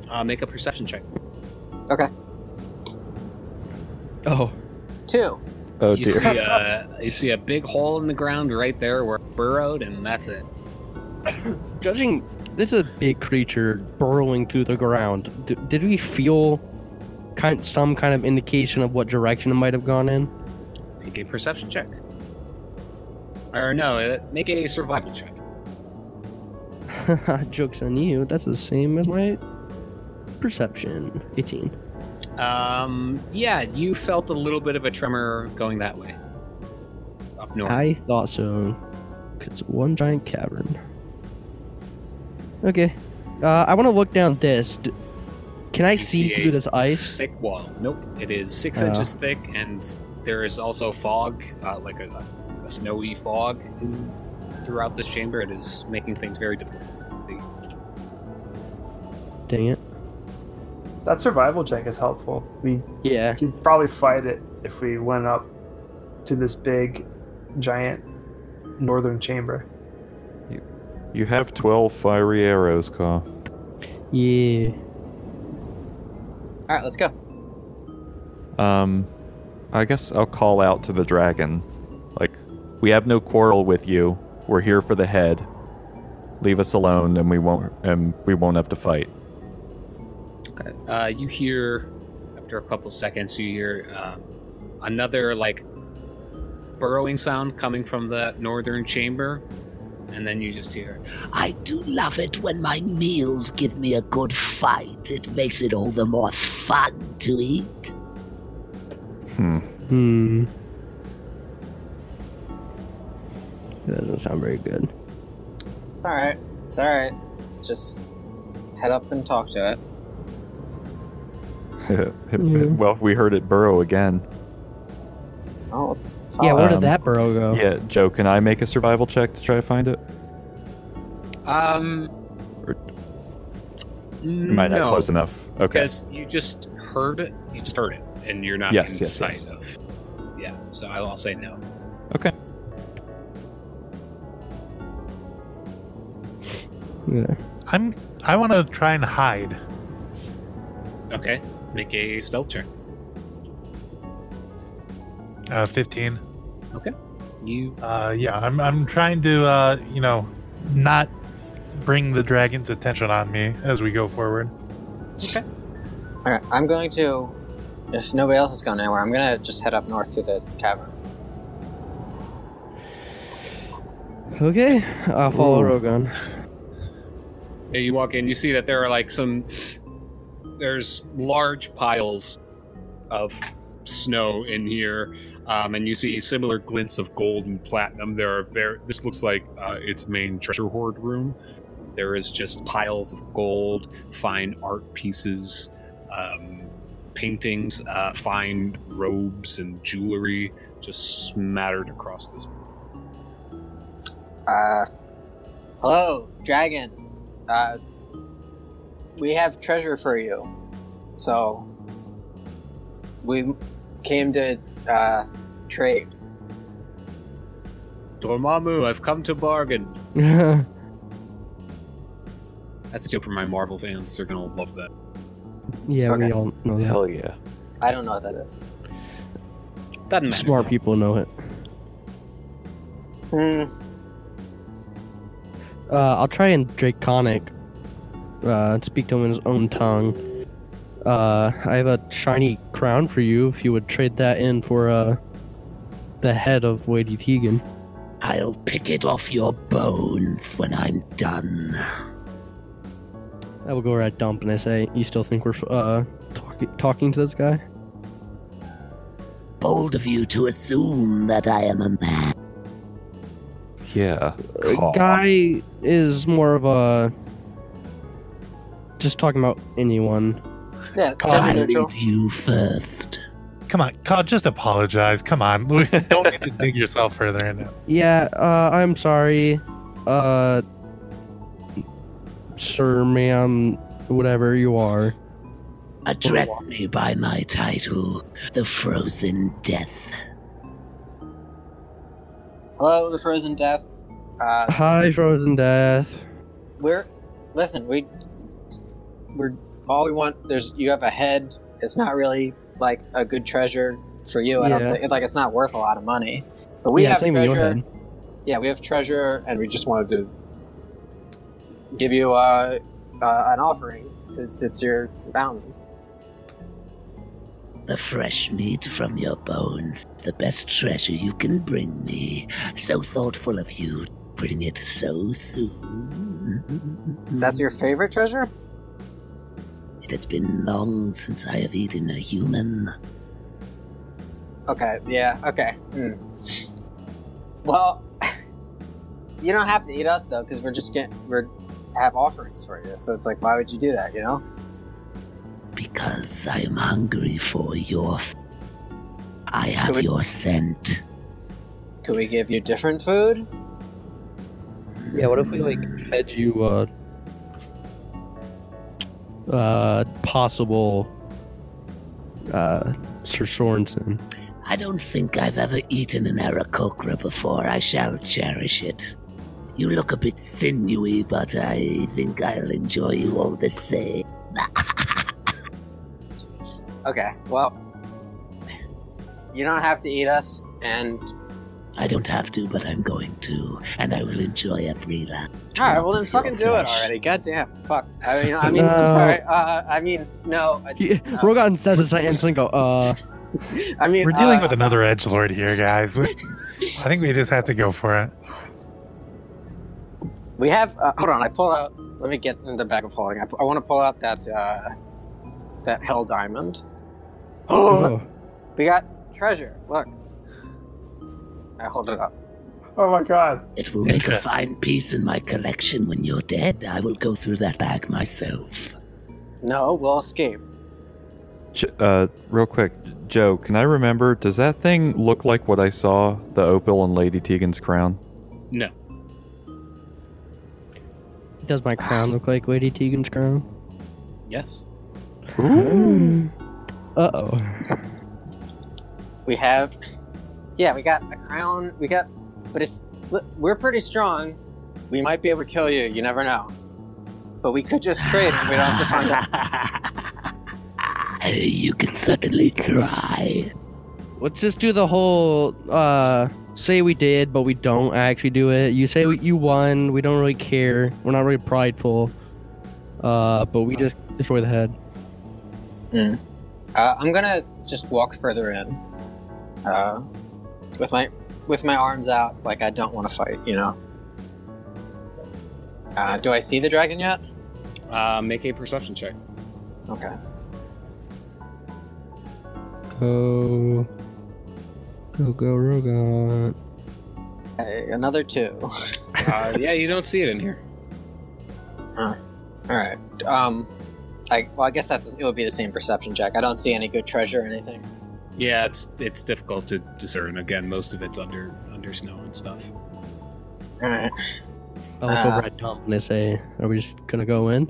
H: Uh, make a perception check.
B: Oh,
C: Two.
G: Oh
H: you
G: dear.
H: see, uh, you see a big hole in the ground right there where it burrowed, and that's it.
B: judging this is a big creature burrowing through the ground. D- did we feel kind some kind of indication of what direction it might have gone in?
H: Make a perception check. Or no, uh, make a survival check.
B: Joke's on you. That's the same as my perception. 18.
H: Um, yeah, you felt a little bit of a tremor going that way. Up north.
B: I thought so. 'Cause It's one giant cavern. Okay. Uh, I want to look down this. D- Can I
H: You
B: see
H: see a
B: through this ice?
H: Thick wall. Nope. It is six
B: Oh.
H: inches thick, and there is also fog, uh, like a, a snowy fog in, throughout this chamber. It is making things very difficult.
B: Dang it.
E: That survival check is helpful. We
B: Yeah.
E: could probably fight it if we went up to this big, giant northern chamber.
G: You have 12 fiery arrows, Carl.
B: Yeah.
C: All right, let's go.
G: Um, I guess I'll call out to the dragon. Like, we have no quarrel with you. We're here for the head. Leave us alone, and we won't. And we won't have to fight.
H: Uh, you hear, after a couple seconds, you hear um, another like burrowing sound coming from the northern chamber, and then you just hear
I: I do love it when my meals give me a good fight. It makes it all the more fun to eat.
G: Hmm.
B: Hmm. That doesn't sound very good.
C: It's all right. It's all right. Just head up and talk to it.
B: Mhm.
G: well, we heard it burrow again.
C: Oh, let's
B: Yeah,
C: follow
B: where
G: Um,
B: did that burrow go?
G: Yeah, Joe. Can I make a survival check to try to find it?
H: Um,
G: Or-
H: n-
G: Am I not
H: no,
G: close enough? Okay.
H: because you just heard it. You just heard it, and you're not
G: Yes,
H: in
G: yes,
H: sight
G: yes.
H: of. Yeah, so I'll I'll say no.
B: Yeah.
F: I'm. I want to try and hide.
H: Okay, make a stealth check.
F: Uh, Fifteen.
H: You
F: Uh, yeah, I'm. I'm trying to. Uh, you know, not bring the dragon's attention on me as we go forward.
C: All right, I'm going to. If nobody else has gone anywhere, I'm gonna just head up north through the cavern.
B: Okay. I'll follow Rogan.
H: Yeah, you walk in, you see that there are like some there's large piles of snow in here, um, and you see similar glints of gold and platinum. There are very this looks like uh, its main treasure hoard room. There is just piles of gold, fine art pieces, um, paintings, uh, fine robes and jewelry, just smattered across this.
C: Uh, hello, dragon. Uh, we have treasure for you. So, we came to uh, trade.
H: Dormammu, I've come to bargain.
B: That's
H: That's a joke for my Marvel fans. They're gonna love that.
B: Yeah,
C: Okay.
B: we all know that.
G: Hell yeah.
C: I don't know what that is.
H: Doesn't matter.
B: Smart people know it.
C: Hmm.
B: Uh, I'll try and draconic. Uh, speak to him in his own tongue. Uh, I have a shiny crown for you if you would trade that in for uh, the head of Lady Tegan.
I: I'll pick it off your bones when I'm done.
B: I will go where I dump and I say, "You still think we're uh talk- talking to this guy?"
I: Bold of you to assume that I am a man.
G: Yeah.
B: Uh,
G: Carl.
B: Guy is more of a just talking about anyone.
C: Yeah,
I: I
C: gender neutral.
I: need you first.
F: Come on, Carl, just apologize. Come on, Louis, don't need to dig yourself further in it.
B: Yeah, uh, I'm sorry. Uh, sir, ma'am, whatever you are.
I: Address me by my title, the Frozen Death.
C: Hello, the frozen death. Uh,
B: Hi, Frozen Death.
C: we're listen. We we're all we want. There's you have a head. It's not really like a good treasure for you. I
B: Yeah.
C: don't think like it's not worth a lot of money. But we
B: yeah,
C: have
B: same with your
C: treasure.
B: head.
C: yeah, we have treasure, and we just wanted to give you uh, uh, an offering because it's your mountain.
B: Mm-hmm.
I: The fresh meat from your bones, the best treasure you can bring me. So thoughtful of you, to bring it so soon.
C: That's your favorite treasure?
I: It has been long since I have eaten a human.
C: Okay, yeah, okay. Hmm. Well, you don't have to eat us though, because we're just getting we're have offerings for you. So it's like, why would you do that? You know?
I: Because I am hungry for your. F- I have
C: we-
I: your scent.
C: Could we give you different food?
B: Yeah, what if we like fed you uh uh possible uh Sir Sorensen.
I: I don't think I've ever eaten an Aarakocra before. I shall cherish it. You look a bit sinewy, but I think I'll enjoy you all the same.
C: Okay, well, you don't have to eat us, and
I: I don't have to, but I'm going to, and I will enjoy every last.
C: all right, well
I: drop
C: then
I: of your
C: fucking do it
I: flesh.
C: already. Goddamn, fuck. I mean, I mean,
B: No.
C: I'm sorry. Uh, I mean, no. I,
B: Rogan says it's not instant go uh
C: I mean,
F: We're dealing
C: uh,
F: with another edge lord here, guys. We- I think we just have to go for it.
C: We have. Uh, hold on, I pull out. Let me get in the bag of holding. I, I want to pull out that uh, that hell diamond.
B: oh.
C: We got treasure. Look. I hold it up.
E: Oh my god.
I: It will make a
F: Interesting.
I: fine piece in my collection when you're dead. I will go through that bag myself.
C: No, we'll escape.
A: J- uh, real quick, Joe, can I remember? Does that thing look like what I saw the opal on Lady Tegan's crown?
H: No.
B: Does my crown look like Lady Tegan's crown?
H: Yes.
B: Uh oh.
C: We have. Yeah, we got a crown. We got. But if look, we're pretty strong, we might be able to kill you. You never know. But we could just trade, and we don't have to find out.
I: you can certainly try.
B: Let's just do the whole uh say we did but we don't actually do it. You say we, you won, we don't really care. We're not really prideful. Uh but we just destroy the head.
C: Uh, I'm gonna just walk further in, uh, with my with my arms out, like I don't want to fight. You know. Uh, do I see the dragon yet?
H: Uh, make a perception check.
C: Okay.
B: Go Go go Rogan.
C: Hey, another two.
H: Uh, yeah, you don't see it in here.
C: All right. Um, I well, I guess that's it would be the same perception check. I don't see any good treasure or anything.
H: Yeah, it's it's difficult to discern. Again, most of it's under under snow and stuff.
C: All right.
B: I look
C: Uh.
B: over at Tom and I say, Are we just gonna go in?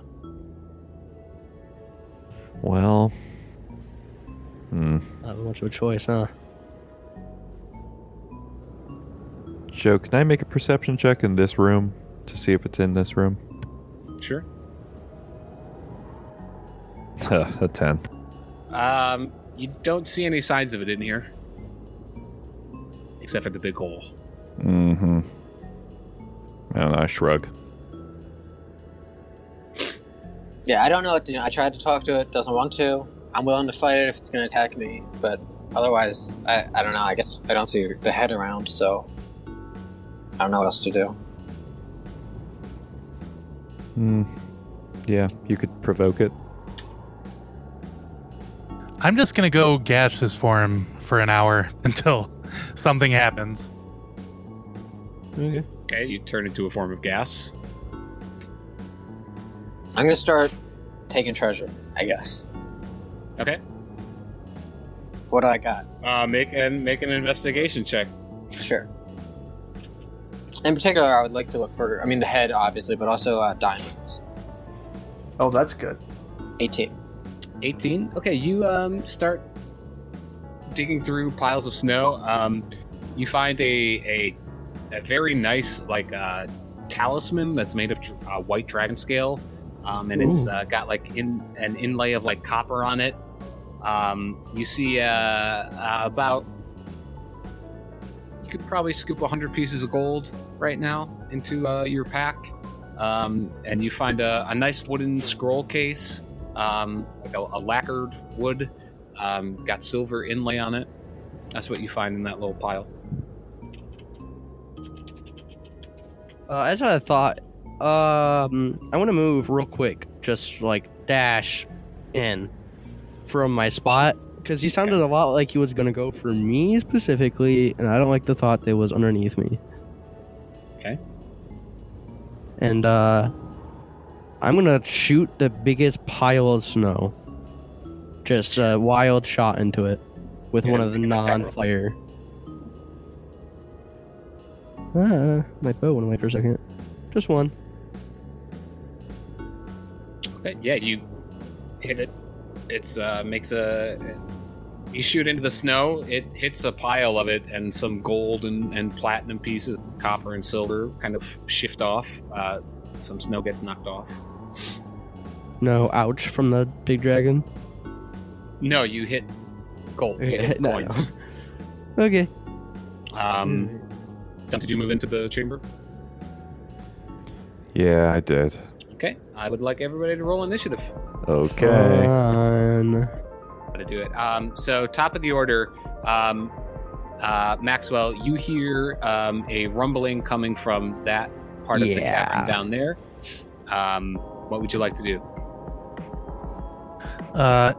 A: Well, hmm.
B: Not much of a choice, huh?
A: Joe, can I make a perception check in this room to see if it's in this room?
H: Sure.
A: a ten.
H: Um, you don't see any signs of it in here, except for the big hole.
A: Mm-hmm. And I shrug.
C: Yeah, I don't know what to do. I tried to talk to it. Doesn't want to. I'm willing to fight it if it's going to attack me, but otherwise, I, I don't know. I guess I don't see the head around, so I don't know what else to do.
A: Hmm. Yeah, you could provoke it.
F: I'm just gonna go gash this forum for an hour until something happens.
B: Okay.
H: Okay, you turn into a form of gas.
C: I'm going to start taking treasure, I guess.
H: Okay.
C: What do I got?
H: Uh, make and make an investigation check.
C: Sure. In particular, I would like to look for, I mean, the head, obviously, but also uh, diamonds.
E: Oh, that's good.
C: 18.
H: 18 okay you um, start digging through piles of snow um, you find a, a a very nice like uh, talisman that's made of dr- uh, white dragon scale um, and it's
B: Ooh.
H: uh, got like in an inlay of like copper on it um, you see uh, uh, about you could probably scoop 100 pieces of gold right now into uh, your pack um, and you find a, a nice wooden scroll case um, like a, a lacquered wood, um, got silver inlay on it. That's what you find in that little pile.
B: Uh, I just had a thought. Um, I want to move real quick, just like dash in from my spot because he sounded a lot like he was gonna go for me specifically, and I don't like the thought that was underneath me.
H: Okay.
B: And uh, I'm gonna shoot the biggest pile of snow. Just a wild shot into it with
H: You're
B: one
H: gonna
B: of the
H: make an attack
B: non-fire.
H: roll.
B: Ah, my bow went away for a second. Just one.
H: Okay, yeah, you hit it. It's uh, makes a. You shoot into the snow. It hits a pile of it, and some gold and, and platinum pieces, copper and silver, kind of shift off. Uh, some snow gets knocked off.
B: No, ouch from the big dragon.
H: No, you hit gold. You
B: Okay,
H: hit
B: no,
H: coins.
B: Okay.
H: Um, Tom, did you move into the chamber?
G: Yeah, I did.
H: Okay, I would like everybody to roll initiative.
G: Okay.
A: Uh,
B: Fun.
H: how to do it. Um, so top of the order, um, uh, Maxwell, you hear um, a rumbling coming from that part of the
B: Yeah.
H: cavern down there. Um, what would you like to do?
F: Uh,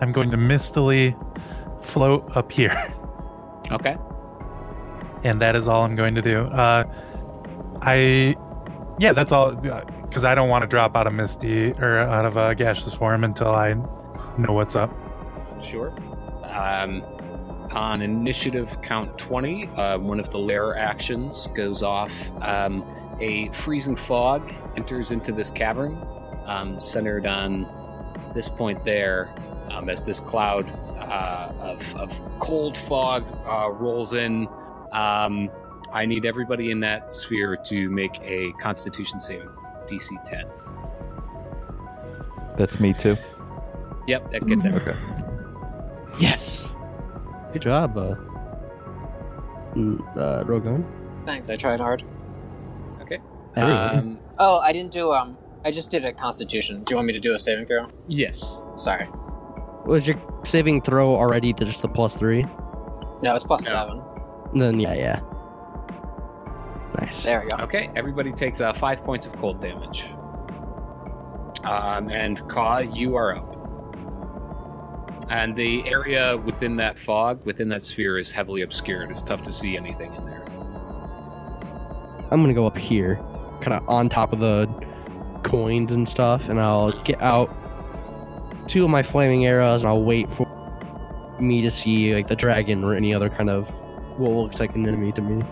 F: I'm going to mistily float up here,
H: Okay.
F: and that is all I'm going to do. Uh, I, yeah, that's all, because I don't want to drop out of Misty or out of uh, gaseous form until I know what's up.
H: Sure. Um, on initiative count 20, uh, one of the lair actions goes off. Um, a freezing fog enters into this cavern, um, centered on this point there, um, as this cloud uh, of, of cold fog uh, rolls in. Um, I need everybody in that sphere to make a constitution saving DC 10.
A: That's me too.
H: Yep, that gets everybody.
A: Okay.
B: Yes. Good job, uh, mm, uh Rogan.
C: Thanks, I tried hard.
B: Everyone.
H: Um,
C: Oh, I didn't do, um, I just did a constitution. Do you want me to do a saving throw?
H: yes.
C: Sorry.
B: was your saving throw already to just the plus three?
C: No, it's plus
H: No.
C: seven.
B: Then yeah, yeah. Nice.
C: There we go.
H: Okay, everybody takes uh, five points of cold damage. Um, and Ka, you are up. And the area within that fog, within that sphere, is heavily obscured. It's tough to see anything in there.
B: I'm gonna go up here, kind of on top of the coins and stuff, and I'll get out two of my flaming arrows, and I'll wait for me to see like the dragon or any other kind of what looks like an enemy to me.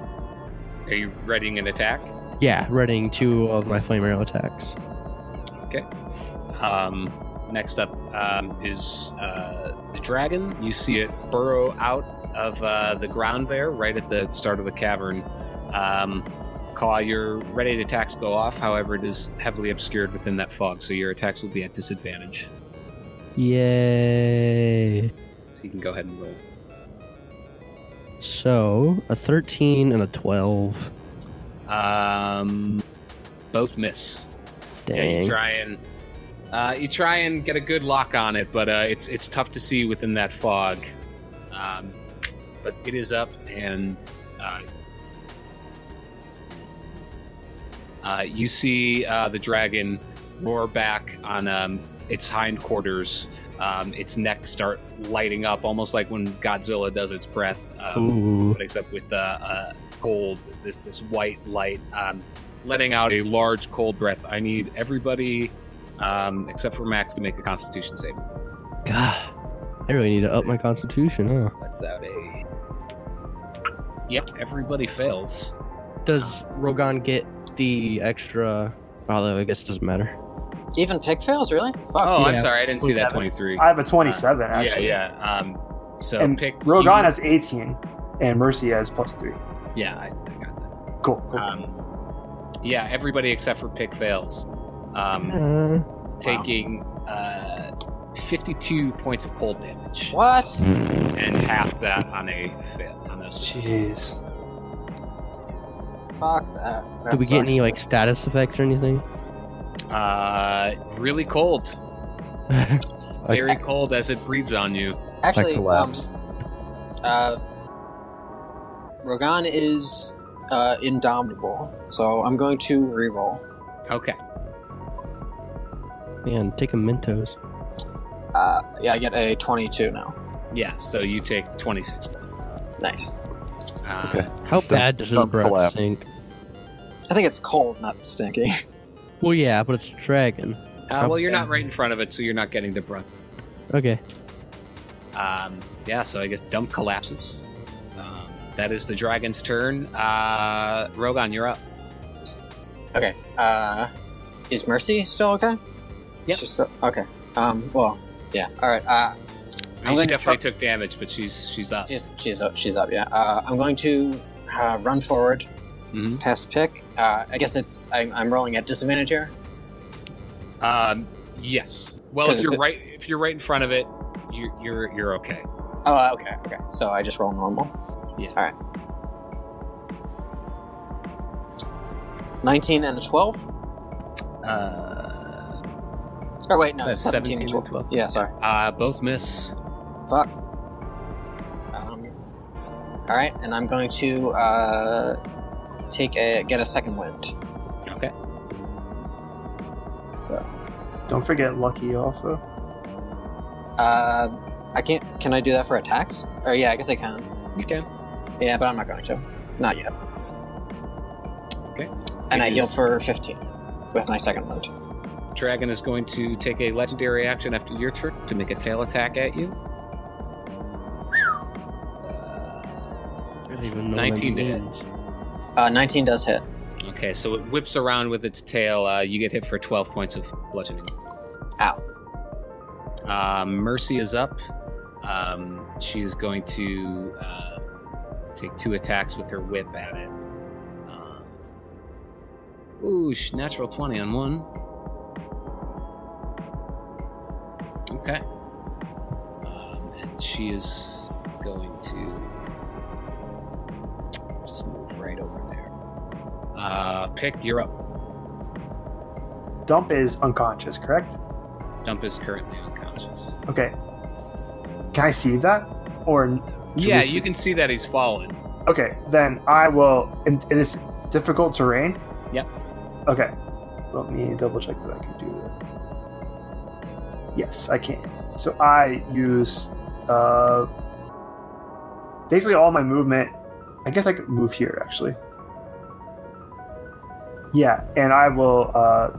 H: Are you readying an attack?
B: Yeah, readying two of my flame arrow attacks.
H: Um, next up um, is uh, the dragon. You see it burrow out of uh, the ground there, right at the start of the cavern. Um, Claw, your ready attacks go off. However, it is heavily obscured within that fog, so your attacks will be at disadvantage.
B: Yay!
H: So you can go ahead and roll.
B: So a 13 and a 12.
H: Um, both miss. Yeah,
B: Dang.
H: you try and uh, you try and get a good lock on it, but uh, it's it's tough to see within that fog. Um, but it is up, and uh, uh, you see uh, the dragon roar back on um, its hindquarters. Um, its neck start lighting up, almost like when Godzilla does its breath. Um,
B: Ooh.
H: but except with uh, uh, gold, this this white light, um, letting out a large cold breath. I need everybody, um, except for Max, to make a Constitution save.
B: God. I really need to up my constitution, huh?
H: That's out a. Yep, everybody fails.
B: Does Rogan get the extra? Although I guess it doesn't matter.
C: Even pig fails, really? Fuck.
H: Oh, I'm
B: Yeah.
H: sorry, I didn't see
E: 27.
H: that twenty three.
E: I have a 27, actually.
H: Yeah, yeah. Um, so
E: And
H: pick
E: Rogan
H: you-
E: has 18, and Mercy has plus 3.
H: Yeah, I, I got that.
E: Cool. cool.
H: Um, yeah, everybody except for pick fails. Um,
A: Mm,
E: Oh,
B: Uh,
H: taking uh, 52 points of cold damage.
C: What?
H: and half that on a fail on a success.
E: Jeez.
C: Fuck that. that
B: do we get
C: sucks.
B: any like status effects or anything?
H: Uh, really cold,
A: I-
H: very cold as it breathes on you.
C: Actually,
A: I collapse.
C: Um, uh, Rogan is uh, indomitable, so I'm going to reroll.
H: Okay.
B: Man, take a Mentos.
C: Uh, yeah, I get a 22 now.
H: Yeah, so you take 26 points.
C: Nice.
H: Uh,
A: Okay.
B: How bad does his
A: don't
B: breath
A: collapse.
B: stink?
C: I think it's cold, not stinky.
B: Well, yeah, but it's a dragon.
H: Uh, well, you're not right in front of it, so you're not getting the brunt.
B: Okay.
H: Um, yeah, so I guess dump collapses. Um, that is the dragon's turn. Uh, Rogan, you're up.
C: Okay. Uh, is Mercy still okay?
H: Yep.
C: She's still okay. Um. Well. Yeah. All right. Uh, I'm
H: I mean, she
C: gonna
H: definitely took damage, but she's she's up.
C: she's she's up. She's up. Yeah. Uh, I'm going to uh, run forward
A: Mm-hmm.
H: Mhm.
C: past pick. Uh, I guess it's I'm, I'm rolling at disadvantage here.
H: Um, yes. Well, if
C: Does
H: you're
C: it-
H: right, if you're right in front of it, you're you're you're okay.
C: Oh. uh, Okay. Okay. So I just roll normal.
H: Yeah.
C: All right. Nineteen and a twelve.
H: Uh,
C: Oh wait, no,
H: So
C: 17, and 12. Yeah, sorry.
H: uh, both miss.
C: Fuck. Um, all right, and I'm going to uh, take a get a second wind.
H: Okay.
C: So,
E: Don't forget Lucky also.
C: uh, I can't. Can I do that for attacks? Or yeah, I guess I can.
H: You can.
C: Yeah, but I'm not going to. Not yet.
H: Okay.
C: And I
H: It is-
C: yield for 15 with my second wind.
H: Dragon is going to take a legendary action after your turn to make a tail attack at you.
B: I don't even know what that
H: 19 to hit.
B: means.
C: Uh, 19 does hit.
H: Okay, so it whips around with its tail. Uh, you get hit for 12 points of bludgeoning.
C: Ow.
H: Uh, Mercy is up. Um, she is going to uh, take two attacks with her whip at it. Um, ooh, sh- natural 20 on one. Okay. Um, and she is going to just move right over there. Uh, pick, you're up.
E: Dump is unconscious, correct?
H: Dump is currently unconscious.
E: Okay. Can I see that? Or n- should
H: yeah,
E: we see-
H: you can see that he's fallen.
E: Okay, then I will. And it is difficult terrain.
H: Yep.
E: Okay. Let me double check that I can do that. Yes, I can. So I use uh, basically all my movement. I guess I could move here actually. Yeah, and I will uh,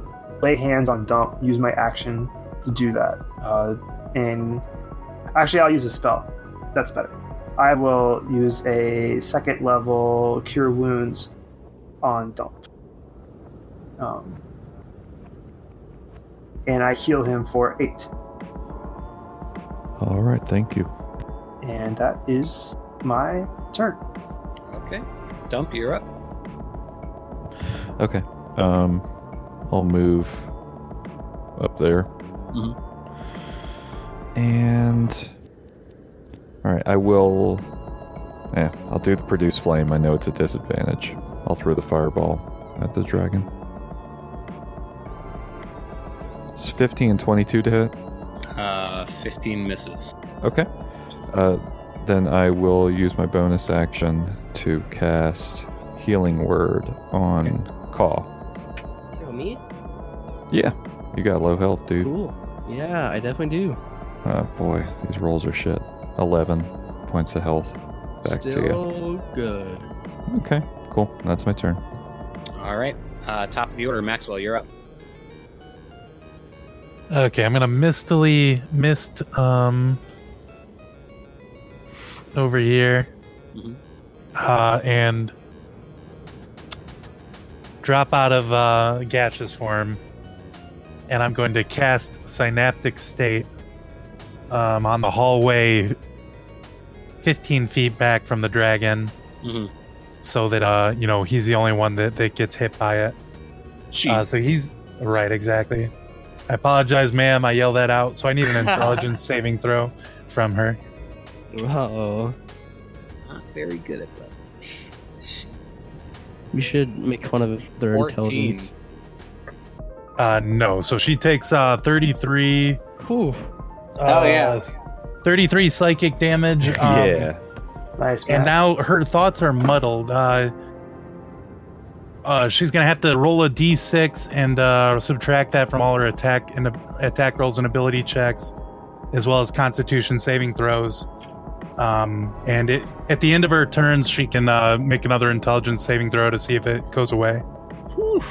E: lay hands on dump. Use my action to do that. Uh, and actually, I'll use a spell. That's better. I will use a second level cure wounds on dump. Um, and I heal him for eight.
A: All right, thank you.
E: And that is my turn.
H: Okay. Dump, you're up.
A: Okay. Um, I'll move up there.
H: Mhm.
A: And all right, I will. Yeah, I'll do the produce flame. I know it's a disadvantage. I'll throw the fireball at the dragon. It's 15 and 22 to hit.
H: Uh, 15 misses.
A: Okay. Uh, then I will use my bonus action to cast Healing Word on Call.
B: Kill me?
A: Yeah, you got low health, dude.
B: Cool. Yeah, I definitely do.
A: Oh boy, these rolls are shit. 11 points of health. Back to you.
B: Still good.
A: Okay, cool. That's my turn.
H: All right. Uh, top of the order, Maxwell, you're up.
F: Okay, I'm gonna mistily mist um over here,
H: Mhm.
F: uh, and drop out of uh, gaseous form, and I'm going to cast synaptic state um, on the hallway, 15 feet back from the dragon,
H: Mhm.
F: so that uh, you know he's the only one that that gets hit by it.
H: She.
F: Uh, so he's right, exactly. I apologize, ma'am. I yelled that out. So I need an intelligence saving throw from her.
B: Uh-oh.
H: not very good at that.
B: We should make fun of their
H: 14.
B: intelligence.
F: Uh, no. So she takes uh, 33.
B: Whew.
C: Oh, yeah.
F: 33 uh, psychic damage. um,
A: yeah.
E: Nice.
F: And
E: Matt.
F: now her thoughts are muddled. Uh, Uh, she's gonna have to roll a d6 and uh, subtract that from all her attack and attack rolls and ability checks, as well as Constitution saving throws. Um, and it, at the end of her turns, she can uh, make another Intelligence saving throw to see if it goes away.
H: Whew,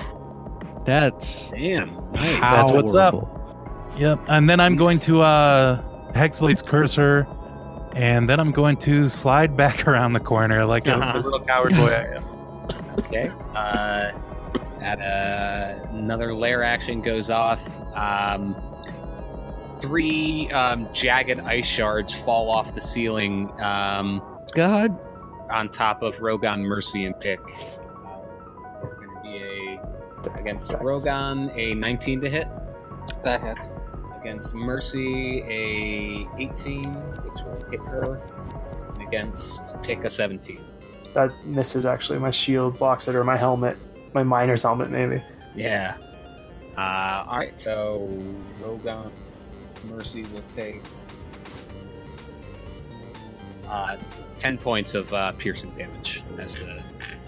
B: That's
H: damn, nice.
F: That's what's up.
B: horrible.
F: Yep. And then I'm
H: Nice.
F: going to uh, Hexblade's cursor, and then I'm going to slide back around the corner like a-
H: Uh-huh.
F: the real coward boy I am.
H: Okay. Uh, at uh, another layer action goes off. Um, three um, jagged ice shards fall off the ceiling um,
B: God.
H: on top of Rogan, Mercy, and Pick. Uh, It's going to be a against Rogan a 19 to hit,
C: That hits.
H: against Mercy a 18, which will hit her, and against Pick a 17.
E: That misses actually. My shield blocks it, or my helmet, my miner's helmet maybe.
H: Yeah. Uh, all right. So Rogan Mercy will take uh, ten points of uh, piercing damage as the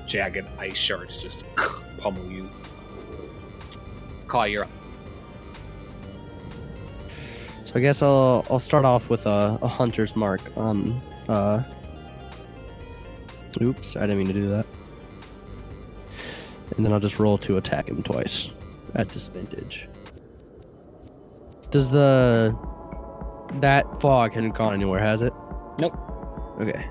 H: jagged ice shards just pummel you. Call your
B: So I guess I'll I'll start off with a, a hunter's mark on. Uh, oops, I didn't mean to do that. And then I'll just roll to attack him twice at disadvantage. Does the that fog hasn't gone anywhere, has it?
H: Nope.
B: Okay.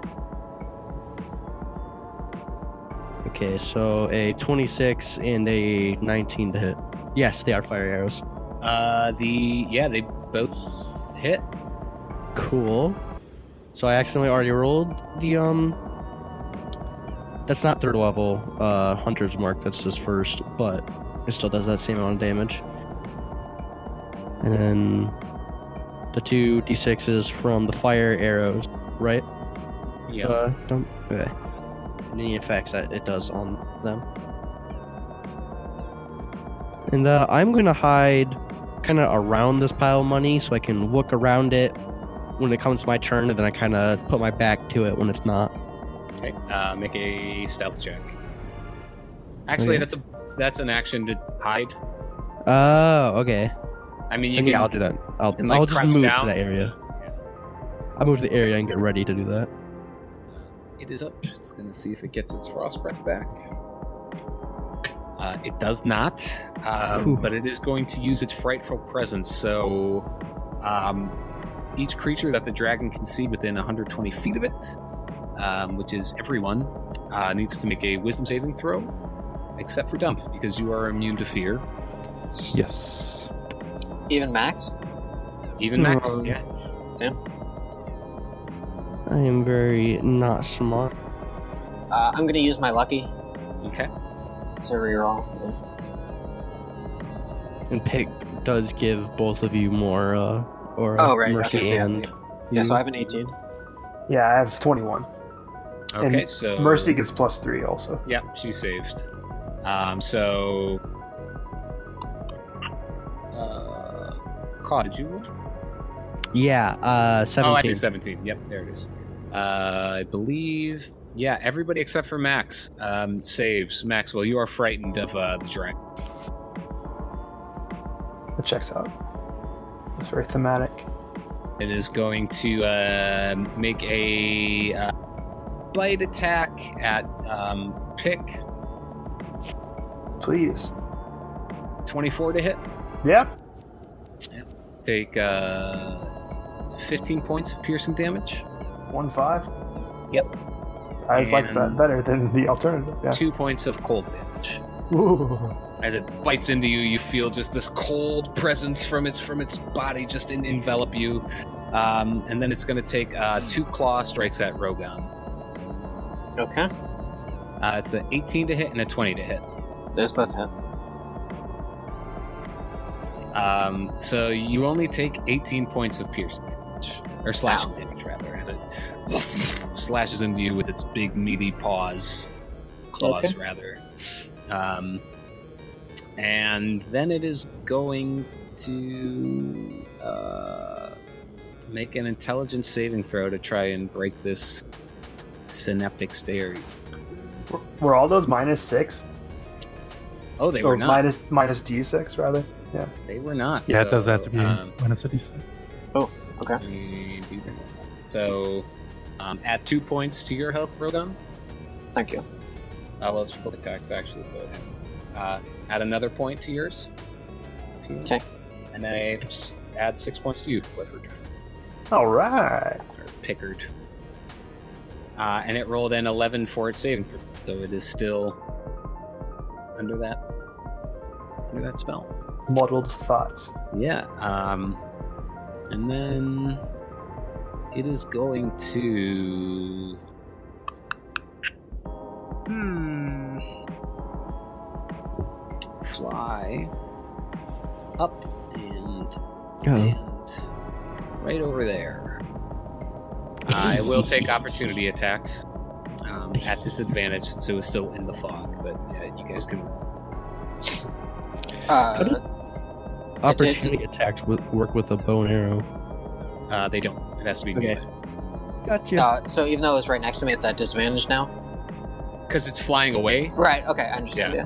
B: Okay, so a 26 and a 19 to hit. Yes, they are fire arrows.
H: uh, the yeah they both hit.
B: Cool. So I accidentally already rolled the um. That's not third level uh, hunter's mark. That's his first, but it still does that same amount of damage. And then the two d6s from the fire arrows, right?
H: Yeah.
B: Uh, don't. Okay. Any effects that it does on them. And uh, I'm going to hide kind of around this pile of money so I can look around it when it comes to my turn, and then I kind of put my back to it when it's not.
H: Okay. Uh, make a stealth check. Actually,
B: Okay.
H: that's a that's an action to hide.
B: Oh, okay.
H: I mean, you
B: Okay,
H: can
B: I'll do that. I'll,
H: can, like,
B: I'll just
H: crouch
B: move
H: down.
B: to that area. I'll move to the area and get ready to do that.
H: It is up. It's going to see if it gets its frostbite back. Uh, it does not, um,
B: Whew.
H: but it is going to use its frightful presence. So, um, each creature that the dragon can see within 120 feet of it, um, which is everyone, uh, needs to make a Wisdom saving throw, except for Dump, because you are immune to fear.
A: Yes.
C: Even Max?
H: Even Max,
E: Um,
H: yeah.
B: I am very not smart.
C: Uh, I'm gonna use my lucky
H: Okay.
C: to reroll.
B: Oh, And Pig does give both of you more, uh, or
C: Oh, right,
B: mercy
C: okay, so yeah.
B: and.
C: Yeah, so
B: you.
C: I have an 18.
E: Yeah, I have 21.
H: Okay, so
E: Mercy gets plus three also.
H: Yeah, she saved. Um, so, uh, Claw, did you? roll?
B: Yeah, uh, 17.
H: Oh, I see, seventeen. Yep, there it is. Uh, I believe. Yeah, everybody except for Max um, saves. Maxwell, you are frightened of uh, the dragon.
E: That checks out. That's very thematic.
H: It is going to uh, make a uh, bite attack at um, pick
E: Please.
H: twenty-four to hit.
E: Yep.
H: Take uh, fifteen points of piercing damage.
E: One five.
H: Yep.
E: I like that
H: And-
E: better than the alternative. Yeah.
H: Two points of cold damage.
E: Ooh.
H: As it bites into you, you feel just this cold presence from its from its body just en- envelop you, um, and then it's going to take uh, two claw strikes at Rogan.
C: Okay.
H: Uh, it's an 18 to hit and a 20 to hit.
C: There's both hit.
H: Um, so you only take 18 points of piercing damage, or slashing damage rather, as it slashes into you with its big meaty paws, claws
C: Okay.
H: rather. Um, and then it is going to uh, make an intelligence saving throw to try and break this synaptic stare.
E: Were all those minus six?
H: Oh, they
E: or
H: were not.
E: minus minus d6 rather. Yeah.
H: They were not.
F: Yeah,
H: so,
F: it does have to be
H: um,
F: minus a d6.
H: So, um, add two points to your health, Rodan.
C: Thank you.
H: Uh, well, it's full attacks actually, so it has. Uh, add another point to yours.
C: Okay.
H: And then I s- add six points to you, Clifford
E: All right.
H: or Pickard. Uh, and it rolled an 11 for its saving throw, so it is still under that under that spell.
E: Muddled thoughts.
H: Yeah. Um, and then it is going to. Hmm. Fly up and, and right over there. I will take opportunity attacks um, at disadvantage since it was still in the fog, but uh, you guys can.
C: Uh,
B: Opportunity attacks with, work with a bow and arrow.
H: Uh, they don't. It has to be
B: Okay.
H: good.
B: Gotcha.
C: uh, so even though it's right next to me, it's at disadvantage now.
H: Because it's flying away,
C: Right. Okay, I understand. Yeah.
H: Yeah.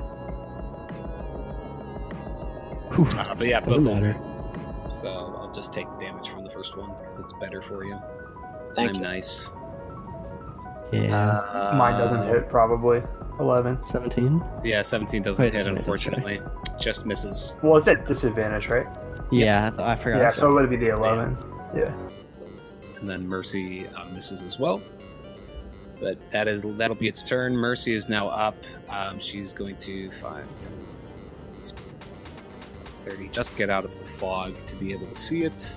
B: Whew,
H: Uh, but yeah, both
B: doesn't
H: of them.
B: matter.
H: So I'll just take the damage from the first one because it's better for you.
C: Thank
H: I'm
C: you.
H: nice.
E: Uh,
B: Yeah.
H: Uh,
E: Mine doesn't hit probably. 11.
B: 17?
H: Yeah, 17 doesn't
B: Wait,
H: hit,
B: sorry,
H: unfortunately. Just misses.
E: Well, it's at disadvantage, right?
B: Yeah, I, th- I forgot.
E: Yeah, so it would be the 11.
H: And then Mercy uh, misses as well. But that is that'll be its turn. Mercy is now up. Um, she's going to 5, 10, 15, 30. Just get out of the fog to be able to see it.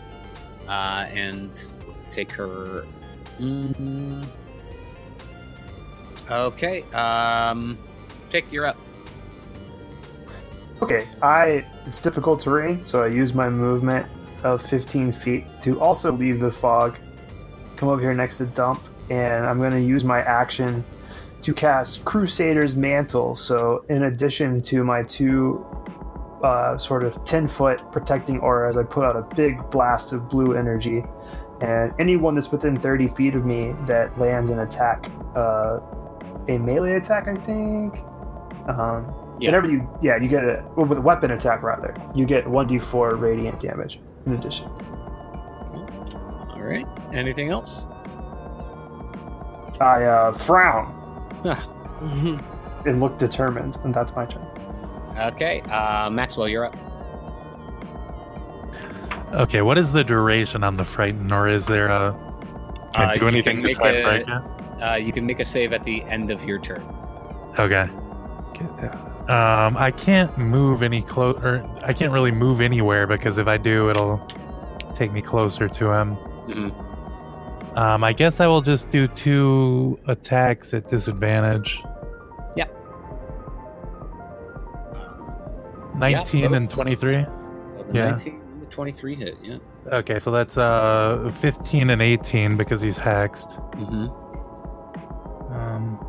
H: Uh, and take her. Mm, okay. Um, pick, you're up.
E: Okay, I it's difficult terrain, so I use my movement of 15 feet to also leave the fog, come over here next to dump, and I'm going to use my action to cast Crusader's Mantle. So, in addition to my two uh, sort of 10 foot protecting auras, I put out a big blast of blue energy, and anyone that's within 30 feet of me that lands an attack, uh, a melee attack, I think. Um,
H: Yeah.
E: Whenever you, yeah, you get a well, with a weapon attack rather, you get one d4 radiant damage in addition.
H: All right. Anything else?
E: I uh, frown
B: so.
E: and look determined, and that's my turn.
H: Okay. Uh, Maxwell, you're up.
F: Okay, what is the duration on the frighten, or is there a can
H: Uh,
F: I
H: you
F: do anything
H: can
F: to
H: make
F: try
H: a-
F: and break it?
H: Uh, you can make a save at the end of your turn.
F: Okay. Um, I can't move any close, or I can't really move anywhere because if I do, it'll take me closer to him.
H: Mhm.
F: Um, I guess I will just do two attacks at disadvantage.
H: Yeah.
F: Nineteen and
H: both.
F: twenty-three.
H: Well, Oh, the
F: Yeah.
H: 19 and the 23 hit, yeah.
F: Okay, so that's uh fifteen and eighteen because he's hexed.
H: Mm-hmm.
F: Um,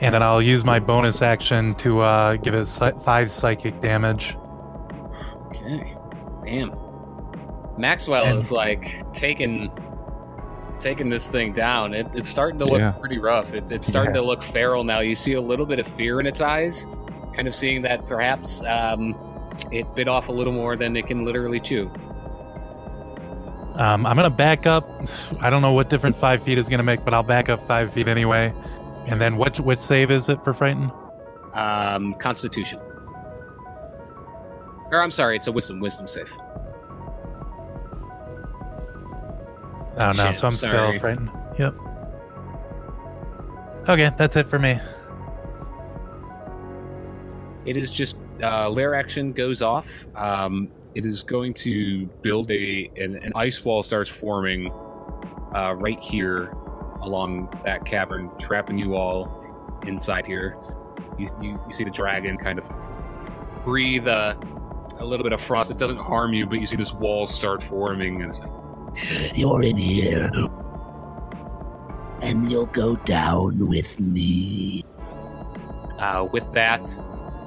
F: and then I'll use my bonus action to uh, give it psy- five psychic damage.
H: Okay. Damn. Maxwell
F: And-
H: is like taking taking this thing down. It, it's starting to look
A: Yeah.
H: pretty rough. It, it's starting
F: Yeah.
H: to look feral now. You see a little bit of fear in its eyes, kind of seeing that perhaps um, it bit off a little more than it can literally chew.
F: Um, I'm gonna back up. I don't know what difference five feet is gonna make, but I'll back up five feet anyway. And then which which save is it for frighten?
H: Um, Constitution. Or I'm sorry, it's a wisdom wisdom save.
F: Oh no,
H: Shit,
F: so I'm
H: sorry.
F: still frightened. Yep. Okay, that's it for me.
H: It is just uh, lair action goes off. Um, it is going to build a an, an ice wall starts forming uh, right here along that cavern, trapping you all inside here. You, you, you see the dragon kind of breathe a, a little bit of frost. It doesn't harm you, but you see this wall start forming, and it's like,
I: You're in here. And you'll go down with me.
H: uh, with that,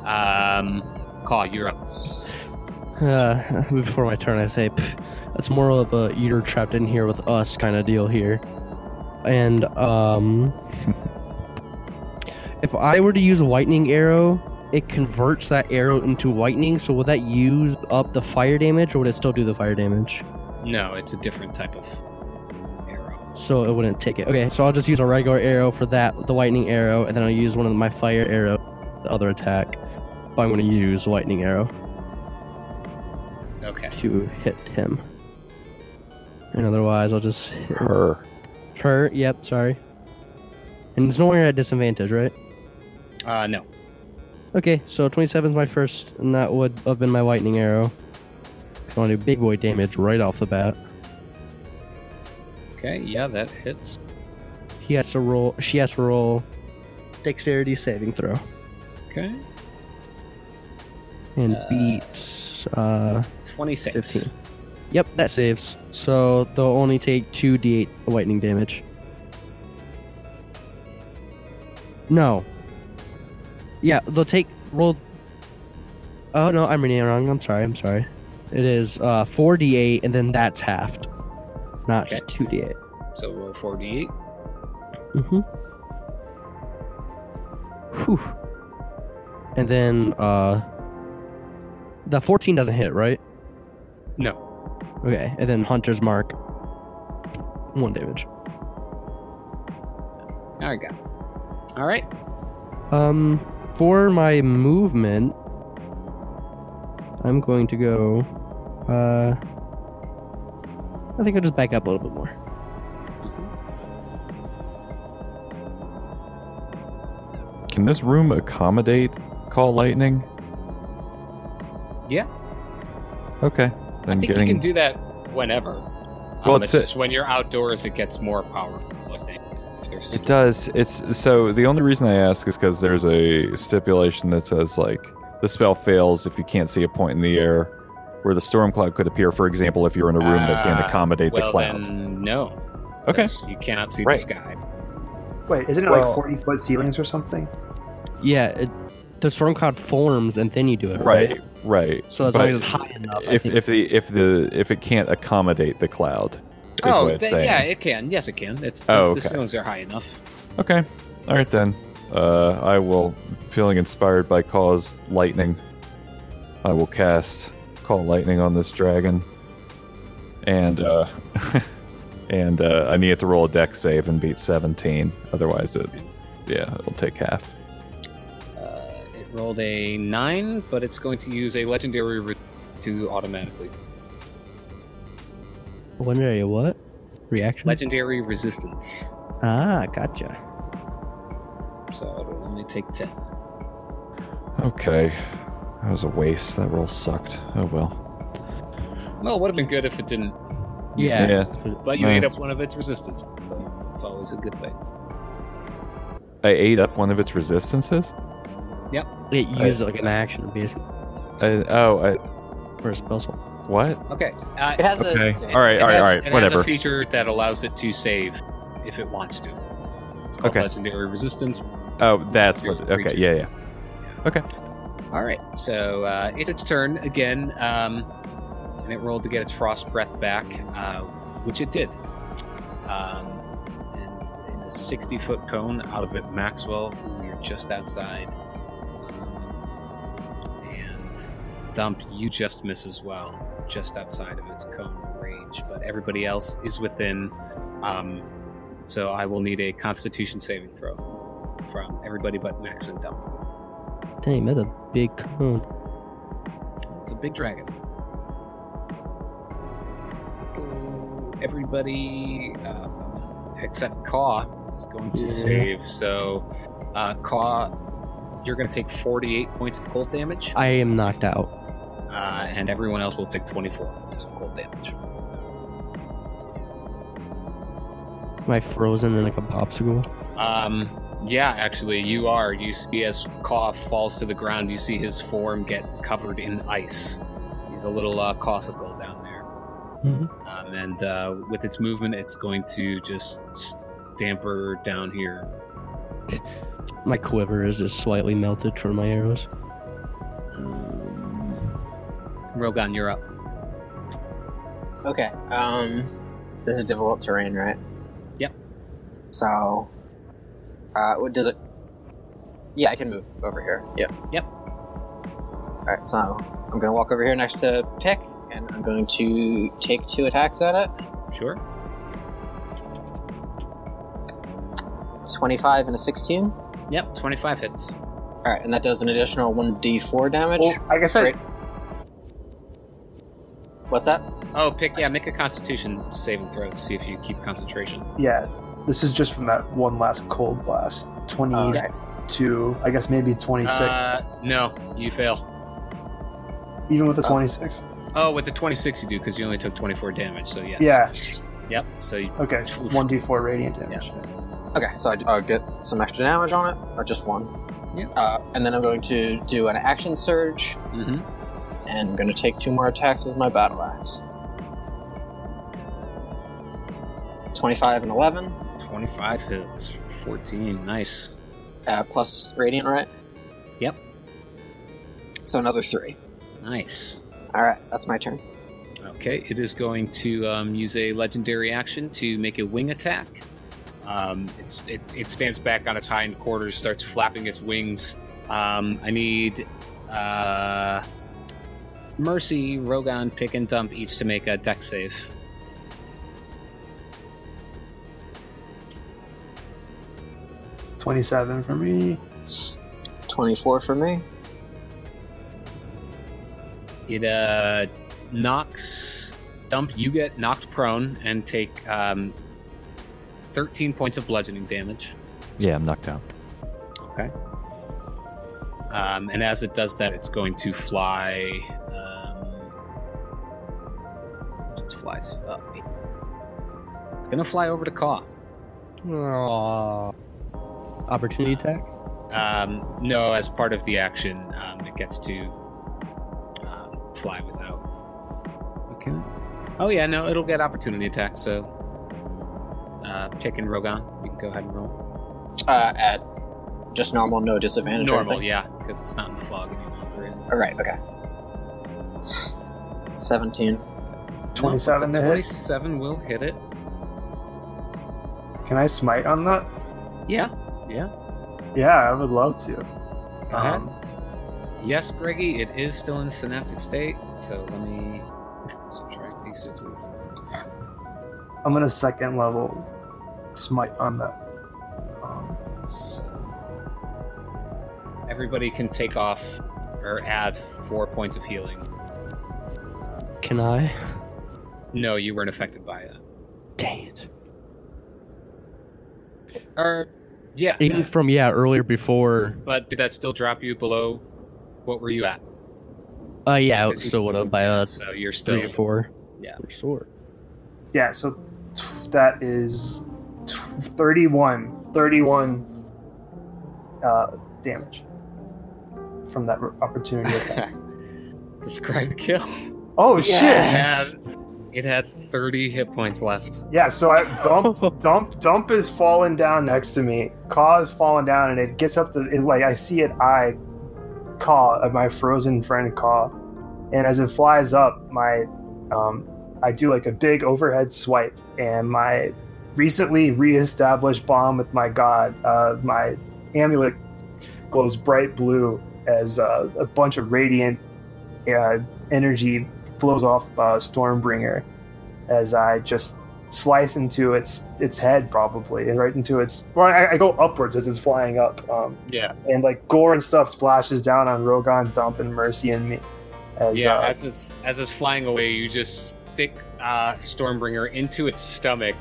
H: um, call you're up.
B: Uh, before my turn, I say, "Pff, that's more of a you're trapped in here with us kind of deal here. And, um, If I were to use a lightning arrow, it converts that arrow into lightning. So would that use up the fire damage, or would it still do the fire damage?
A: No, it's a different type of arrow.
B: So it wouldn't take it. Okay, so I'll just use a regular arrow for that, the lightning arrow, and then I'll use one of my fire arrow, the other attack. But I'm going to use lightning arrow
A: Okay.
B: to hit him. And otherwise, I'll just hit
G: Her.
B: her. Yep, sorry. And it's nowhere at disadvantage, right?
A: Uh, no.
B: Okay, so 27 is my first, and that would have been my lightning arrow. I want to do big boy damage right off the bat.
A: Okay, yeah, that hits.
B: He has to roll. She has to roll dexterity saving throw
A: Okay.
B: and
A: Uh,
B: beat uh,
A: 26.
B: 15. Yep, that saves. So they'll only take 2d8 lightning damage. No. Yeah, they'll take roll. Oh no, I'm reading it wrong. I'm sorry. I'm sorry. It is uh, 4d8, and then that's halved, not
A: Okay.
B: just 2d8.
A: So roll 4d8.
B: Mm-hmm. Whew. And then uh the 14 doesn't hit, right?
A: No.
B: Okay. And then Hunter's mark. One damage.
A: I got it. All right.
B: Um for my movement I'm going to go uh I think I'll just back up a little bit more.
G: Can this room accommodate call lightning?
A: Yeah.
G: Okay.
A: I
G: Then
A: think
G: getting
A: you can do that whenever.
G: Well,
A: um, it's
G: it's a-
A: just when you're outdoors, it gets more powerful. I think. If there's a
G: It does. It's so the only reason I ask is because there's a stipulation that says like the spell fails if you can't see a point in the air where the storm cloud could appear. For example, if you're in a room that can't
A: Ah,
G: accommodate
A: well,
G: the cloud.
A: Then, no.
G: Okay.
A: 'Cause You cannot see
G: Right.
A: the sky.
E: Wait, isn't it
G: Well-
E: like 40 foot ceilings or something?
B: Yeah, it, the storm cloud forms and then you do it, right?
G: Right. Right.
B: So as
G: But
B: long as it's high enough. I
G: If
B: think-
G: if the if the if it can't accommodate the cloud is what
A: Oh,
G: it's
A: th-
G: saying.
A: yeah, it can. Yes, it can. It's
G: Oh,
A: the
G: okay.
A: ceilings are high enough.
G: Okay. All right then. Uh, I will, feeling inspired by Cause Lightning, I will cast Call Lightning on this dragon. And uh, and uh, I need it to roll a deck save and beat 17. Otherwise, it yeah, it'll take half.
A: Uh, it rolled a nine, but it's going to use a legendary re- to automatically
G: Hmm.
B: Legendary what? Reaction?
A: legendary resistance.
B: Ah, gotcha.
A: So it'll only take ten.
G: Okay. That was a waste. That roll sucked. Oh well.
A: Well, it would have been good if it didn't. use
B: Yeah.
A: its
G: Yeah.
A: resistance, But you
G: Yeah.
A: ate up one of its resistance. So it's always a good thing.
G: I ate up one of its resistances.
B: It uses like an action basically
G: I, oh,
B: for a spell slot.
G: I, what?
A: Okay. Uh,
C: It has
G: Okay.
C: a.
A: it's-
G: All right,
A: it
G: all right,
A: has-
G: all right,
A: It has
G: whatever.
A: a feature that allows it to save if it wants to. It's called
G: Okay.
A: Legendary resistance.
G: Oh, that's what. Okay, yeah, yeah.
A: All right. So uh, it's its turn again, um, and it rolled to get its frost breath back, uh, which it did. Um, and in a 60 foot cone out of it, Maxwell, who you're just outside. Um, and Dump, you just miss as well, just outside of its cone range, but everybody else is within. Um, so I will need a constitution saving throw from everybody but Max and Dump.
B: Dang, that's a big cone.
A: It's a big dragon. Everybody uh, except Caw is going to
B: Yeah.
A: save. So, uh, Caw, you're going to take 48 points of cold damage,
B: I am knocked out.
A: uh, and everyone else will take 24 points of cold damage.
B: Am I frozen in like a popsicle?
A: Um, yeah, actually, you are. You see, as Caw falls to the ground, you see his form get covered in ice. He's a little uh, causical down there.
G: Mm-hmm.
B: Mhm.
A: Um, and uh, with its movement, it's going to just stamper down here.
B: My quiver is just slightly melted from my arrows.
I: Um,
A: Rogan, you're up.
C: Okay. Um, this is difficult terrain, right?
A: Yep.
C: So, uh, what does it? Yeah, I can move over here. Yep. Yep. Alright, so I'm going to walk over here next to Pick, and I'm going to take two attacks at it
H: Sure.
C: 25 and a 16.
H: Yep, 25 hits.
C: Alright, and that does an additional 1d4 damage.
E: Well, like I said,
C: Great. What's that?
H: Oh, pick, yeah, make a constitution saving throw to see if you keep concentration.
E: yeah, this is just from that one last cold blast. 22,
C: Okay.
E: I guess maybe 26.
H: Oh, Uh, no, you fail.
E: Even with the 26.
H: Oh, with the 26 you do because you only took 24 damage, so yes.
E: Yeah,
H: Yep, so you,
E: okay. 1d4 radiant damage.
C: Okay, so I uh, get some extra damage on it, or just one.
H: Yep.
C: Uh, and then I'm going to do an action surge,
A: Mm-hmm.
H: mhm.
C: and I'm going to take two more attacks with my battle axe. 25 and 11,
H: 25 hits. 14, nice.
C: uh, plus radiant, right?
H: Yep.
C: So another three.
H: Nice.
C: All right, that's my turn.
H: Okay, it is going to um, use a legendary action to make a wing attack. Um, it's, it, it stands back on its hind quarters, starts flapping its wings. Um, I need uh, Mercy, Rogan, Pick, and Dump each to make a deck save.
E: Yeah. 27 for me.
C: 24 for me.
H: It uh, knocks Dump. You get knocked prone and take um, 13 points of bludgeoning damage.
G: Yeah, I'm knocked out.
H: Um, and as it does that, it's going to fly. Um, it flies up. It's going to fly over to Kaw.
B: Aw. Opportunity attack.
H: Um, no, as part of the action, um, it gets to um, fly without. Okay. Oh yeah, no, it'll get opportunity attack. So, uh, pick and Rogan, you can go ahead and roll.
C: Uh, at just normal, no disadvantage. or
H: Normal,
C: anything?
H: yeah, because it's not in the fog any longer. and-
C: All right, okay. 17.
E: 27 to
H: No, but the
E: hit.
H: Twenty-seven will hit it.
E: Can I smite on that?
H: Yeah.
E: Yeah, I would love to.
H: Uh-huh.
E: Um,
H: Yes, Greggy, it is still in synaptic state. So let me subtract d6s.
E: I'm gonna second level smite on that. Um,
H: So everybody can take off or add four points of healing.
B: Can I?
H: No, you weren't affected by that.
B: Dang it.
H: Or, yeah.
B: Even from yeah earlier before.
H: But did that still drop you below? What were you at?
B: Uh yeah, it still would have by uh
H: So you're
B: three or
H: still.
B: four.
H: Yeah.
B: For sure.
E: yeah, so t- that is t- 31, 31 uh, damage from that r- opportunity. attack.
H: Describe the kill.
E: oh shit!
H: It had, it had 30 hit points left.
E: Yeah, so I dump, dump, dump is falling down next to me. Caw is falling down, and it gets up to it, like I see it. I Caw, uh, my frozen friend Caw, and as it flies up, my um, I do like a big overhead swipe, and my recently reestablished bond with my god, uh, my amulet glows bright blue as uh, a bunch of radiant uh, energy flows off uh, Stormbringer as I just slice into its its head probably and right into its well I, I go upwards as it's flying up um,
H: Yeah.
E: and like gore and stuff splashes down on Rogan, Dump, and Mercy and me. As,
H: yeah,
E: uh,
H: as it's as it's flying away, you just stick uh, Stormbringer into its stomach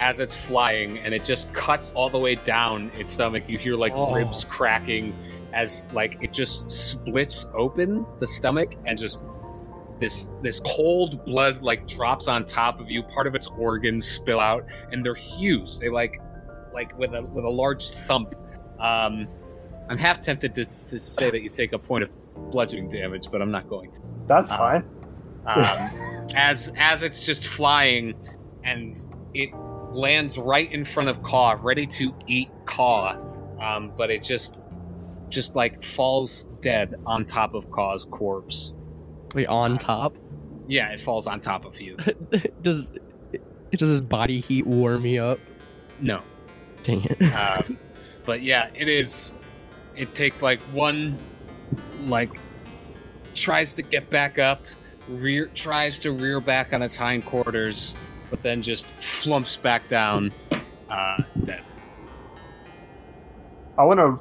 H: as it's flying, and it just cuts all the way down its stomach. You hear like
B: Oh.
H: ribs cracking as like it just splits open the stomach, and just this this cold blood like drops on top of you. Part of its organs spill out, and they're huge. They like like with a with a large thump. Um, I'm half tempted to, to say that you take a point of bludgeoning damage, but I'm not going to
E: that's
H: um,
E: fine.
H: um, as as it's just flying, and it lands right in front of Caw, ready to eat Caw, um, but it just just like falls dead on top of Caw's corpse.
B: Wait, on top.
H: Yeah, it falls on top of you.
B: does it does his body heat warm me up?
H: No,
B: Dang it.
H: uh, um, but yeah, it is It takes like one, like, tries to get back up, rear tries to rear back on its hindquarters, but then just flumps back down, uh, dead.
E: I want to.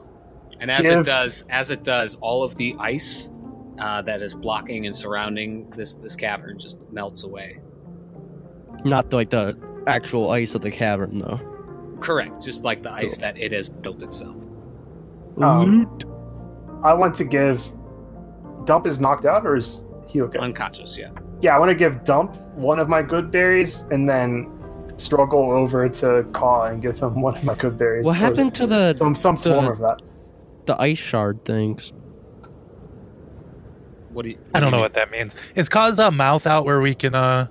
H: And as it
E: Give-
H: does, as it does, all of the ice uh, that is blocking and surrounding this this cavern just melts away.
B: Not like the actual ice of the cavern, though.
H: Correct, just like the ice that it has built itself. Mm-hmm.
E: Um, I want to give. Dump is knocked out, or is he okay?
H: Unconscious, yeah.
E: Yeah, I want to give Dump one of my good berries, and then struggle over to Caw and give him one of my good berries.
B: What
E: or
B: happened to the
E: Some some
B: the-
E: form of that.
B: the ice shard things?
H: What do you?
F: I don't know what
H: what
F: that means. Is cause a mouth out where we can uh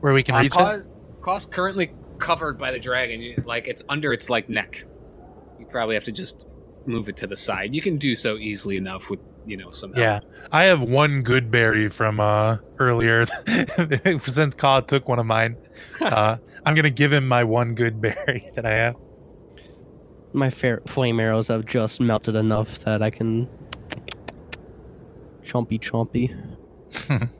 F: where we
H: do
F: can
H: you mean?
F: reach
H: Uh,
F: it?
H: Cos- Cos currently covered by the dragon. You, like it's under its like neck. You probably have to just move it to the side. You can do so easily enough with you know some. help.
F: Yeah. I have one good berry from uh earlier since Ka took one of mine. Uh I'm gonna give him my one good berry that I have.
B: My fair flame arrows have just melted enough that I can chompy chompy.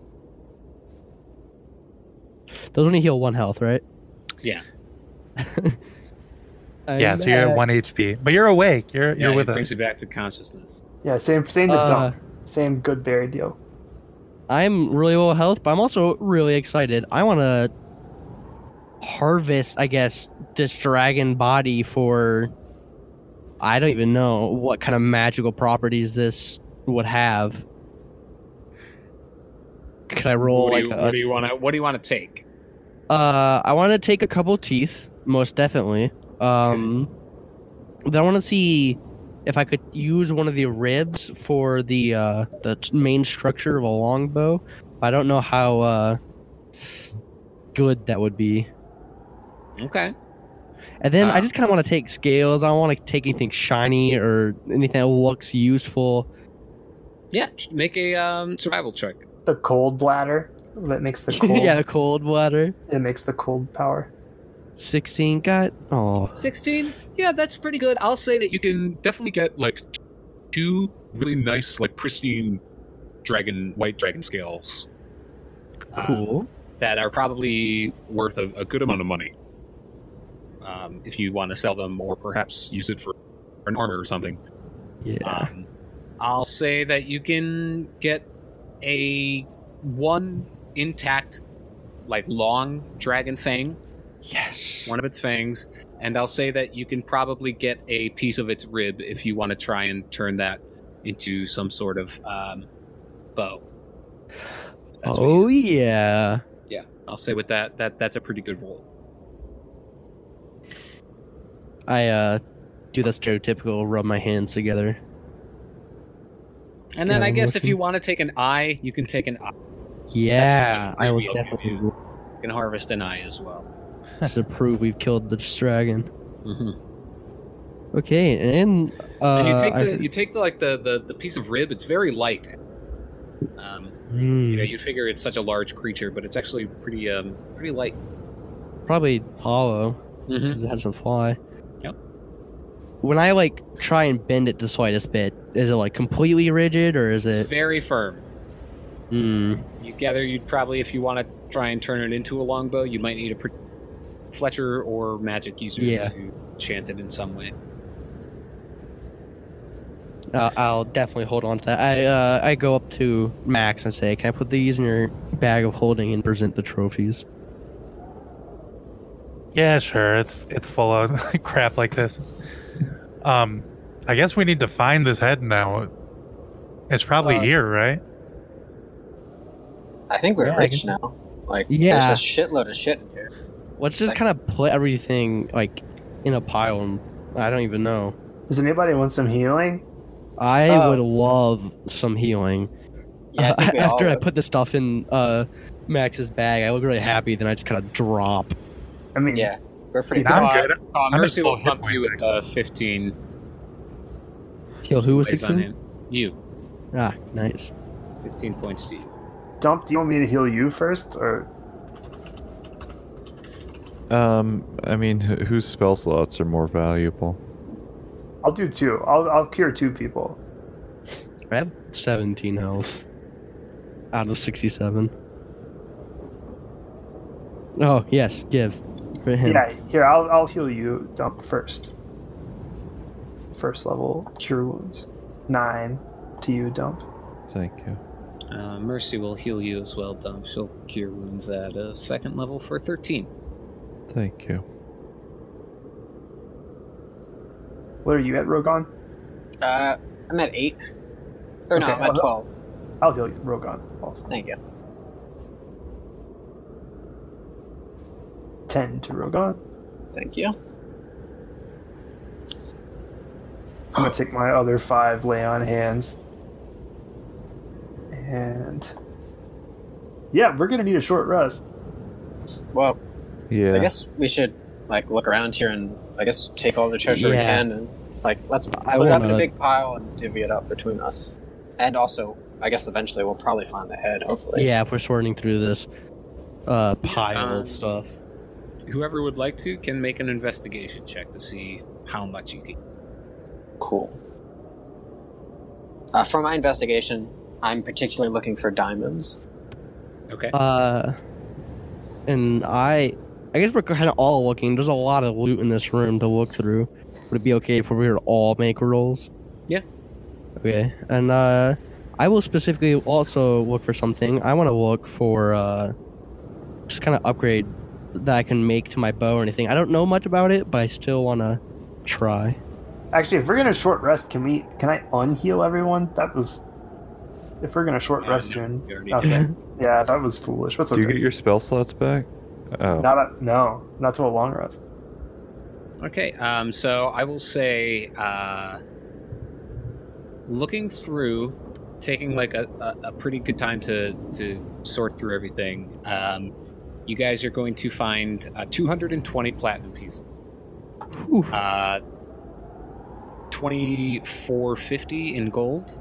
B: Those only heal one health, right?
H: Yeah.
B: I'm
F: yeah, so you're at
B: back.
F: one HP. But you're awake. You're
H: Yeah,
F: you're
H: it
F: with
H: brings
F: us.
H: you back to consciousness.
E: Yeah, same same to
B: Uh,
E: Dump. Same good berry deal.
B: I'm really low health, but I'm also really excited. I want to harvest, I guess, this dragon body for. I don't even know what kind of magical properties this would have. Could I roll
H: what,
B: like
H: do you,
B: a-
H: what do you want to? What do you want to take?
B: uh, I want to take a couple teeth, most definitely. Um, then I want to see if I could use one of the ribs for the uh, the t- main structure of a longbow. I don't know how uh, good that would be.
H: Okay.
B: And then
H: Ah.
B: I just kind of want to take scales. I don't want to take anything shiny or anything that looks useful.
H: Yeah, make a um, survival check.
E: The cold bladder that makes the cold.
B: yeah, cold water.
E: it makes the cold power.
B: Sixteen got. Oh,
H: 16 yeah that's pretty good i'll say that
K: you can definitely get like two really nice, like pristine dragon, white dragon scales
H: uh,
B: cool.
H: that are probably worth a, a good amount of money um, if you want to sell them or perhaps use it for an armor or something
B: yeah.
F: Uh,
H: um, i'll say that you can get a one intact like long dragon fang
B: yes.
H: one of its fangs and i'll say that you can probably get a piece of its rib if you want to try and turn that into some sort of um, bow That's what you-
B: Oh yeah.
H: i'll say with that that that's a pretty good roll
B: I uh do the stereotypical rub my hands together.
H: and then
B: Yeah,
H: i
B: I'm
H: guess if
B: looking.
H: you want to take an eye you can take an eye
B: Yeah,
H: just a
B: I will
H: freebie, I'll give
B: definitely
H: you. you can harvest an eye as well
B: to prove we've killed the dragon.
H: mm-hmm.
B: Okay, and uh
H: and you take
B: I-
H: the you take the, like the, the the piece of rib it's very light um,
B: Hmm,
H: you know you figure it's such a large creature but it's actually pretty um pretty light
B: probably hollow
H: mm-hmm.
B: because it has a fly.
H: Yep.
B: When I like try and bend it the slightest bit, is it like completely rigid or is
H: it's
B: it?
H: very firm
B: Hmm.
H: You gather you'd probably, if you want to try and turn it into a longbow, you might need a pr- Fletcher or magic user
B: Yeah.
H: to chant it in some way.
B: Uh, I'll definitely hold on to that. I uh, I go up to Max and say, "Can I put these in your bag of holding and present the trophies?"
F: Yeah, sure. It's it's full of crap like this. Um I guess we need to find this head now. It's probably
E: Uh,
F: here, right?
C: I think we're
B: Yeah, I
C: rich now. Like,
B: Yeah.
C: there's a shitload of shit in here.
B: Let's just
C: Like-
B: kind of put everything like in a pile, and I don't even know.
E: Does anybody want some healing?
B: I
C: Oh.
B: would love some healing.
C: Yeah, I think we
B: after
C: all
B: I
C: would.
B: put the stuff in uh, Max's bag, I look really happy. Then I just kind of drop.
E: I mean,
C: Yeah, we're pretty.
F: Yeah. I'm
H: Uh,
F: good.
H: Uh,
F: I'm
H: Mercy
F: just
H: will
F: full hit
H: pump you with uh, 15
B: Heal who was
H: legs on
B: sixteen?
H: hand. You.
B: Ah, nice.
H: 15 points to you.
E: Dump. Do you want me to heal you first, or
G: Um, I mean, wh- whose spell slots are more valuable?
E: I'll do two. I'll I'll cure two people.
B: I have 17 health out of 67. Oh, yes, give. For
C: Hmm.
B: him.
E: Yeah, here I'll I'll heal you dump first. First level cure wounds. Nine to you dump.
G: Thank you.
A: Uh, Mercy will heal you as well, Dom. She'll cure wounds at a second level for 13.
G: Thank you.
E: What are you at, Rogon?
C: Uh, I'm at eight. Or no,
E: Okay,
C: I'm at
E: well-
C: twelve.
E: I'll heal you, Rogon. Also.
C: Thank you.
E: Ten to Rogon.
C: Thank you.
E: I'm gonna take my other five lay on hands. And yeah, we're gonna need a short rest.
C: Well, I
G: Yeah.
C: guess we should like look around here and I guess take all the treasure we
B: Yeah.
C: can and like let's I
B: I
C: put it up in a
B: wanna-
C: big pile and divvy it up between us. And also, I guess eventually we'll probably find the head. Hopefully,
B: Yeah, if we're sorting through this uh, pile
A: Um,
B: of stuff.
A: Whoever would like to can make an investigation check to see how much you can.
C: cool. Uh, for my investigation, I'm particularly looking for diamonds.
A: Okay.
B: Uh, and I, I guess we're kind of all looking. There's a lot of loot in this room to look through. Would it be okay if we were to all make rolls?
A: Yeah.
B: Okay, and uh, I will specifically also look for something. I want to look for uh, just kind of upgrade that I can make to my bow or anything. I don't know much about it, but I still want to try.
E: Actually, if we're gonna short rest, can we? Can I unheal everyone? That was. If we're gonna short
A: Uh,
E: rest
A: no,
E: soon.
A: you already
E: Okay. yeah, that was foolish. What's
G: Do you
E: okay?
G: get your spell slots back? Oh.
E: Not a, no, not till a long rest.
A: Okay, um, so I will say, uh, looking through, taking like a, a, a pretty good time to, to sort through everything, um, you guys are going to find uh, 220 platinum pieces.
B: Oof.
A: Uh, 2450 in gold,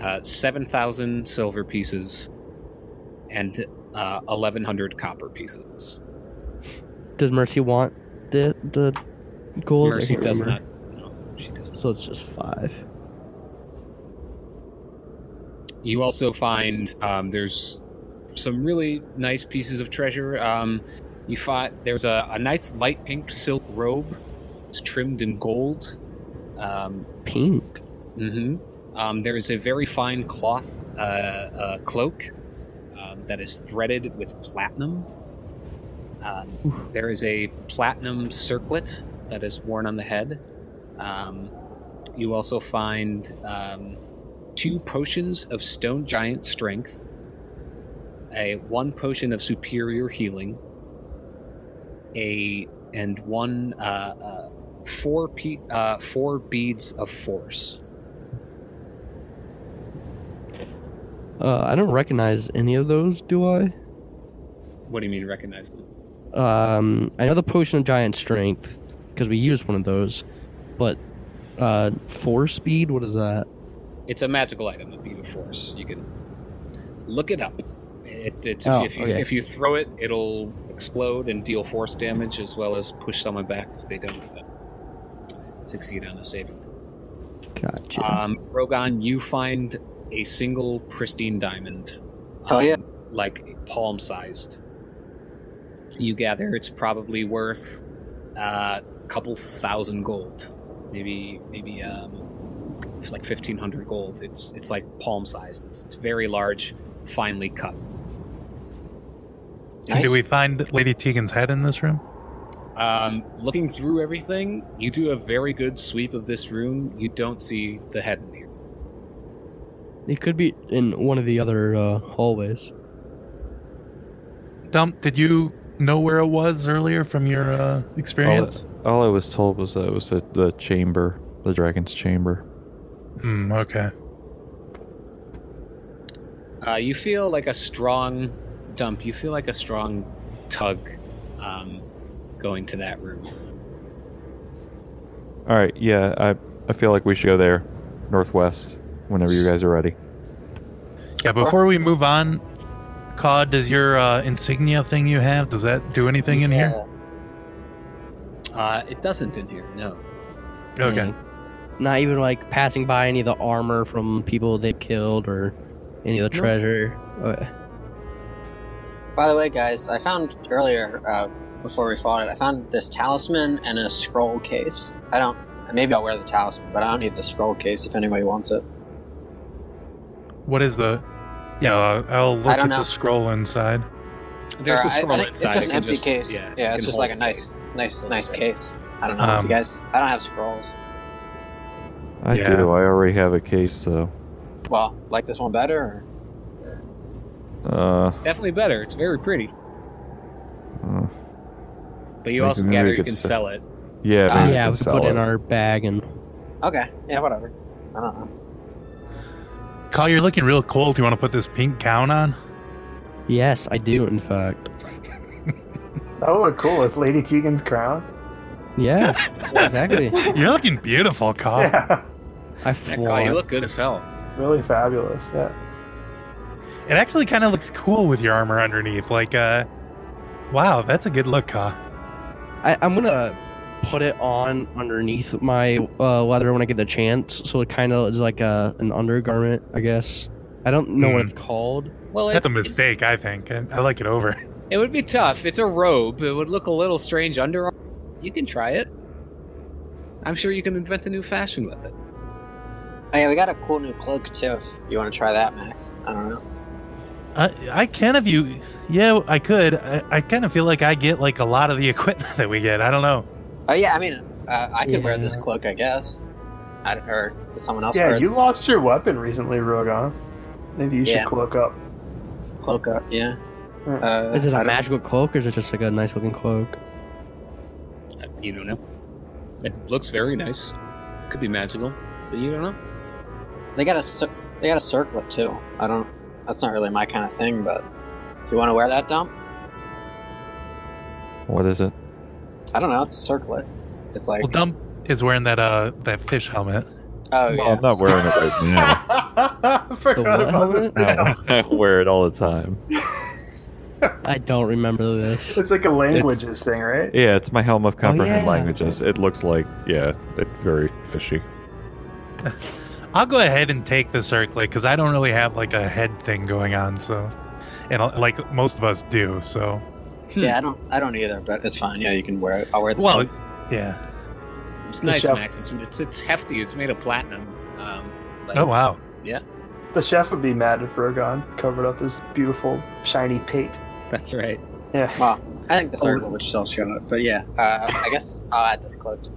A: uh, 7,000 silver pieces, and uh, 1,100 copper pieces.
B: Does Mercy want the the gold? I
A: Mercy
B: can't
A: does
B: remember.
A: not. No, she does not.
B: So it's just five.
A: You also find um, there's some really nice pieces of treasure. Um, you fought. There's a, a nice light pink silk robe. It's trimmed in gold. Um,
B: Pink.
A: hmm Um, there is a very fine cloth uh, uh, cloak um, that is threaded with platinum. Um, there is a platinum circlet that is worn on the head. Um, you also find um, two potions of stone giant strength, a one potion of superior healing, a and one uh, uh, four pe- uh, four beads of force.
B: Uh, I don't recognize any of those, do I?
A: What do you mean recognize them?
B: Um, I know the potion of giant strength because we used one of those, but uh, four speed. What is that?
A: It's a magical item, a beam of force. You can look it up. It, it's
B: Oh,
A: if, you,
B: okay.
A: if you throw it, it'll explode and deal force damage as well as push someone back if they don't uh, succeed on a saving throw.
B: Gotcha.
A: Um, Rogan, you find a single pristine diamond. um,
C: Hell yeah.
A: Like palm sized. You gather it's probably worth a couple thousand gold. Maybe, maybe, um, it's like 1500 gold. It's, it's like palm sized. It's, it's very large, finely cut.
F: And do we find Lady Tegan's head in this room?
A: Um, looking through everything, you do a very good sweep of this room. You don't see the head in here.
B: it could be in one of the other uh, hallways.
F: Dump, did you know where it was earlier from your uh, experience?
G: All I was told was that it was at the chamber, the dragon's chamber.
F: Hmm, okay.
A: Uh, you feel like a strong dump. You feel like a strong tug um, going to that room.
G: All right, yeah, I I feel like we should go there, northwest, whenever you guys are ready.
F: Yeah, before we move on, Cod, does your uh, insignia thing you have, does that do anything in here?
A: Uh, it doesn't in here, no.
F: Okay.
B: Not even like passing by any of the armor from people they've killed or any of the
C: No.
B: treasure. Uh,
C: By the way, guys, I found earlier uh, before we fought it, I found this talisman and a scroll case. I don't. Maybe I'll wear the talisman, but I don't need the scroll case if anybody wants it.
F: What is the? Yeah, uh, I'll look
C: I don't
F: at
C: know.
F: the scroll inside.
A: There's the
C: Or I- I
A: scroll inside.
C: think It's just
A: It
C: an
A: can
C: empty case.
A: Yeah,
C: Yeah,
A: it can
C: it's just
A: hold
C: like a
A: it.
C: nice, nice, nice case. I don't know if
F: Um,
C: you guys. I don't have scrolls.
G: I
F: Yeah.
G: do. I already have a case though.
C: Well, like this one better. Or?
G: Uh,
A: It's definitely better. It's very pretty.
G: uh,
A: But you
G: Maybe-
A: also
G: maybe
A: gather
G: we
A: you
G: could
A: can
G: se-
A: sell it.
G: yeah,
C: Ah,
G: maybe
B: yeah,
G: we
B: we
G: could
B: could put
G: sell
B: it in
G: it.
B: our bag and
C: Okay. Yeah, whatever. I don't know.
F: Kyle, you're looking real cold. Do you want to put this pink gown on?
B: yes, I do in fact.
E: That would look cool with Lady Tegan's crown.
B: Yeah, exactly.
F: You're looking beautiful, Kyle.
E: Yeah,
B: I
A: That guy, you
B: flaunt.
A: look good as hell.
E: really fabulous. Yeah.
F: It actually kind of looks cool with your armor underneath. Like, uh, wow, that's a good look, Kyle.
B: I, I'm gonna put it on underneath my uh, leather when I get the chance, so it kind of is like a an undergarment, I guess. I don't know what
F: Hmm.
B: it's called.
A: Well,
F: That's a
A: it- it's-
F: mistake, I think. I, I like it over.
A: It would be tough. It's a robe. It would look a little strange under. You can try it. I'm sure you can invent a new fashion with it.
C: Oh, yeah, we got a cool new cloak too. If you want to try that, Max. I don't know.
F: I, I kind of you, yeah, I could. I, I kind of feel like I get like a lot of the equipment that we get. I don't know.
C: Oh yeah, I mean, uh, I could wear this
E: Yeah.
C: cloak, I guess. I, or does someone else
E: Yeah,
C: wear
E: you lost your weapon recently, Rogan. Maybe you should
C: Yeah.
E: cloak up.
C: the cloak up? Yeah.
E: Hmm.
C: Uh,
B: Is it
C: I
B: a
C: don't-
B: magical cloak or is it just like a nice looking cloak?
A: You don't know. It looks very nice. Could be magical, but you don't know.
C: They got a cir- they got a circlet too. I don't. That's not really my kind of thing, but you want to wear that, dump?
G: What is it?
C: I don't know. It's a circlet. It's like
F: Well, Dump is wearing that uh that fish helmet.
C: oh
G: well,
C: yeah.
G: I'm not wearing it right now.
B: The
E: Forgot
B: what
E: about
B: helmet?
E: it. Yeah.
G: I wear it all the time.
B: I don't remember this.
E: It's like a languages thing, right?
G: Yeah, it's my helm of comprehend
B: yeah.
G: languages. It looks like yeah, it very fishy.
F: I'll go ahead and take the circlet because I don't really have like a head thing going on. So, and uh, like most of us do. So,
C: Yeah, I don't. I don't either. But it's fine. Yeah, you can wear it. I'll wear the.
F: well,
C: cloak.
F: yeah.
A: It's
E: The
A: nice,
E: chef-
A: Max. It's, it's it's hefty. It's made of platinum. Um, like
F: Oh
A: it's-
F: wow.
E: The chef would be mad if Rogan covered up his beautiful shiny pate.
A: That's right.
E: Yeah.
C: Well, I think the circlet would still show up. But yeah, uh, I guess I'll add this cloak. To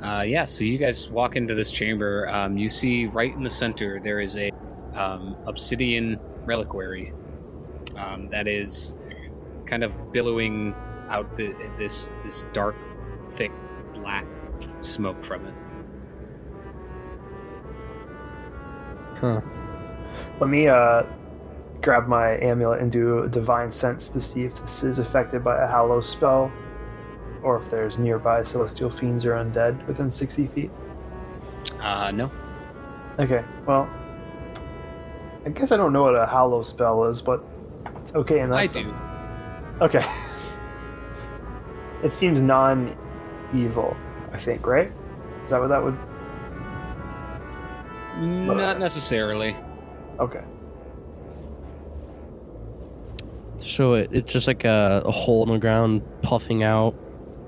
A: Uh, yeah, so you guys walk into this chamber. Um, you see right in the center there is a um, obsidian reliquary um, that is kind of billowing out the, this this dark, thick black smoke from it.
E: Let me uh, grab my amulet and do a divine sense to see if this is affected by a hallow spell, or if there's nearby celestial fiends or undead within 60 feet.
A: Uh, no,
E: Okay, well, I guess I don't know what a hallow spell is, but it's okay in that
A: I do.
E: sense. Okay. it seems non-evil, I think, right? Is that what that would?
A: Not necessarily.
E: Okay.
B: So it, it's just like a, a hole in the ground puffing out.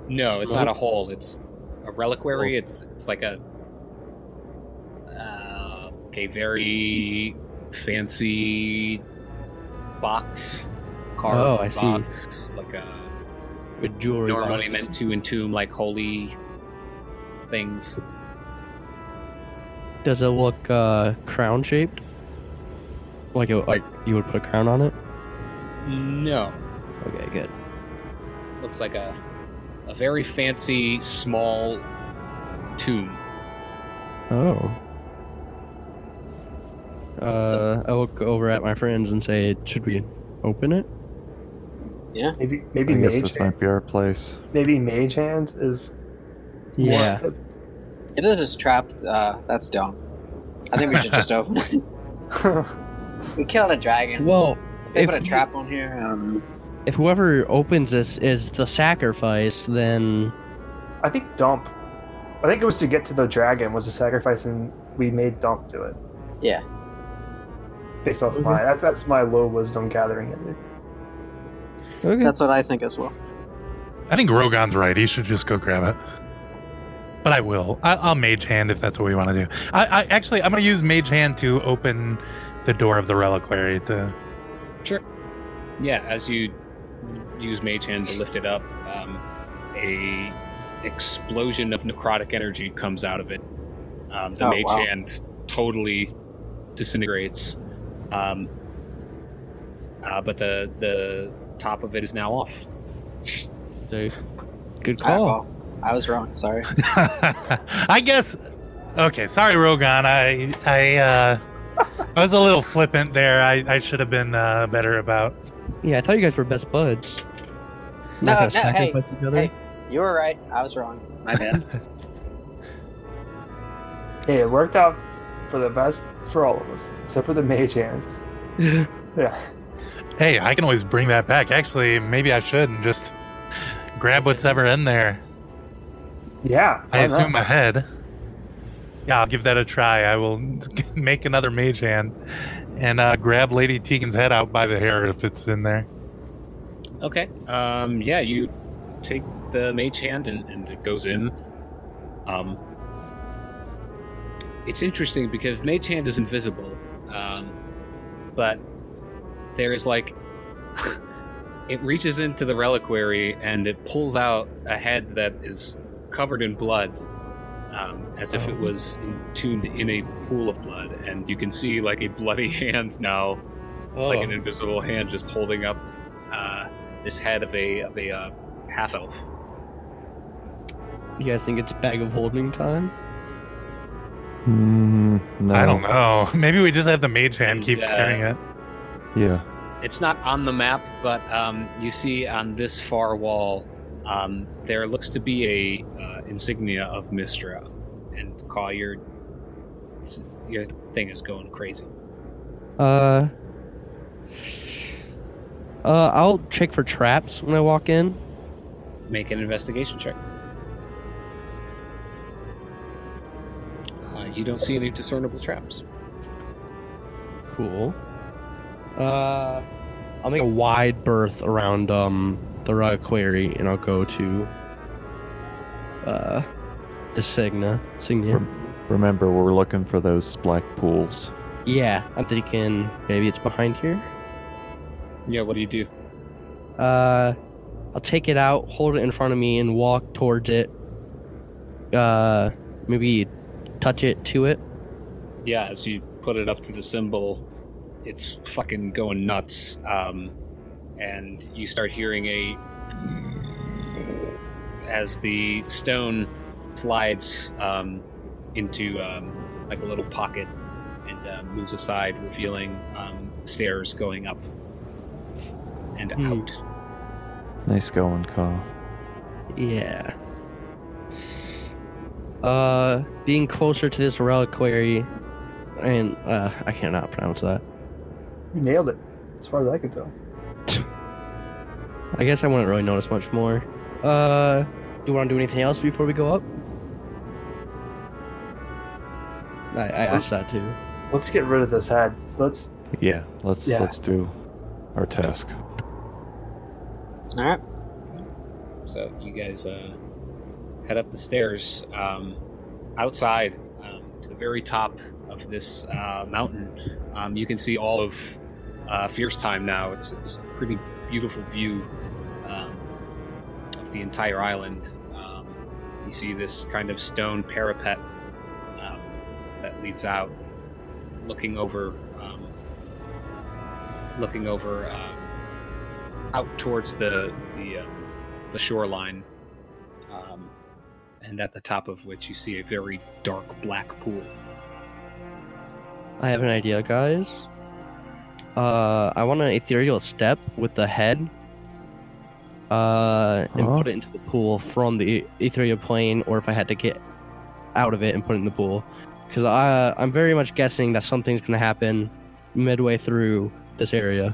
A: No, it's not a hole. It's a
B: Oh.
A: reliquary. It's it's like a uh, a very fancy box, carved
B: Oh, I see.
A: box, like a
B: With jewelry.
A: normally
B: box.
A: meant to entomb like holy things.
B: Does it look uh, crown shaped? Like it, like you would put a crown on it?
A: No,
B: Okay, good.
A: looks like a a very fancy small tomb.
B: Oh. Uh, I look over at my friends and say, "Should we open it?"
E: Maybe maybe
G: I guess
E: mage
G: this might be our place.
E: maybe mage hand is more
B: Yeah.
E: to-
C: If this is trapped, uh, that's dumb. I think we should just open. it. We killed a dragon.
B: Well,
C: if they
B: if
C: put a
B: you-
C: trap on um, here, I don't know.
B: if whoever opens this is the sacrifice, then
E: I think dump. I think it was to get to the dragon was a sacrifice, and we made dump do it.
C: Yeah.
E: Based off
B: Mhm.
E: of my that's that's my low wisdom gathering. of it.
B: Hmm.
G: Okay.
C: That's what I think as well.
F: I think Rogan's right. He should just go grab it. But I will. I, I'll mage hand if that's what we want to do. I, I actually I'm gonna use mage hand to open the door of the reliquary. To
A: Yeah, as you use Mage Hand to lift it up, um, a explosion of necrotic energy comes out of it. Um, the
C: Oh,
A: Mage
C: wow.
A: Hand totally disintegrates, um, uh, but the the top of it is now off.
B: So, good
C: I,
B: call.
C: well, I was wrong. Sorry.
F: I guess. Okay, sorry, Rogan. I I uh, I was a little flippant there. I, I should have been uh, better about.
B: Yeah, I thought you guys were best buds.
C: No,
B: Not gonna
C: Oh, no, hey,
B: sacrifice each other.
C: hey. You were right. I was wrong. My bad.
E: Hey, it worked out for the best for all of us, except for the mage hands. yeah.
F: Hey, I can always bring that back. Actually, maybe I should and just grab what's ever in there.
E: Yeah. why
F: I
E: not?
F: assume ahead. Yeah, I'll give that a try. I will make another mage hand and uh, grab Lady Tegan's head out by the hair if it's in there.
A: Okay. Um, yeah, you take the Mage Hand and, and it goes in. Um, it's interesting because Mage Hand is invisible, um, but there is like it reaches into the reliquary and it pulls out a head that is covered in blood, um, as if it was entombed in a pool of blood, and you can see like a bloody hand now like an invisible hand just holding up uh, this head of a of a uh, half elf.
B: You guys think it's bag of holding time?
G: Mm, no.
F: I don't know. Maybe we just have the mage hand
A: And,
F: keep
A: uh,
F: carrying it.
G: Yeah.
A: It's not on the map, but um, you see on this far wall, um, there looks to be a uh, insignia of Mistra, and call your your thing is going crazy.
B: Uh, uh, I'll check for traps when I walk in.
A: Make an investigation check. Uh, you don't see any discernible traps.
B: Cool. Uh, I'll make a wide berth around um the rock quarry, and I'll go to uh the Signa. Signia.
G: Remember, we're looking for those black pools.
B: Yeah, I'm thinking maybe it's behind here.
A: Yeah, what do you do?
B: Uh, I'll take it out, hold it in front of me, and walk towards it. Uh, maybe touch it to it.
A: yeah, as you put it up to the symbol, it's fucking going nuts. Um, and you start hearing a as the stone slides um, into um, like a little pocket and uh, moves aside, revealing um, stairs going up and
B: Hmm.
A: out.
G: Nice going, Carl.
B: Yeah. Uh, being closer to this reliquary, and uh, I cannot pronounce that.
E: You nailed it, as far as I could tell.
B: I guess I wouldn't really notice much more. Uh, do you want to do anything else before we go up? I, I asked that too.
E: Let's get rid of this head. Let's
G: Yeah. Let's
E: Yeah.
G: let's do our task.
C: All right.
A: So you guys uh, head up the stairs um, outside um, to the very top of this uh, mountain. Um, you can see all of uh, Fierce Time now. It's, it's a pretty beautiful view um, of the entire island. Um, you see this kind of stone parapet um, that leads out, looking over, um, looking over um, out towards the the. Uh, the shoreline, um, and at the top of which you see a very dark black pool.
B: I have an idea, guys. Uh, I want an ethereal step with the head. Uh, and
G: Huh?
B: put it into the pool from the e-, ethereal plane, or if I had to get out of it and put it in the pool, because I I'm very much guessing that something's gonna happen midway through this area.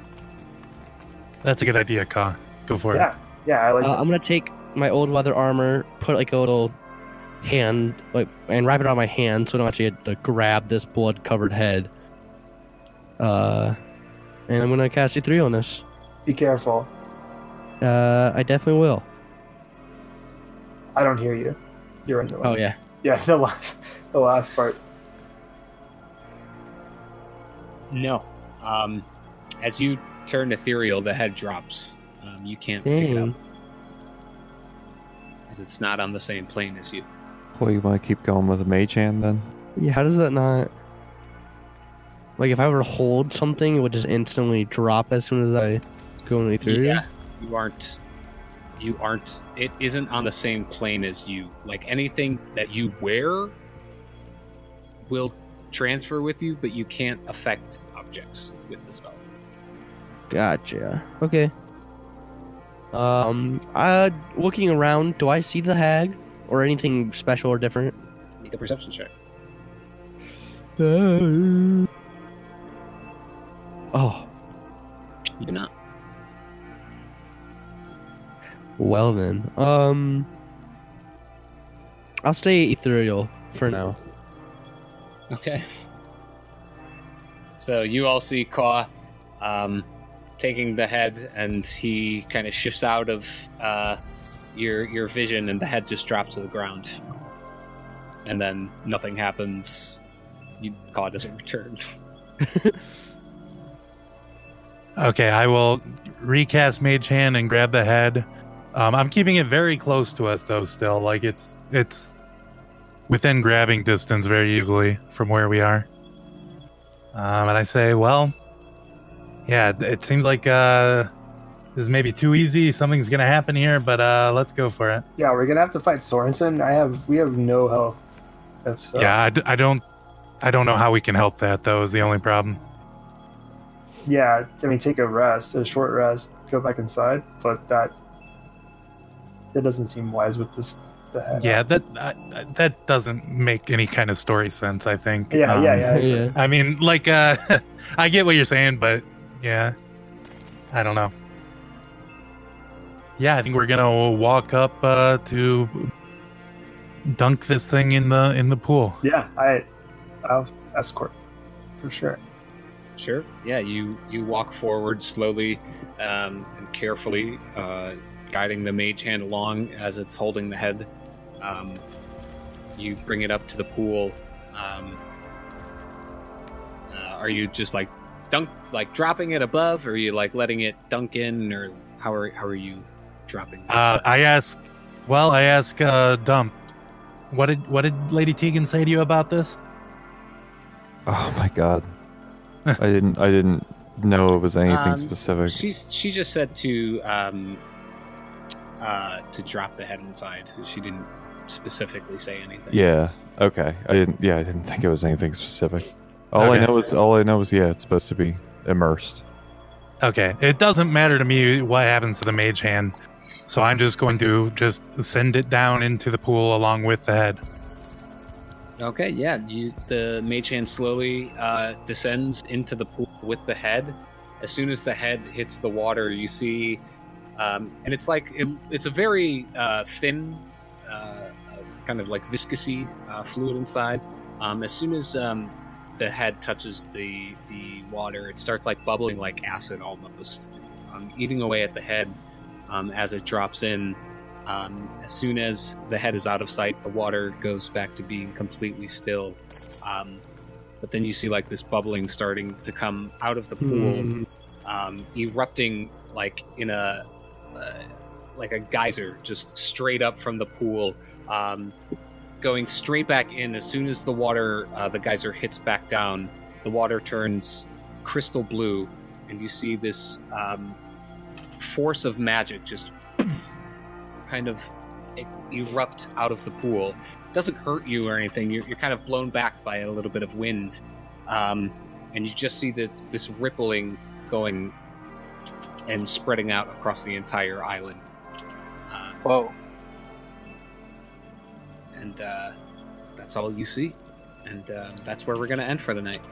F: That's a good idea, Ka. Go for it.
E: yeah, yeah. I like
B: Uh, I'm gonna take my old leather armor, put like a little hand, like, and wrap it on my hand so I don't actually have to grab this blood covered head. Uh, and I'm gonna cast a three on this.
E: Be careful.
B: Uh, I definitely will.
E: I don't hear you. You're in the
B: Oh yeah.
E: Yeah, the last, the last part.
A: No. Um, as you turn ethereal, the head drops. Um, you can't pick it
B: Dang.
A: up because it's not on the same plane as you.
G: Well, you want to keep going with the mage hand then?
B: Yeah, how does that not? Like, if I were to hold something, it would just instantly drop as soon as I go E into through.
A: Yeah, you aren't. You aren't. It isn't on the same plane as you. Like anything that you wear will transfer with you, but you can't affect objects with the spell.
B: Gotcha. Okay. Um, uh, looking around, do I see the hag or anything special or different?
A: Make a perception check.
B: Oh,
A: You do not.
B: well then. Um, I'll stay ethereal for now.
A: Okay. So you all see Kaw um, taking the head, and he kind of shifts out of uh, your your vision, and the head just drops to the ground. And then nothing happens. You, Kaw doesn't return.
F: Okay, I will recast Mage Hand and grab the head. Um, I'm keeping it very close to us though. Still, like it's it's within grabbing distance very easily from where we are. Um, and I say, well, yeah, it seems like uh, this is maybe too easy. Something's gonna happen here, but uh, let's go for it.
E: Yeah, we're gonna have to fight Sorensen. I have, we have no health. If so.
F: Yeah, I, d- I don't, I don't know how we can help that though. Is the only problem.
E: Yeah, I mean, take a rest, a short rest, go back inside, but that that doesn't seem wise with this. The head.
F: Yeah, that I, that doesn't make any kind of story sense. I think.
E: yeah,
F: Um,
E: yeah, yeah.
B: yeah.
F: I mean, like, uh, I get what you're saying, but yeah, I don't know. Yeah, I think we're gonna walk up uh, to dunk this thing in the in the pool.
E: Yeah, I, I'll escort for sure.
A: Sure. Yeah, you you walk forward slowly um, and carefully, uh, guiding the mage hand along as it's holding the head. Um, you bring it up to the pool. Um, uh, are you just like dunk, like dropping it above, or are you like letting it dunk in, or how are how are you dropping? This?
F: Uh, I ask, well, I ask uh, Dump, what did what did Lady Tegan say to you about this?
G: Oh my god. I didn't I didn't know it was anything
A: Um,
G: specific.
A: She's she just said to um, uh, to drop the head inside. She didn't specifically say anything.
G: Yeah. Okay. I didn't yeah, I didn't think it was anything specific. All
F: Okay.
G: I know is all I know is yeah, it's supposed to be immersed.
F: Okay, it doesn't matter to me what happens to the mage hand, so I'm just going to just send it down into the pool along with the head.
A: Okay, yeah. You, the mage hand slowly uh, descends into the pool with the head. As soon as the head hits the water, you see, um, and it's like it, it's a very uh, thin, uh, uh, kind of like viscousy uh, fluid inside. Um, as soon as um, the head touches the the water, it starts like bubbling like acid almost, um, eating away at the head um, as it drops in. Um, as soon as the head is out of sight, the water goes back to being completely still. Um, but then you see like this bubbling starting to come out of the pool, um, erupting like in a uh, like a geyser, just straight up from the pool, um, going straight back in. As soon as the water, uh, the geyser hits back down, the water turns crystal blue, and you see this um, force of magic just kind of e- erupt out of the pool. Doesn't hurt you or anything. You're, you're kind of blown back by a little bit of wind, um, and you just see this, this rippling going and spreading out across the entire island. Uh,
C: Whoa.
A: and uh, that's all you see. And uh, that's where we're going to end for the night.